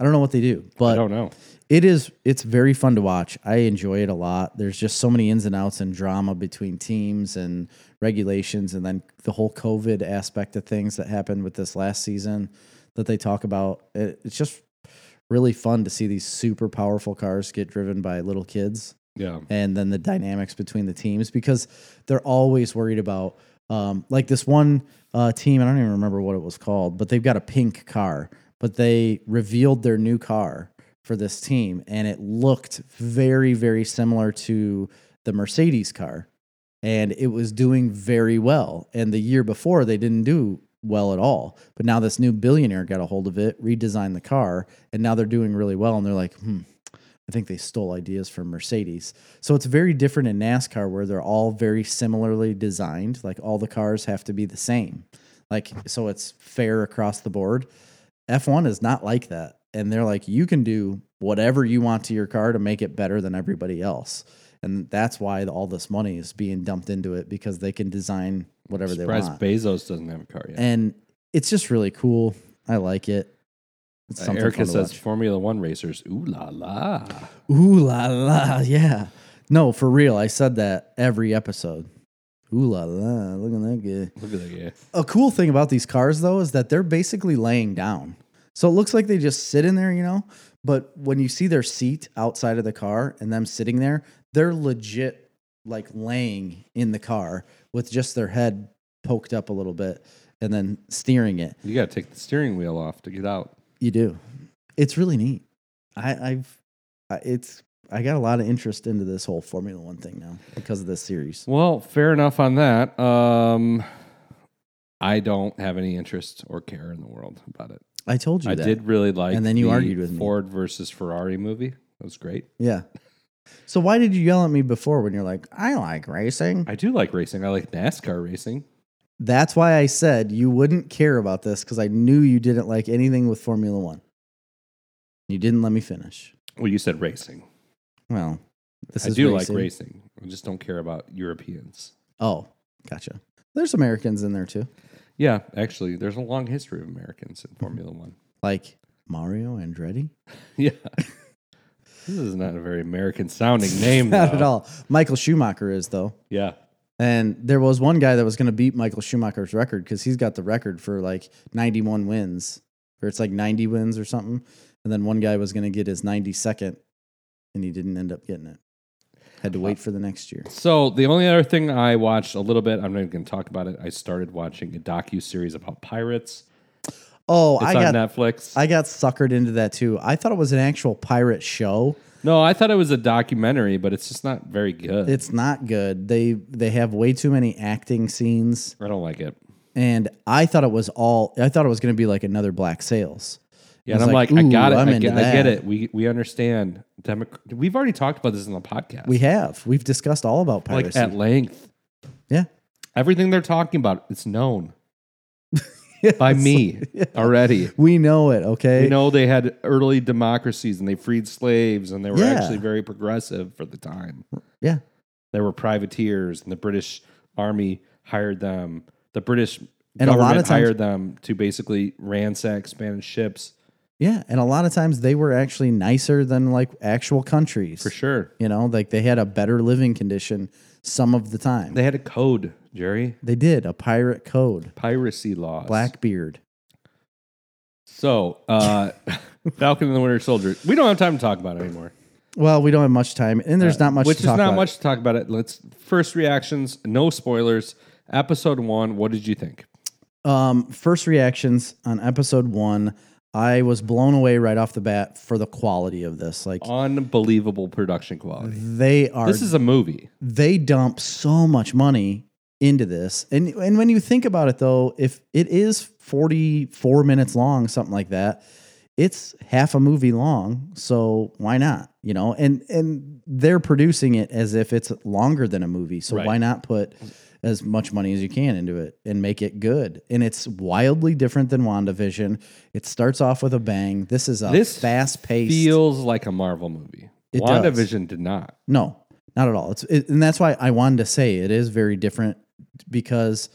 [SPEAKER 2] I don't know what they do,
[SPEAKER 1] I
[SPEAKER 2] but
[SPEAKER 1] don't know.
[SPEAKER 2] it is it's very fun to watch. I enjoy it a lot. There's just so many ins and outs and drama between teams and regulations, and then the whole COVID aspect of things that happened with this last season that they talk about. It, it's just really fun to see these super powerful cars get driven by little kids
[SPEAKER 1] Yeah.
[SPEAKER 2] and then the dynamics between the teams because they're always worried about um, like this one uh, team i don't even remember what it was called but they've got a pink car but they revealed their new car for this team and it looked very very similar to the mercedes car and it was doing very well and the year before they didn't do well at all. But now this new billionaire got a hold of it, redesigned the car, and now they're doing really well. And they're like, hmm, I think they stole ideas from Mercedes. So it's very different in NASCAR where they're all very similarly designed. Like all the cars have to be the same. Like, so it's fair across the board. F1 is not like that. And they're like, you can do whatever you want to your car to make it better than everybody else. And that's why all this money is being dumped into it because they can design whatever they
[SPEAKER 1] Surprised
[SPEAKER 2] want.
[SPEAKER 1] Bezos doesn't have a car yet.
[SPEAKER 2] And it's just really cool. I like it. It's
[SPEAKER 1] Uh,
[SPEAKER 2] something
[SPEAKER 1] Erica
[SPEAKER 2] fun to
[SPEAKER 1] says
[SPEAKER 2] watch.
[SPEAKER 1] Formula One racers. Ooh la la.
[SPEAKER 2] Ooh la la, yeah. No, for real, I said that every episode. Ooh la la, look at that guy.
[SPEAKER 1] Look at that guy.
[SPEAKER 2] A cool thing about these cars though is that they're basically laying down. So it looks like they just sit in there, you know. But when you see their seat outside of the car and them sitting there, they're legit like laying in the car with just their head poked up a little bit and then steering it.
[SPEAKER 1] You got to take the steering wheel off to get out.
[SPEAKER 2] You do. It's really neat. I, I've, I, it's, I got a lot of interest into this whole Formula One thing now because of this series.
[SPEAKER 1] Well, fair enough on that. Um, I don't have any interest or care in the world about it.
[SPEAKER 2] I told you
[SPEAKER 1] I
[SPEAKER 2] that.
[SPEAKER 1] did really like
[SPEAKER 2] And then you
[SPEAKER 1] the
[SPEAKER 2] argued with me.
[SPEAKER 1] Ford versus Ferrari movie. That was great.
[SPEAKER 2] Yeah. So why did you yell at me before when you're like, I like racing?
[SPEAKER 1] I do like racing. I like NASCAR racing.
[SPEAKER 2] That's why I said you wouldn't care about this because I knew you didn't like anything with Formula One. You didn't let me finish.
[SPEAKER 1] Well, you said racing.
[SPEAKER 2] Well, this
[SPEAKER 1] I
[SPEAKER 2] is
[SPEAKER 1] do
[SPEAKER 2] racing.
[SPEAKER 1] like racing. I just don't care about Europeans.
[SPEAKER 2] Oh, gotcha. There's Americans in there too,
[SPEAKER 1] Yeah, actually, there's a long history of Americans in Formula One. <laughs>
[SPEAKER 2] like Mario Andretti.
[SPEAKER 1] Yeah.
[SPEAKER 2] <laughs>
[SPEAKER 1] this is not a very American sounding name.
[SPEAKER 2] Not
[SPEAKER 1] though.
[SPEAKER 2] at all. Michael Schumacher is though.
[SPEAKER 1] Yeah.
[SPEAKER 2] And there was one guy that was going to beat Michael Schumacher's record because he's got the record for like 91 wins, or it's like 90 wins or something. And then one guy was going to get his 92nd, and he didn't end up getting it. Had to wait for the next year.
[SPEAKER 1] So the only other thing I watched a little bit, I'm not even going to talk about it. I started watching a docu series about pirates.
[SPEAKER 2] Oh,
[SPEAKER 1] It's
[SPEAKER 2] I
[SPEAKER 1] on
[SPEAKER 2] got
[SPEAKER 1] Netflix.
[SPEAKER 2] I got suckered into that too. I thought it was an actual pirate show.
[SPEAKER 1] no, I thought it was a documentary, but it's just not very good.
[SPEAKER 2] It's not good. They they have way too many acting scenes.
[SPEAKER 1] I don't like it.
[SPEAKER 2] and I thought it was all. I thought it was going to be like another Black Sales.
[SPEAKER 1] Yeah, and
[SPEAKER 2] was
[SPEAKER 1] I'm like,
[SPEAKER 2] like,
[SPEAKER 1] I
[SPEAKER 2] "Ooh,
[SPEAKER 1] got it.
[SPEAKER 2] I'm
[SPEAKER 1] I
[SPEAKER 2] into
[SPEAKER 1] get, I get
[SPEAKER 2] that."
[SPEAKER 1] it. We we understand. Democ- We've already talked about this in the podcast.
[SPEAKER 2] We have we've discussed all about
[SPEAKER 1] like
[SPEAKER 2] piracy.
[SPEAKER 1] at length.
[SPEAKER 2] yeah,
[SPEAKER 1] Everything they're talking about,
[SPEAKER 2] <laughs>
[SPEAKER 1] it's known by me already.
[SPEAKER 2] we know it. Okay,
[SPEAKER 1] You know, they had early democracies and they freed slaves and they were
[SPEAKER 2] Yeah.
[SPEAKER 1] actually very progressive for the time.
[SPEAKER 2] yeah,
[SPEAKER 1] They were privateers and the British army hired them. The British
[SPEAKER 2] a lot
[SPEAKER 1] government
[SPEAKER 2] of times-
[SPEAKER 1] hired them to basically ransack Spanish ships
[SPEAKER 2] yeah. And a lot of times they were actually nicer than like actual countries.
[SPEAKER 1] for sure.
[SPEAKER 2] You know, like they had a better living condition some of the time.
[SPEAKER 1] They had a code, Jerry,
[SPEAKER 2] They did a pirate code,
[SPEAKER 1] piracy laws.
[SPEAKER 2] Blackbeard.
[SPEAKER 1] So, uh, <laughs> Falcon and the Winter Soldier. We don't have time to talk about it anymore.
[SPEAKER 2] Well, we don't have much time, and there's not much
[SPEAKER 1] Uh, Which
[SPEAKER 2] to
[SPEAKER 1] is
[SPEAKER 2] talk
[SPEAKER 1] not
[SPEAKER 2] about.
[SPEAKER 1] much to talk about. It. Let's first reactions. No spoilers. Episode one. What did you think?
[SPEAKER 2] Um, first reactions on episode one. I was blown away right off the bat for the quality of this. Like
[SPEAKER 1] Unbelievable production quality.
[SPEAKER 2] they are
[SPEAKER 1] This is a movie.
[SPEAKER 2] they dump so much money into this. And and when you think about it though, if it is 44 minutes long, something like that, it's half a movie long, so why not? You know, and and they're producing it as if it's longer than a movie, so
[SPEAKER 1] Right.
[SPEAKER 2] why not put as much money as you can into it and make it good? And it's wildly different than WandaVision. It starts off with a bang. This is a
[SPEAKER 1] This
[SPEAKER 2] fast paced
[SPEAKER 1] Feels like a Marvel movie.
[SPEAKER 2] It
[SPEAKER 1] WandaVision did not.
[SPEAKER 2] no, not at all. It's it, and that's why I wanted to say it is very different because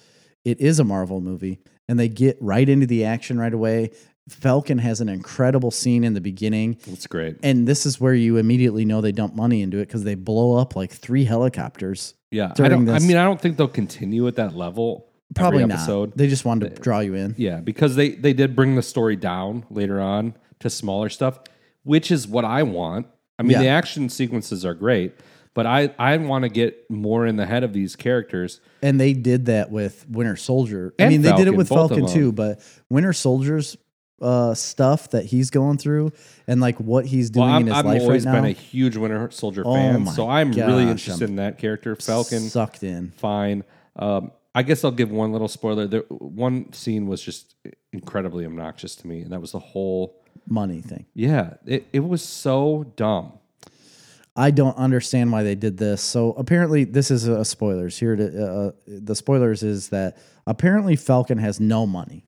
[SPEAKER 2] it is a Marvel movie and they get right into the action right away. Falcon has an incredible scene in the beginning
[SPEAKER 1] It's great.
[SPEAKER 2] and this is where you immediately know they dump money into it cuz they blow up like 3 helicopters.
[SPEAKER 1] Yeah. I,
[SPEAKER 2] during
[SPEAKER 1] don't, I
[SPEAKER 2] this-
[SPEAKER 1] mean, I don't think they'll continue at that level.
[SPEAKER 2] Probably
[SPEAKER 1] every
[SPEAKER 2] not.
[SPEAKER 1] episode.
[SPEAKER 2] They just wanted to draw you in.
[SPEAKER 1] Yeah, because they they did bring the story down later on to smaller stuff, which is what I want. I mean,
[SPEAKER 2] Yeah.
[SPEAKER 1] the action sequences are great, but I I want to get more in the head of these characters.
[SPEAKER 2] And they did that with Winter Soldier. I
[SPEAKER 1] And
[SPEAKER 2] mean, they did
[SPEAKER 1] Falcon,
[SPEAKER 2] it with
[SPEAKER 1] both of
[SPEAKER 2] Falcon
[SPEAKER 1] them.
[SPEAKER 2] too, but Winter Soldier's uh, stuff that he's going through and like what he's doing
[SPEAKER 1] Well,
[SPEAKER 2] in
[SPEAKER 1] I'm,
[SPEAKER 2] his
[SPEAKER 1] I've
[SPEAKER 2] life right
[SPEAKER 1] always
[SPEAKER 2] now.
[SPEAKER 1] been a huge Winter Soldier
[SPEAKER 2] Oh
[SPEAKER 1] fan,
[SPEAKER 2] my
[SPEAKER 1] so I'm really
[SPEAKER 2] gosh,
[SPEAKER 1] interested in that character. Falcon,
[SPEAKER 2] sucked in.
[SPEAKER 1] fine. Um, I guess I'll give one little spoiler. There, one scene was just incredibly obnoxious to me, and that was the whole.
[SPEAKER 2] money thing.
[SPEAKER 1] Yeah, it, it was so dumb.
[SPEAKER 2] I don't understand why they did this. So apparently, this is a spoilers here. To, uh, the spoilers is that apparently Falcon has no money.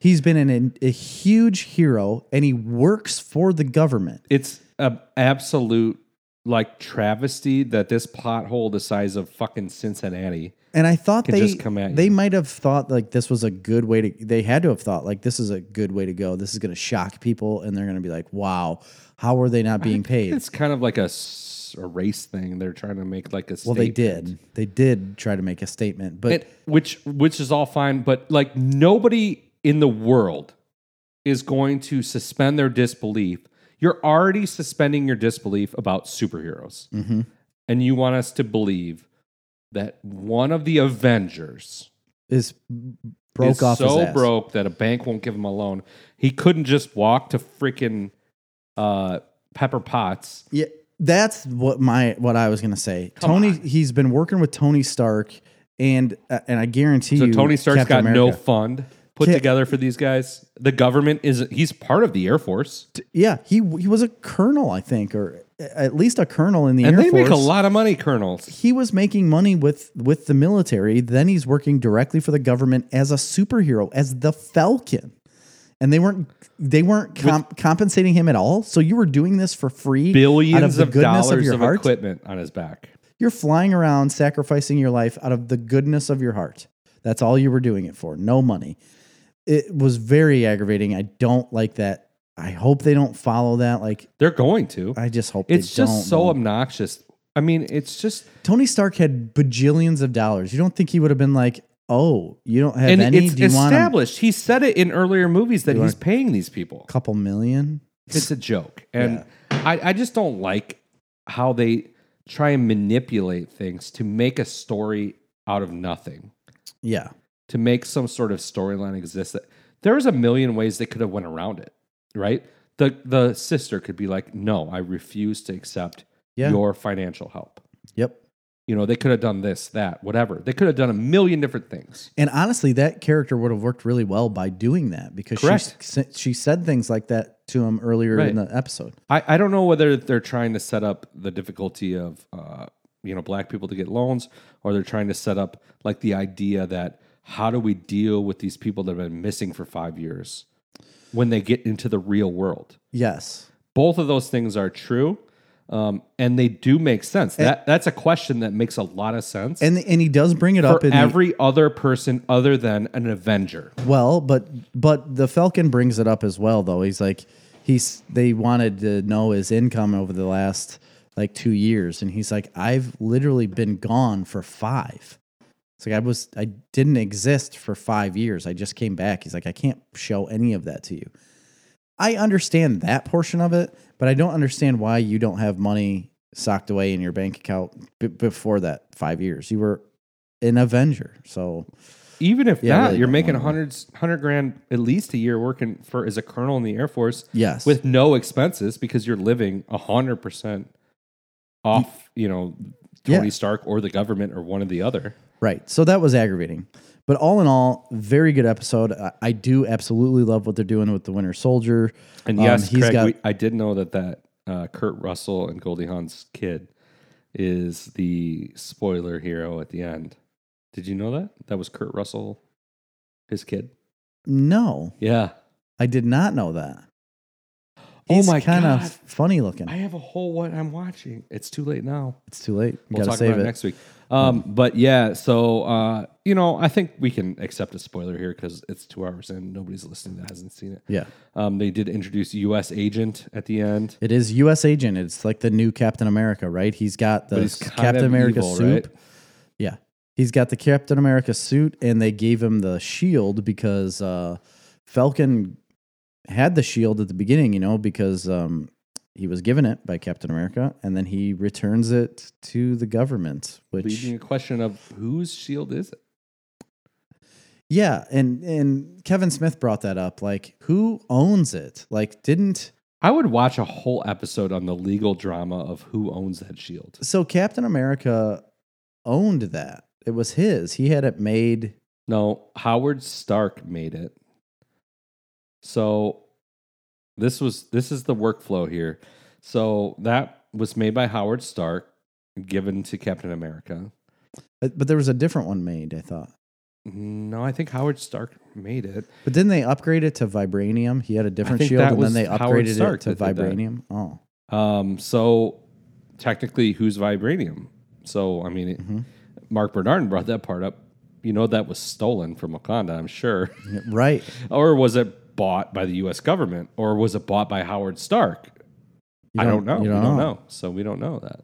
[SPEAKER 2] He's been an, a huge hero, and he works for the government.
[SPEAKER 1] It's an absolute like travesty that this pothole the size of fucking Cincinnati.
[SPEAKER 2] And I thought
[SPEAKER 1] Can
[SPEAKER 2] they
[SPEAKER 1] just come at
[SPEAKER 2] they
[SPEAKER 1] you.
[SPEAKER 2] might have thought like this was a good way to. They had to have thought like this is a good way to go. This is going to shock people, and they're going to be like, "Wow, how are they not being paid?"
[SPEAKER 1] It's kind of like a, s- a race thing. They're trying to make like a
[SPEAKER 2] Well, they
[SPEAKER 1] state-
[SPEAKER 2] did. They did try to make a statement, but
[SPEAKER 1] And- which which is all fine, but like nobody in the world is going to suspend their disbelief. You're already suspending your disbelief about superheroes,
[SPEAKER 2] Mhm.
[SPEAKER 1] and you want us to believe that one of the Avengers
[SPEAKER 2] is broke
[SPEAKER 1] is
[SPEAKER 2] off
[SPEAKER 1] so
[SPEAKER 2] his ass.
[SPEAKER 1] broke that a bank won't give him a loan. He couldn't just walk to freaking uh, Pepper Potts.
[SPEAKER 2] Yeah, that's what my what I was gonna say. Tony, he's been working with Tony Stark, and uh, and I guarantee
[SPEAKER 1] So
[SPEAKER 2] you,
[SPEAKER 1] Tony Stark's
[SPEAKER 2] Captain
[SPEAKER 1] got no
[SPEAKER 2] America-
[SPEAKER 1] fund put
[SPEAKER 2] Ca-
[SPEAKER 1] together for these guys. The government is he's part of the Air Force.
[SPEAKER 2] yeah, he he was a colonel, I think, or uh, at least a colonel in the
[SPEAKER 1] And
[SPEAKER 2] Air
[SPEAKER 1] they
[SPEAKER 2] Force.
[SPEAKER 1] make a lot of money, colonels.
[SPEAKER 2] He was making money with with the military. Then he's working directly for the government as a superhero, as the Falcon. And they weren't they weren't comp- compensating him at all. So you were doing this for free, out of
[SPEAKER 1] Billions
[SPEAKER 2] the
[SPEAKER 1] of,
[SPEAKER 2] goodness
[SPEAKER 1] dollars
[SPEAKER 2] of
[SPEAKER 1] of,
[SPEAKER 2] your heart.
[SPEAKER 1] equipment on his back.
[SPEAKER 2] You're flying around, sacrificing your life out of the goodness of your heart. That's all you were doing it for. No money. It was very aggravating. I don't like that. I hope they don't follow that. Like,
[SPEAKER 1] They're going to.
[SPEAKER 2] I just hope
[SPEAKER 1] It's
[SPEAKER 2] they don't.
[SPEAKER 1] just so
[SPEAKER 2] man.
[SPEAKER 1] obnoxious. I mean, it's just
[SPEAKER 2] Tony Stark had bajillions of dollars. You don't think he would have been like, "Oh, you don't have
[SPEAKER 1] and
[SPEAKER 2] any?
[SPEAKER 1] it's
[SPEAKER 2] Do you want a
[SPEAKER 1] established. He said it in earlier movies that he's paying these people.
[SPEAKER 2] couple million?
[SPEAKER 1] It's a joke. And I, I just don't like how they try and manipulate things to make a story out of nothing,
[SPEAKER 2] Yeah,
[SPEAKER 1] to make some sort of storyline exist. That there was a million ways they could have went around it, right? The the sister could be like, "No, I refuse to accept
[SPEAKER 2] Yeah.
[SPEAKER 1] your financial help."
[SPEAKER 2] yep.
[SPEAKER 1] You know, they could have done this, that, whatever. They could have done a million different things.
[SPEAKER 2] And honestly, that character would have worked really well by doing that because she
[SPEAKER 1] Correct.
[SPEAKER 2] s- she said things like that to him earlier in
[SPEAKER 1] Right.
[SPEAKER 2] the episode.
[SPEAKER 1] I, I don't know whether they're trying to set up the difficulty of uh, you know black people to get loans or they're trying to set up like the idea that how do we deal with these people that have been missing for five years when they get into the real world
[SPEAKER 2] Yes.
[SPEAKER 1] both of those things are true um, and they do make sense that that's a question that makes a lot of sense
[SPEAKER 2] and and he does bring it up
[SPEAKER 1] for
[SPEAKER 2] in the,
[SPEAKER 1] every other person other than an avenger
[SPEAKER 2] well, but but the Falcon brings it up as well though. He's like he's they wanted to know his income over the last like 2 years and he's like I've literally been gone for 5. It's like I was I didn't exist for 5 years. I just came back. He's like I can't show any of that to you. I understand that portion of it, but I don't understand why you don't have money socked away in your bank account b- before that 5 years. You were an Avenger. So
[SPEAKER 1] even if
[SPEAKER 2] Yeah, I
[SPEAKER 1] not
[SPEAKER 2] really
[SPEAKER 1] you're
[SPEAKER 2] don't
[SPEAKER 1] making
[SPEAKER 2] wanna know.
[SPEAKER 1] hundreds hundred grand at least a year working for as a colonel in the air force
[SPEAKER 2] Yes.
[SPEAKER 1] with no expenses because you're living 100% off, you know,
[SPEAKER 2] Yeah.
[SPEAKER 1] Tony Stark or the government or one or the other.
[SPEAKER 2] right. So that was aggravating. But all in all, very good episode. I, I do absolutely love what they're doing with the Winter Soldier.
[SPEAKER 1] And
[SPEAKER 2] Um,
[SPEAKER 1] yes,
[SPEAKER 2] he's
[SPEAKER 1] Craig,
[SPEAKER 2] got-
[SPEAKER 1] we, I did know that that uh, Kurt Russell and Goldie Hawn's kid is the spoiler hero at the end. Did you know that? That was Kurt Russell, his kid.
[SPEAKER 2] No,
[SPEAKER 1] Yeah.
[SPEAKER 2] I did not know that.
[SPEAKER 1] Oh
[SPEAKER 2] He's
[SPEAKER 1] my
[SPEAKER 2] kind
[SPEAKER 1] God.
[SPEAKER 2] of funny looking.
[SPEAKER 1] I have a whole what I'm watching. It's too late now.
[SPEAKER 2] It's too late. You
[SPEAKER 1] We'll
[SPEAKER 2] gotta
[SPEAKER 1] talk
[SPEAKER 2] save
[SPEAKER 1] about it,
[SPEAKER 2] it.
[SPEAKER 1] next week. Um, But yeah, so uh, you know, I think we can accept a spoiler here because it's two hours in. Nobody's listening that hasn't seen it.
[SPEAKER 2] Yeah.
[SPEAKER 1] Um, they did introduce U.S. agent at the end.
[SPEAKER 2] It is U.S. agent. It's like the new Captain America, right? He's got the
[SPEAKER 1] But he's
[SPEAKER 2] s-
[SPEAKER 1] kind
[SPEAKER 2] Captain
[SPEAKER 1] of
[SPEAKER 2] America
[SPEAKER 1] evil,
[SPEAKER 2] suit.
[SPEAKER 1] right?
[SPEAKER 2] Yeah, he's got the Captain America suit, and they gave him the shield because uh, Falcon had the shield at the beginning, you know, because um, he was given it by Captain America, and then he returns it to the government. Which,
[SPEAKER 1] Leaving a question of whose shield is it?
[SPEAKER 2] yeah, and and Kevin Smith brought that up. Like, who owns it? Like, didn't
[SPEAKER 1] I would watch a whole episode on the legal drama of who owns that shield.
[SPEAKER 2] so Captain America owned that. It was his. He had it made.
[SPEAKER 1] No, Howard Stark made it. So this was this is the workflow here. So that was made by Howard Stark, given to Captain America.
[SPEAKER 2] But but there was a different one made. I thought.
[SPEAKER 1] No, I think Howard Stark made it.
[SPEAKER 2] But didn't they upgrade it to vibranium? He had a different
[SPEAKER 1] think
[SPEAKER 2] shield,
[SPEAKER 1] that
[SPEAKER 2] and then
[SPEAKER 1] was
[SPEAKER 2] they
[SPEAKER 1] Howard
[SPEAKER 2] upgraded
[SPEAKER 1] Stark
[SPEAKER 2] it to
[SPEAKER 1] that did that.
[SPEAKER 2] vibranium. Oh,
[SPEAKER 1] Um, so technically, who's vibranium? So I mean, it,
[SPEAKER 2] Mhm.
[SPEAKER 1] Mark Bernardin brought that part up. You know that was stolen from Wakanda, I'm sure, <laughs>
[SPEAKER 2] yeah, right.
[SPEAKER 1] or was it bought by the U.S. government, or was it bought by Howard Stark?
[SPEAKER 2] You
[SPEAKER 1] I don't know.
[SPEAKER 2] you
[SPEAKER 1] we don't know. So we don't know that.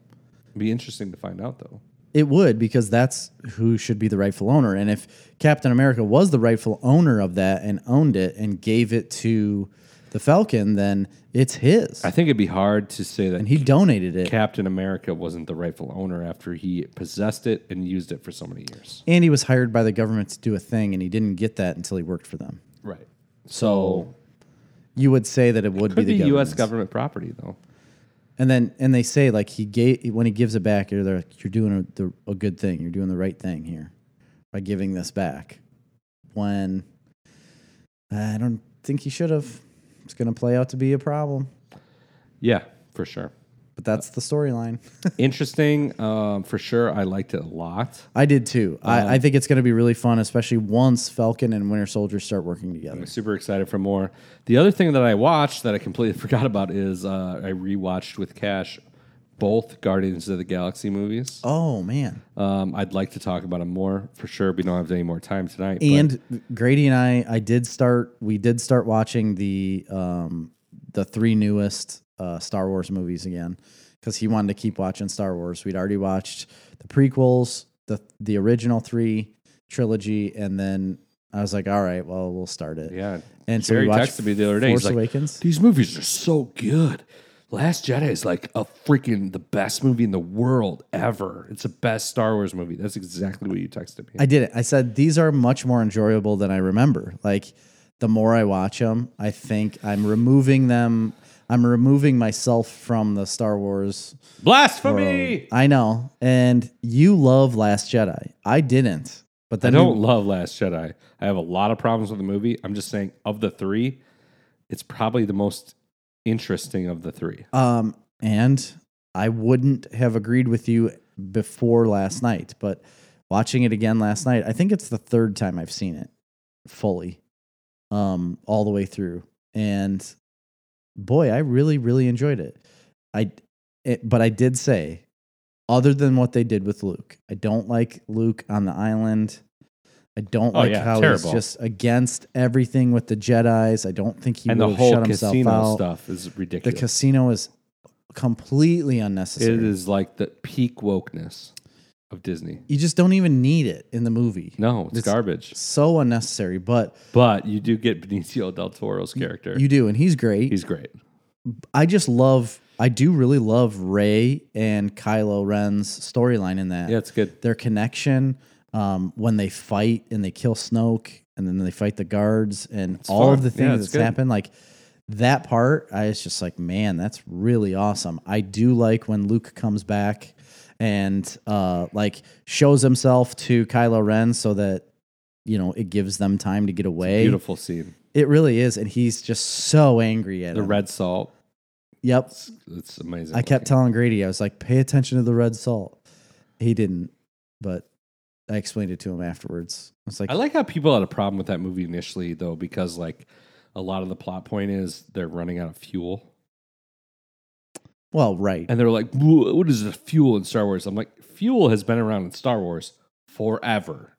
[SPEAKER 1] Be interesting to find out though.
[SPEAKER 2] It would because that's who should be the rightful owner. And if Captain America was the rightful owner of that and owned it and gave it to the Falcon, then it's his.
[SPEAKER 1] I think it'd be hard to say that
[SPEAKER 2] and he donated it.
[SPEAKER 1] Captain America wasn't the rightful owner after he possessed it and used it for so many years.
[SPEAKER 2] and he was hired by the government to do a thing, and he didn't get that until he worked for them.
[SPEAKER 1] Right. So
[SPEAKER 2] You would say that it would
[SPEAKER 1] could
[SPEAKER 2] be
[SPEAKER 1] be,
[SPEAKER 2] the
[SPEAKER 1] U.S.
[SPEAKER 2] government's.
[SPEAKER 1] government property though.
[SPEAKER 2] And then and they say like he gave when he gives it back, you're like you're doing a, the, a good thing. You're doing the right thing here by giving this back. When I don't think he should have. It's going to play out to be a problem,
[SPEAKER 1] Yeah, for sure.
[SPEAKER 2] but that's the storyline. <laughs>
[SPEAKER 1] Interesting, um, for sure. I liked it a lot.
[SPEAKER 2] I did too. I, I think it's going to be really fun, especially once Falcon and Winter Soldier start working together.
[SPEAKER 1] I'm super excited for more. The other thing that I watched that I completely <laughs> forgot about is uh, I rewatched with Cash both Guardians of the Galaxy movies.
[SPEAKER 2] Oh man!
[SPEAKER 1] Um, I'd like to talk about them more for sure. We don't have any more time tonight. but-
[SPEAKER 2] And Grady and I, I did start. We did start watching the um, the three newest uh, Star Wars movies again because he wanted to keep watching Star Wars. We'd already watched the prequels, the the original three trilogy, and then I was like, all right, well, we'll start it.
[SPEAKER 1] yeah,
[SPEAKER 2] And so
[SPEAKER 1] Jerry
[SPEAKER 2] we watched
[SPEAKER 1] texted me the other day.
[SPEAKER 2] Force
[SPEAKER 1] He's like,
[SPEAKER 2] Awakens.
[SPEAKER 1] These movies are so good. Last Jedi is like a freaking the best movie in the world ever. It's the best Star Wars movie. That's exactly what you texted me.
[SPEAKER 2] I did it. I said these are much more enjoyable than I remember. Like the more I watch them, I think I'm removing them. I'm removing myself from the Star Wars
[SPEAKER 1] Blasphemy!
[SPEAKER 2] I know. And you love Last Jedi. I didn't. But
[SPEAKER 1] I
[SPEAKER 2] then
[SPEAKER 1] don't love Last Jedi. I have a lot of problems with the movie. I'm just saying, of the three, it's probably the most interesting of the three.
[SPEAKER 2] um and I wouldn't have agreed with you before last night, but watching it again last night, I think it's the third time I've seen it fully. Um all the way through. And boy, I really really enjoyed it. I it, but I did say other than what they did with Luke. I don't like Luke on the island. I don't
[SPEAKER 1] Oh,
[SPEAKER 2] like
[SPEAKER 1] yeah,
[SPEAKER 2] how
[SPEAKER 1] terrible.
[SPEAKER 2] he's just against everything with the Jedi's. I don't think he
[SPEAKER 1] and the
[SPEAKER 2] would have
[SPEAKER 1] whole
[SPEAKER 2] shut himself
[SPEAKER 1] casino
[SPEAKER 2] out.
[SPEAKER 1] stuff is
[SPEAKER 2] The
[SPEAKER 1] ridiculous.
[SPEAKER 2] casino is completely
[SPEAKER 1] it
[SPEAKER 2] unnecessary.
[SPEAKER 1] is like the peak wokeness of Disney.
[SPEAKER 2] You just don't even need it in the movie.
[SPEAKER 1] No, it's,
[SPEAKER 2] It's-
[SPEAKER 1] garbage.
[SPEAKER 2] So unnecessary, but
[SPEAKER 1] But you do get Benicio del Toro's character.
[SPEAKER 2] you do, and he's great.
[SPEAKER 1] He's great.
[SPEAKER 2] I just love, I do really love Ray and Kylo Ren's storyline in that.
[SPEAKER 1] Yeah, it's good.
[SPEAKER 2] Their connection, um, when they fight and they kill Snoke, and then they fight the guards, and all of
[SPEAKER 1] fun.
[SPEAKER 2] the
[SPEAKER 1] Yeah,
[SPEAKER 2] things that's
[SPEAKER 1] it's good.
[SPEAKER 2] happened, like that part, I was just like, man, that's really awesome. I do like when Luke comes back and uh, like shows himself to Kylo Ren so that you know it gives them time to get away.
[SPEAKER 1] Beautiful scene.
[SPEAKER 2] It really is, and he's just so angry at
[SPEAKER 1] The
[SPEAKER 2] him.
[SPEAKER 1] red salt.
[SPEAKER 2] Yep,
[SPEAKER 1] It's, it's amazing.
[SPEAKER 2] I kept
[SPEAKER 1] looking.
[SPEAKER 2] telling Grady, I was like, pay attention to the red salt. He didn't, but I explained it to him afterwards. I was like,
[SPEAKER 1] I like how people had a problem with that movie initially, though, because like a lot of the plot point is they're running out of fuel,
[SPEAKER 2] well, right.
[SPEAKER 1] and they're like, "Wha- "What is the fuel in Star Wars?" I'm like, "Fuel has been around in Star Wars forever.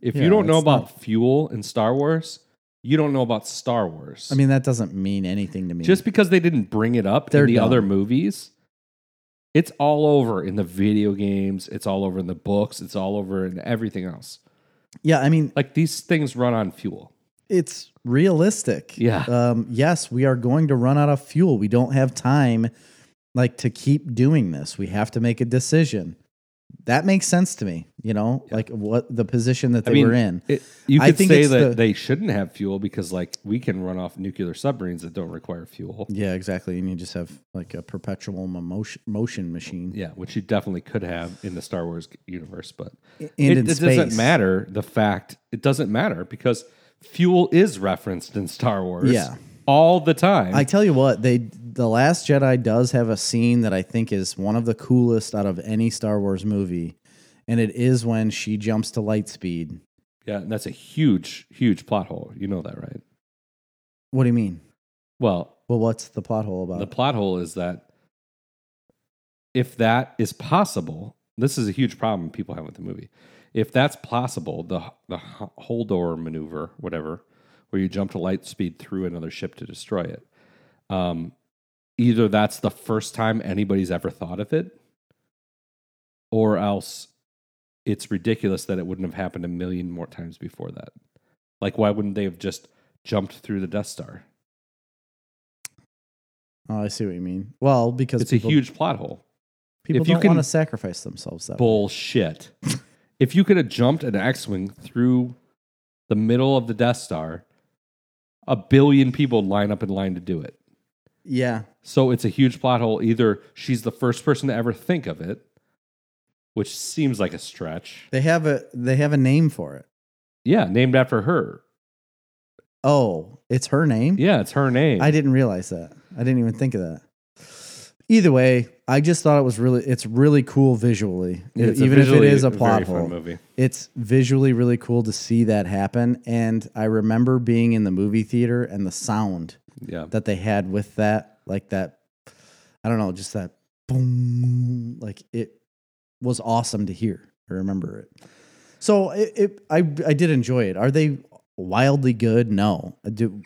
[SPEAKER 1] If
[SPEAKER 2] Yeah,
[SPEAKER 1] you don't know
[SPEAKER 2] it's
[SPEAKER 1] about
[SPEAKER 2] not-
[SPEAKER 1] fuel in Star Wars, you don't know about Star Wars.
[SPEAKER 2] I mean, that doesn't mean anything to me.
[SPEAKER 1] just because they didn't bring it up
[SPEAKER 2] They're
[SPEAKER 1] in the
[SPEAKER 2] dumb.
[SPEAKER 1] other movies." It's all over in the video games. It's all over in the books. It's all over in everything else.
[SPEAKER 2] yeah, I mean,
[SPEAKER 1] Like these things run on fuel.
[SPEAKER 2] it's realistic.
[SPEAKER 1] Yeah.
[SPEAKER 2] Um, yes, we are going to run out of fuel. We don't have time like to keep doing this. We have to make a decision. that makes sense to me. You know, like what the position that they
[SPEAKER 1] mean,
[SPEAKER 2] were in.
[SPEAKER 1] It, you
[SPEAKER 2] I
[SPEAKER 1] could
[SPEAKER 2] think
[SPEAKER 1] say
[SPEAKER 2] it's
[SPEAKER 1] that
[SPEAKER 2] the-
[SPEAKER 1] they shouldn't have fuel because, like, we can run off nuclear submarines that don't require fuel.
[SPEAKER 2] yeah, exactly. And you just have like a perpetual mo- motion, motion machine.
[SPEAKER 1] Yeah, which you definitely could have in the Star Wars universe, but
[SPEAKER 2] And
[SPEAKER 1] it,
[SPEAKER 2] in
[SPEAKER 1] it
[SPEAKER 2] space.
[SPEAKER 1] doesn't matter. The fact it doesn't matter because fuel is referenced in Star Wars.
[SPEAKER 2] Yeah.
[SPEAKER 1] all the time.
[SPEAKER 2] I tell you what, they the Last Jedi does have a scene that I think is one of the coolest out of any Star Wars movie, and it is when she jumps to light speed.
[SPEAKER 1] yeah, and that's a huge, huge plot hole. You know that, right?
[SPEAKER 2] What do you mean?
[SPEAKER 1] Well,
[SPEAKER 2] Well, what's the plot hole about?
[SPEAKER 1] the plot hole is that if that is possible, this is a huge problem people have with the movie. If that's possible, the the holdover maneuver, whatever, where you jump to light speed through another ship to destroy it, um, either that's the first time anybody's ever thought of it, or else it's ridiculous that it wouldn't have happened a million more times before that. Like, why wouldn't they have just jumped through the Death Star?
[SPEAKER 2] oh, I see what you mean. Well, because
[SPEAKER 1] It's
[SPEAKER 2] people,
[SPEAKER 1] a huge plot hole.
[SPEAKER 2] people
[SPEAKER 1] if you
[SPEAKER 2] don't
[SPEAKER 1] can-
[SPEAKER 2] want to sacrifice themselves. That way.
[SPEAKER 1] Bullshit. if you could have jumped an X Wing through the middle of the Death Star, a billion people would line up in line to do it.
[SPEAKER 2] yeah,
[SPEAKER 1] So it's a huge plot hole. Either she's the first person to ever think of it, which seems like a stretch.
[SPEAKER 2] they have a they have a name for it.
[SPEAKER 1] Yeah, named after her.
[SPEAKER 2] Oh, it's her name.
[SPEAKER 1] Yeah, it's her name.
[SPEAKER 2] I didn't realize that. I didn't even think of that. Either way, I just thought it was really it's really cool visually.
[SPEAKER 1] It's
[SPEAKER 2] even if it
[SPEAKER 1] visually
[SPEAKER 2] is a
[SPEAKER 1] very
[SPEAKER 2] plot
[SPEAKER 1] fun
[SPEAKER 2] hole.
[SPEAKER 1] movie.
[SPEAKER 2] It's visually really cool to see that happen and I remember being in the movie theater and the sound
[SPEAKER 1] Yeah.
[SPEAKER 2] that they had with that like that I don't know, just that boom like it was awesome to hear. I remember it. So it, it I I did enjoy it. Are they wildly good? No. Do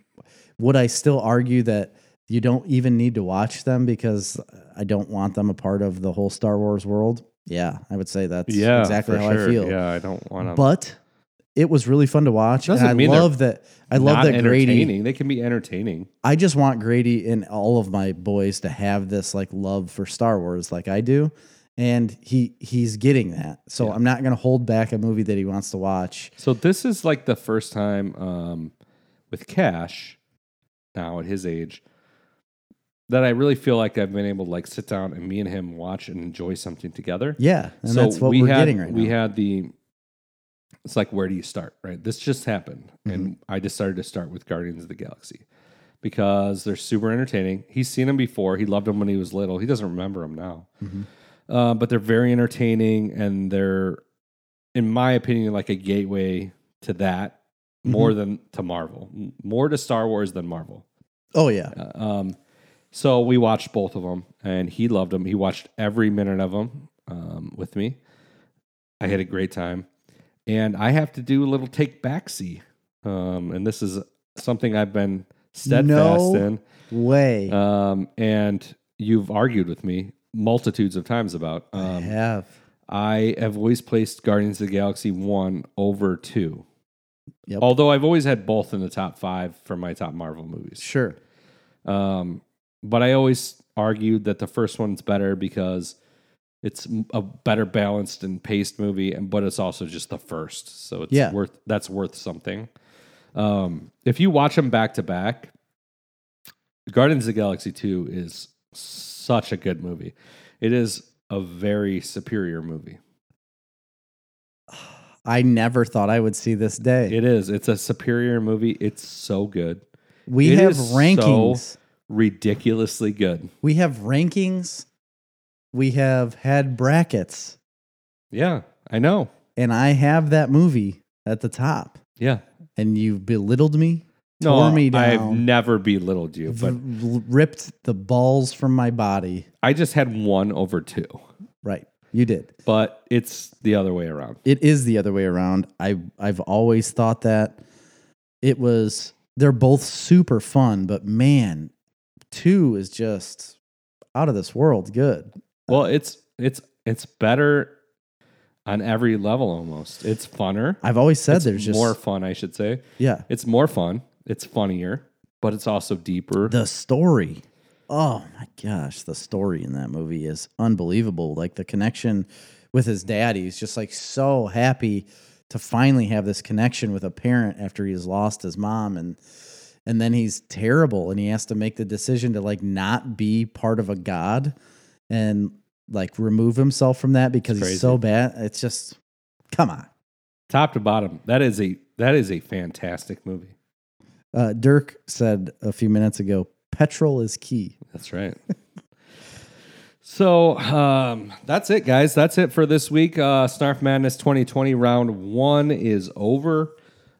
[SPEAKER 2] would I still argue that you don't even need to watch them because I don't want them a part of the whole Star Wars world? Yeah, I would say that's
[SPEAKER 1] Yeah,
[SPEAKER 2] exactly
[SPEAKER 1] for
[SPEAKER 2] how
[SPEAKER 1] sure.
[SPEAKER 2] I feel.
[SPEAKER 1] Yeah, I don't want to.
[SPEAKER 2] But it was really fun to watch.
[SPEAKER 1] Um, Doesn't
[SPEAKER 2] and I
[SPEAKER 1] mean they're
[SPEAKER 2] love that I love that Grady
[SPEAKER 1] They can be entertaining.
[SPEAKER 2] I just want Grady and all of my boys to have this like love for Star Wars like I do. And he he's getting that. So
[SPEAKER 1] Yeah.
[SPEAKER 2] I'm not gonna hold back a movie that he wants to watch.
[SPEAKER 1] So this is like the first time um, with Cash now at his age that I really feel like I've been able to like sit down and me and him watch and enjoy something together.
[SPEAKER 2] Yeah. And
[SPEAKER 1] so
[SPEAKER 2] that's what we are
[SPEAKER 1] had,
[SPEAKER 2] getting right
[SPEAKER 1] we
[SPEAKER 2] now.
[SPEAKER 1] had the it's like where do you start, right? This just happened, and
[SPEAKER 2] Mm-hmm.
[SPEAKER 1] I decided to start with Guardians of the Galaxy because they're super entertaining. He's seen them before. He loved them when he was little. He doesn't remember them now,
[SPEAKER 2] Mhm.
[SPEAKER 1] uh, but they're very entertaining, and they're, in my opinion, like a gateway to that
[SPEAKER 2] Mm-hmm.
[SPEAKER 1] more than to Marvel, M- more to Star Wars than Marvel.
[SPEAKER 2] oh yeah.
[SPEAKER 1] Uh, Um, so we watched both of them, and he loved them. He watched every minute of them um, with me. I had a great time, and I have to do a little take backsy, um, and this is something I've been steadfast
[SPEAKER 2] No. Way
[SPEAKER 1] in, um, and you've argued with me multitudes of times about.
[SPEAKER 2] I
[SPEAKER 1] Um,
[SPEAKER 2] have.
[SPEAKER 1] I have always placed Guardians of the Galaxy one over two,
[SPEAKER 2] Yep.
[SPEAKER 1] although I've always had both in the top five for my top Marvel movies.
[SPEAKER 2] Sure.
[SPEAKER 1] Um, but I always argued that the first one's better because it's m- a better balanced and paced movie, and but it's also just the first, so it's
[SPEAKER 2] Yeah.
[SPEAKER 1] worth that's worth something. Um, if you watch them back to back, Guardians of the Galaxy Two is such a good movie. It is a very superior movie.
[SPEAKER 2] I never thought I would see this day.
[SPEAKER 1] It is. It's a superior movie. It's so good,
[SPEAKER 2] we
[SPEAKER 1] it
[SPEAKER 2] have
[SPEAKER 1] is so-
[SPEAKER 2] rankings.
[SPEAKER 1] ridiculously good.
[SPEAKER 2] we have rankings. We have had brackets.
[SPEAKER 1] Yeah, I know.
[SPEAKER 2] And I have that movie at the top.
[SPEAKER 1] Yeah,
[SPEAKER 2] And you belittled me.
[SPEAKER 1] No,
[SPEAKER 2] tore me
[SPEAKER 1] I've
[SPEAKER 2] down.
[SPEAKER 1] never belittled you, but
[SPEAKER 2] v- ripped the balls from my body.
[SPEAKER 1] I just had one over two.
[SPEAKER 2] Right. You did.
[SPEAKER 1] But it's the other way around.
[SPEAKER 2] It is the other way around. I I've always thought that it was they're both super fun, but man, 2 is just out of this world good.
[SPEAKER 1] Well, it's it's it's better on every level almost. It's funner.
[SPEAKER 2] I've always said
[SPEAKER 1] It's
[SPEAKER 2] there's just
[SPEAKER 1] more fun, I should say.
[SPEAKER 2] yeah,
[SPEAKER 1] It's more fun. It's funnier, but it's also deeper.
[SPEAKER 2] the story. Oh my gosh, the story in that movie is unbelievable. Like the connection with his dad. He's just like so happy to finally have this connection with a parent after he's lost his mom and and then he's terrible and he has to make the decision to like not be part of a god and like remove himself from that because
[SPEAKER 1] It's
[SPEAKER 2] he's so bad. It's just come on.
[SPEAKER 1] Top to bottom, that is a that is a fantastic movie.
[SPEAKER 2] Uh, Dirk said a few minutes ago, petrol is key.
[SPEAKER 1] That's right. <laughs> so um, that's it, guys. That's it for this week. Uh, Snarf Madness 2020 round one is over.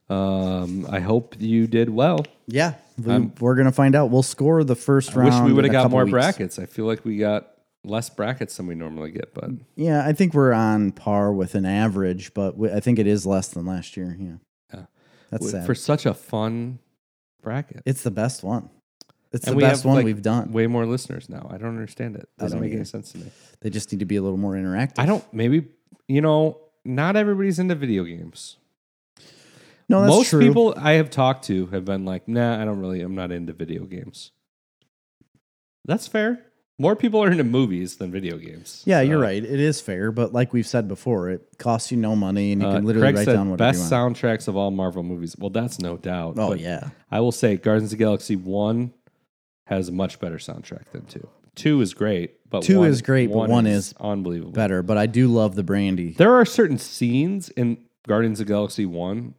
[SPEAKER 1] Um, I hope you did well.
[SPEAKER 2] Yeah, we, are gonna find out. We'll score the first round.
[SPEAKER 1] Wish we
[SPEAKER 2] in
[SPEAKER 1] would
[SPEAKER 2] a
[SPEAKER 1] have got
[SPEAKER 2] couple
[SPEAKER 1] more
[SPEAKER 2] weeks.
[SPEAKER 1] brackets. I feel like we got less brackets than we normally get, but
[SPEAKER 2] Yeah, I think we're on par with an average, but we, I think it is less than last year. Yeah,
[SPEAKER 1] Yeah.
[SPEAKER 2] that's
[SPEAKER 1] w-
[SPEAKER 2] sad.
[SPEAKER 1] for such a fun bracket.
[SPEAKER 2] it's the best one. It's
[SPEAKER 1] And
[SPEAKER 2] the
[SPEAKER 1] we
[SPEAKER 2] best
[SPEAKER 1] have,
[SPEAKER 2] one
[SPEAKER 1] like,
[SPEAKER 2] we've done.
[SPEAKER 1] Way more listeners now. I don't understand it.
[SPEAKER 2] I
[SPEAKER 1] Doesn't
[SPEAKER 2] don't
[SPEAKER 1] make any
[SPEAKER 2] either.
[SPEAKER 1] sense to me.
[SPEAKER 2] they just need to be a little more interactive.
[SPEAKER 1] I don't. Maybe you know. Not everybody's into video games.
[SPEAKER 2] No, Oh, that's
[SPEAKER 1] Most
[SPEAKER 2] true.
[SPEAKER 1] people I have talked to have been like, nah, I don't really, I'm not into video games. That's fair. More people are into movies than video games.
[SPEAKER 2] yeah, you're
[SPEAKER 1] So,
[SPEAKER 2] right. It is fair, but like we've said before, it costs you no money, and you
[SPEAKER 1] uh,
[SPEAKER 2] can literally
[SPEAKER 1] Craig
[SPEAKER 2] write
[SPEAKER 1] said,
[SPEAKER 2] down whatever
[SPEAKER 1] best
[SPEAKER 2] you want.
[SPEAKER 1] soundtracks of all Marvel movies. Well, that's no doubt.
[SPEAKER 2] oh
[SPEAKER 1] but
[SPEAKER 2] yeah,
[SPEAKER 1] I will say Guardians of the Galaxy 1 has a much better soundtrack than 2. 2 is great, but
[SPEAKER 2] 2
[SPEAKER 1] one,
[SPEAKER 2] is great, but one is
[SPEAKER 1] unbelievable.
[SPEAKER 2] better. But I do love the brandy.
[SPEAKER 1] There are certain scenes in Guardians of the Galaxy 1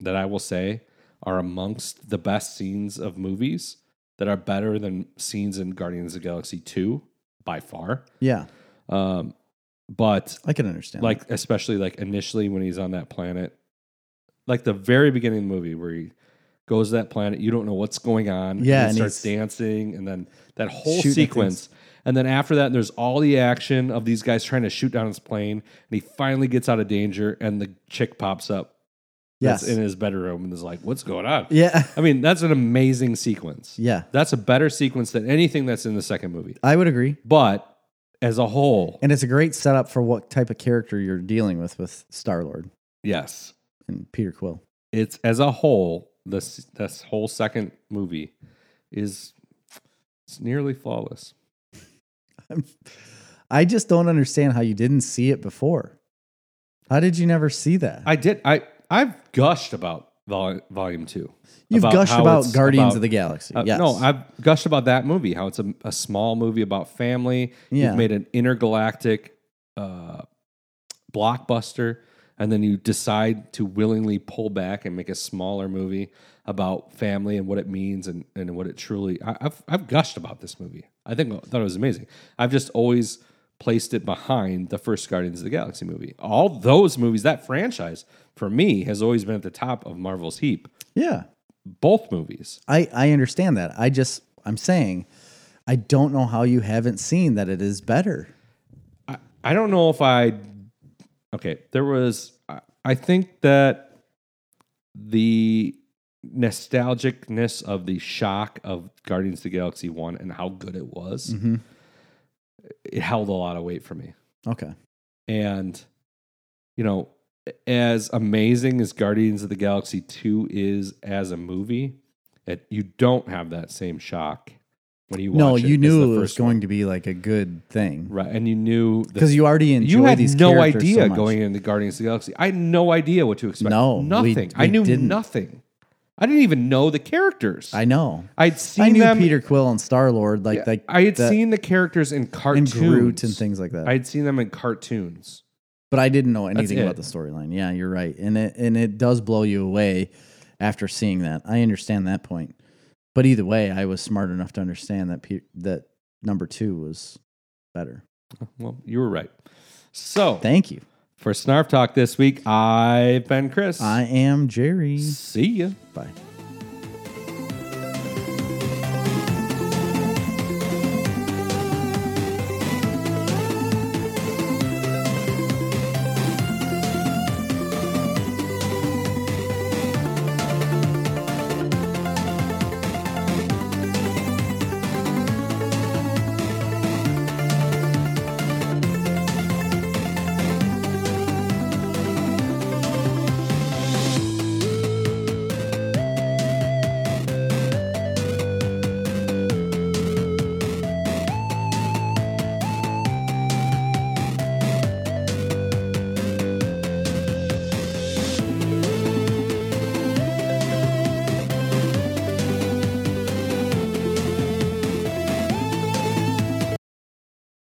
[SPEAKER 1] that I will say are amongst the best scenes of movies that are better than scenes in Guardians of the Galaxy 2 by far.
[SPEAKER 2] Yeah,
[SPEAKER 1] Um, but
[SPEAKER 2] I can understand. that.
[SPEAKER 1] like especially like initially when he's on that planet like the very beginning of the movie where he goes to that planet you don't know what's going on and
[SPEAKER 2] Yeah,
[SPEAKER 1] he
[SPEAKER 2] and
[SPEAKER 1] starts
[SPEAKER 2] he's
[SPEAKER 1] dancing and then that whole
[SPEAKER 2] shooting at
[SPEAKER 1] sequence and then after that there's all the action of these guys trying to shoot down his plane and he finally gets out of danger and the chick pops up
[SPEAKER 2] yes,
[SPEAKER 1] that's in his bedroom and is like what's going on
[SPEAKER 2] yeah, <laughs>
[SPEAKER 1] i mean that's an amazing sequence
[SPEAKER 2] yeah.
[SPEAKER 1] that's a better sequence than anything that's in the second movie
[SPEAKER 2] I would agree.
[SPEAKER 1] but as a whole
[SPEAKER 2] And it's a great setup for what type of character you're dealing with with Star Lord
[SPEAKER 1] yes
[SPEAKER 2] and Peter Quill.
[SPEAKER 1] it's as a whole this this whole second movie is it's nearly flawless
[SPEAKER 2] I just don't understand how you didn't see it before. How did you never see that?
[SPEAKER 1] i did i i've gushed about vol- volume two
[SPEAKER 2] You've
[SPEAKER 1] about
[SPEAKER 2] gushed
[SPEAKER 1] how
[SPEAKER 2] about
[SPEAKER 1] it's
[SPEAKER 2] Guardians
[SPEAKER 1] about-
[SPEAKER 2] of the Galaxy.
[SPEAKER 1] Uh,
[SPEAKER 2] yes.
[SPEAKER 1] no i've gushed about that movie how it's a, a small movie about family
[SPEAKER 2] Yeah.
[SPEAKER 1] you've made an intergalactic uh blockbuster and then you decide to willingly pull back and make a smaller movie about family and what it means and, and what it truly I, I've I've gushed about this movie. I think I thought it was amazing. I've just always placed it behind the first Guardians of the Galaxy movie. All those movies, that franchise for me has always been at the top of Marvel's heap.
[SPEAKER 2] yeah.
[SPEAKER 1] Both movies.
[SPEAKER 2] I, I understand that. I just, I'm saying, I don't know how you haven't seen that it is better.
[SPEAKER 1] I, I don't know if I. Okay, there was. I, I think that the nostalgicness of the shock of Guardians of the Galaxy 1 and how good it was,
[SPEAKER 2] Mm-hmm.
[SPEAKER 1] it held a lot of weight for me.
[SPEAKER 2] Okay.
[SPEAKER 1] And, you know, as amazing as Guardians of the Galaxy 2 is as a movie, it, you don't have that same shock when you watch
[SPEAKER 2] No,
[SPEAKER 1] it
[SPEAKER 2] you
[SPEAKER 1] as
[SPEAKER 2] knew
[SPEAKER 1] the
[SPEAKER 2] it was
[SPEAKER 1] first
[SPEAKER 2] going
[SPEAKER 1] one.
[SPEAKER 2] to be like a good thing
[SPEAKER 1] Right, and you knew the
[SPEAKER 2] because you already enjoy
[SPEAKER 1] you had
[SPEAKER 2] these
[SPEAKER 1] no
[SPEAKER 2] characters
[SPEAKER 1] idea
[SPEAKER 2] so much.
[SPEAKER 1] going into Guardians of the Galaxy. I had no idea what to expect.
[SPEAKER 2] No, we-
[SPEAKER 1] nothing. I
[SPEAKER 2] we
[SPEAKER 1] knew
[SPEAKER 2] didn't.
[SPEAKER 1] nothing. I didn't even know the characters.
[SPEAKER 2] I know.
[SPEAKER 1] I'd seen
[SPEAKER 2] I knew
[SPEAKER 1] them.
[SPEAKER 2] Peter Quill and Star Lord, like like
[SPEAKER 1] I had
[SPEAKER 2] the-
[SPEAKER 1] seen the characters in
[SPEAKER 2] and
[SPEAKER 1] cartoons.
[SPEAKER 2] Groot and things like that.
[SPEAKER 1] I had seen them in cartoons.
[SPEAKER 2] but I didn't know anything
[SPEAKER 1] it.
[SPEAKER 2] about the storyline. Yeah, you're right, and it and it does blow you away after seeing that. I understand that point, but either way, I was smart enough to understand that Pe- that number two was better.
[SPEAKER 1] Well, you were right. So
[SPEAKER 2] Thank you.
[SPEAKER 1] for Snarf Talk this week, I've been Chris.
[SPEAKER 2] I am Jerry.
[SPEAKER 1] See ya.
[SPEAKER 2] Bye.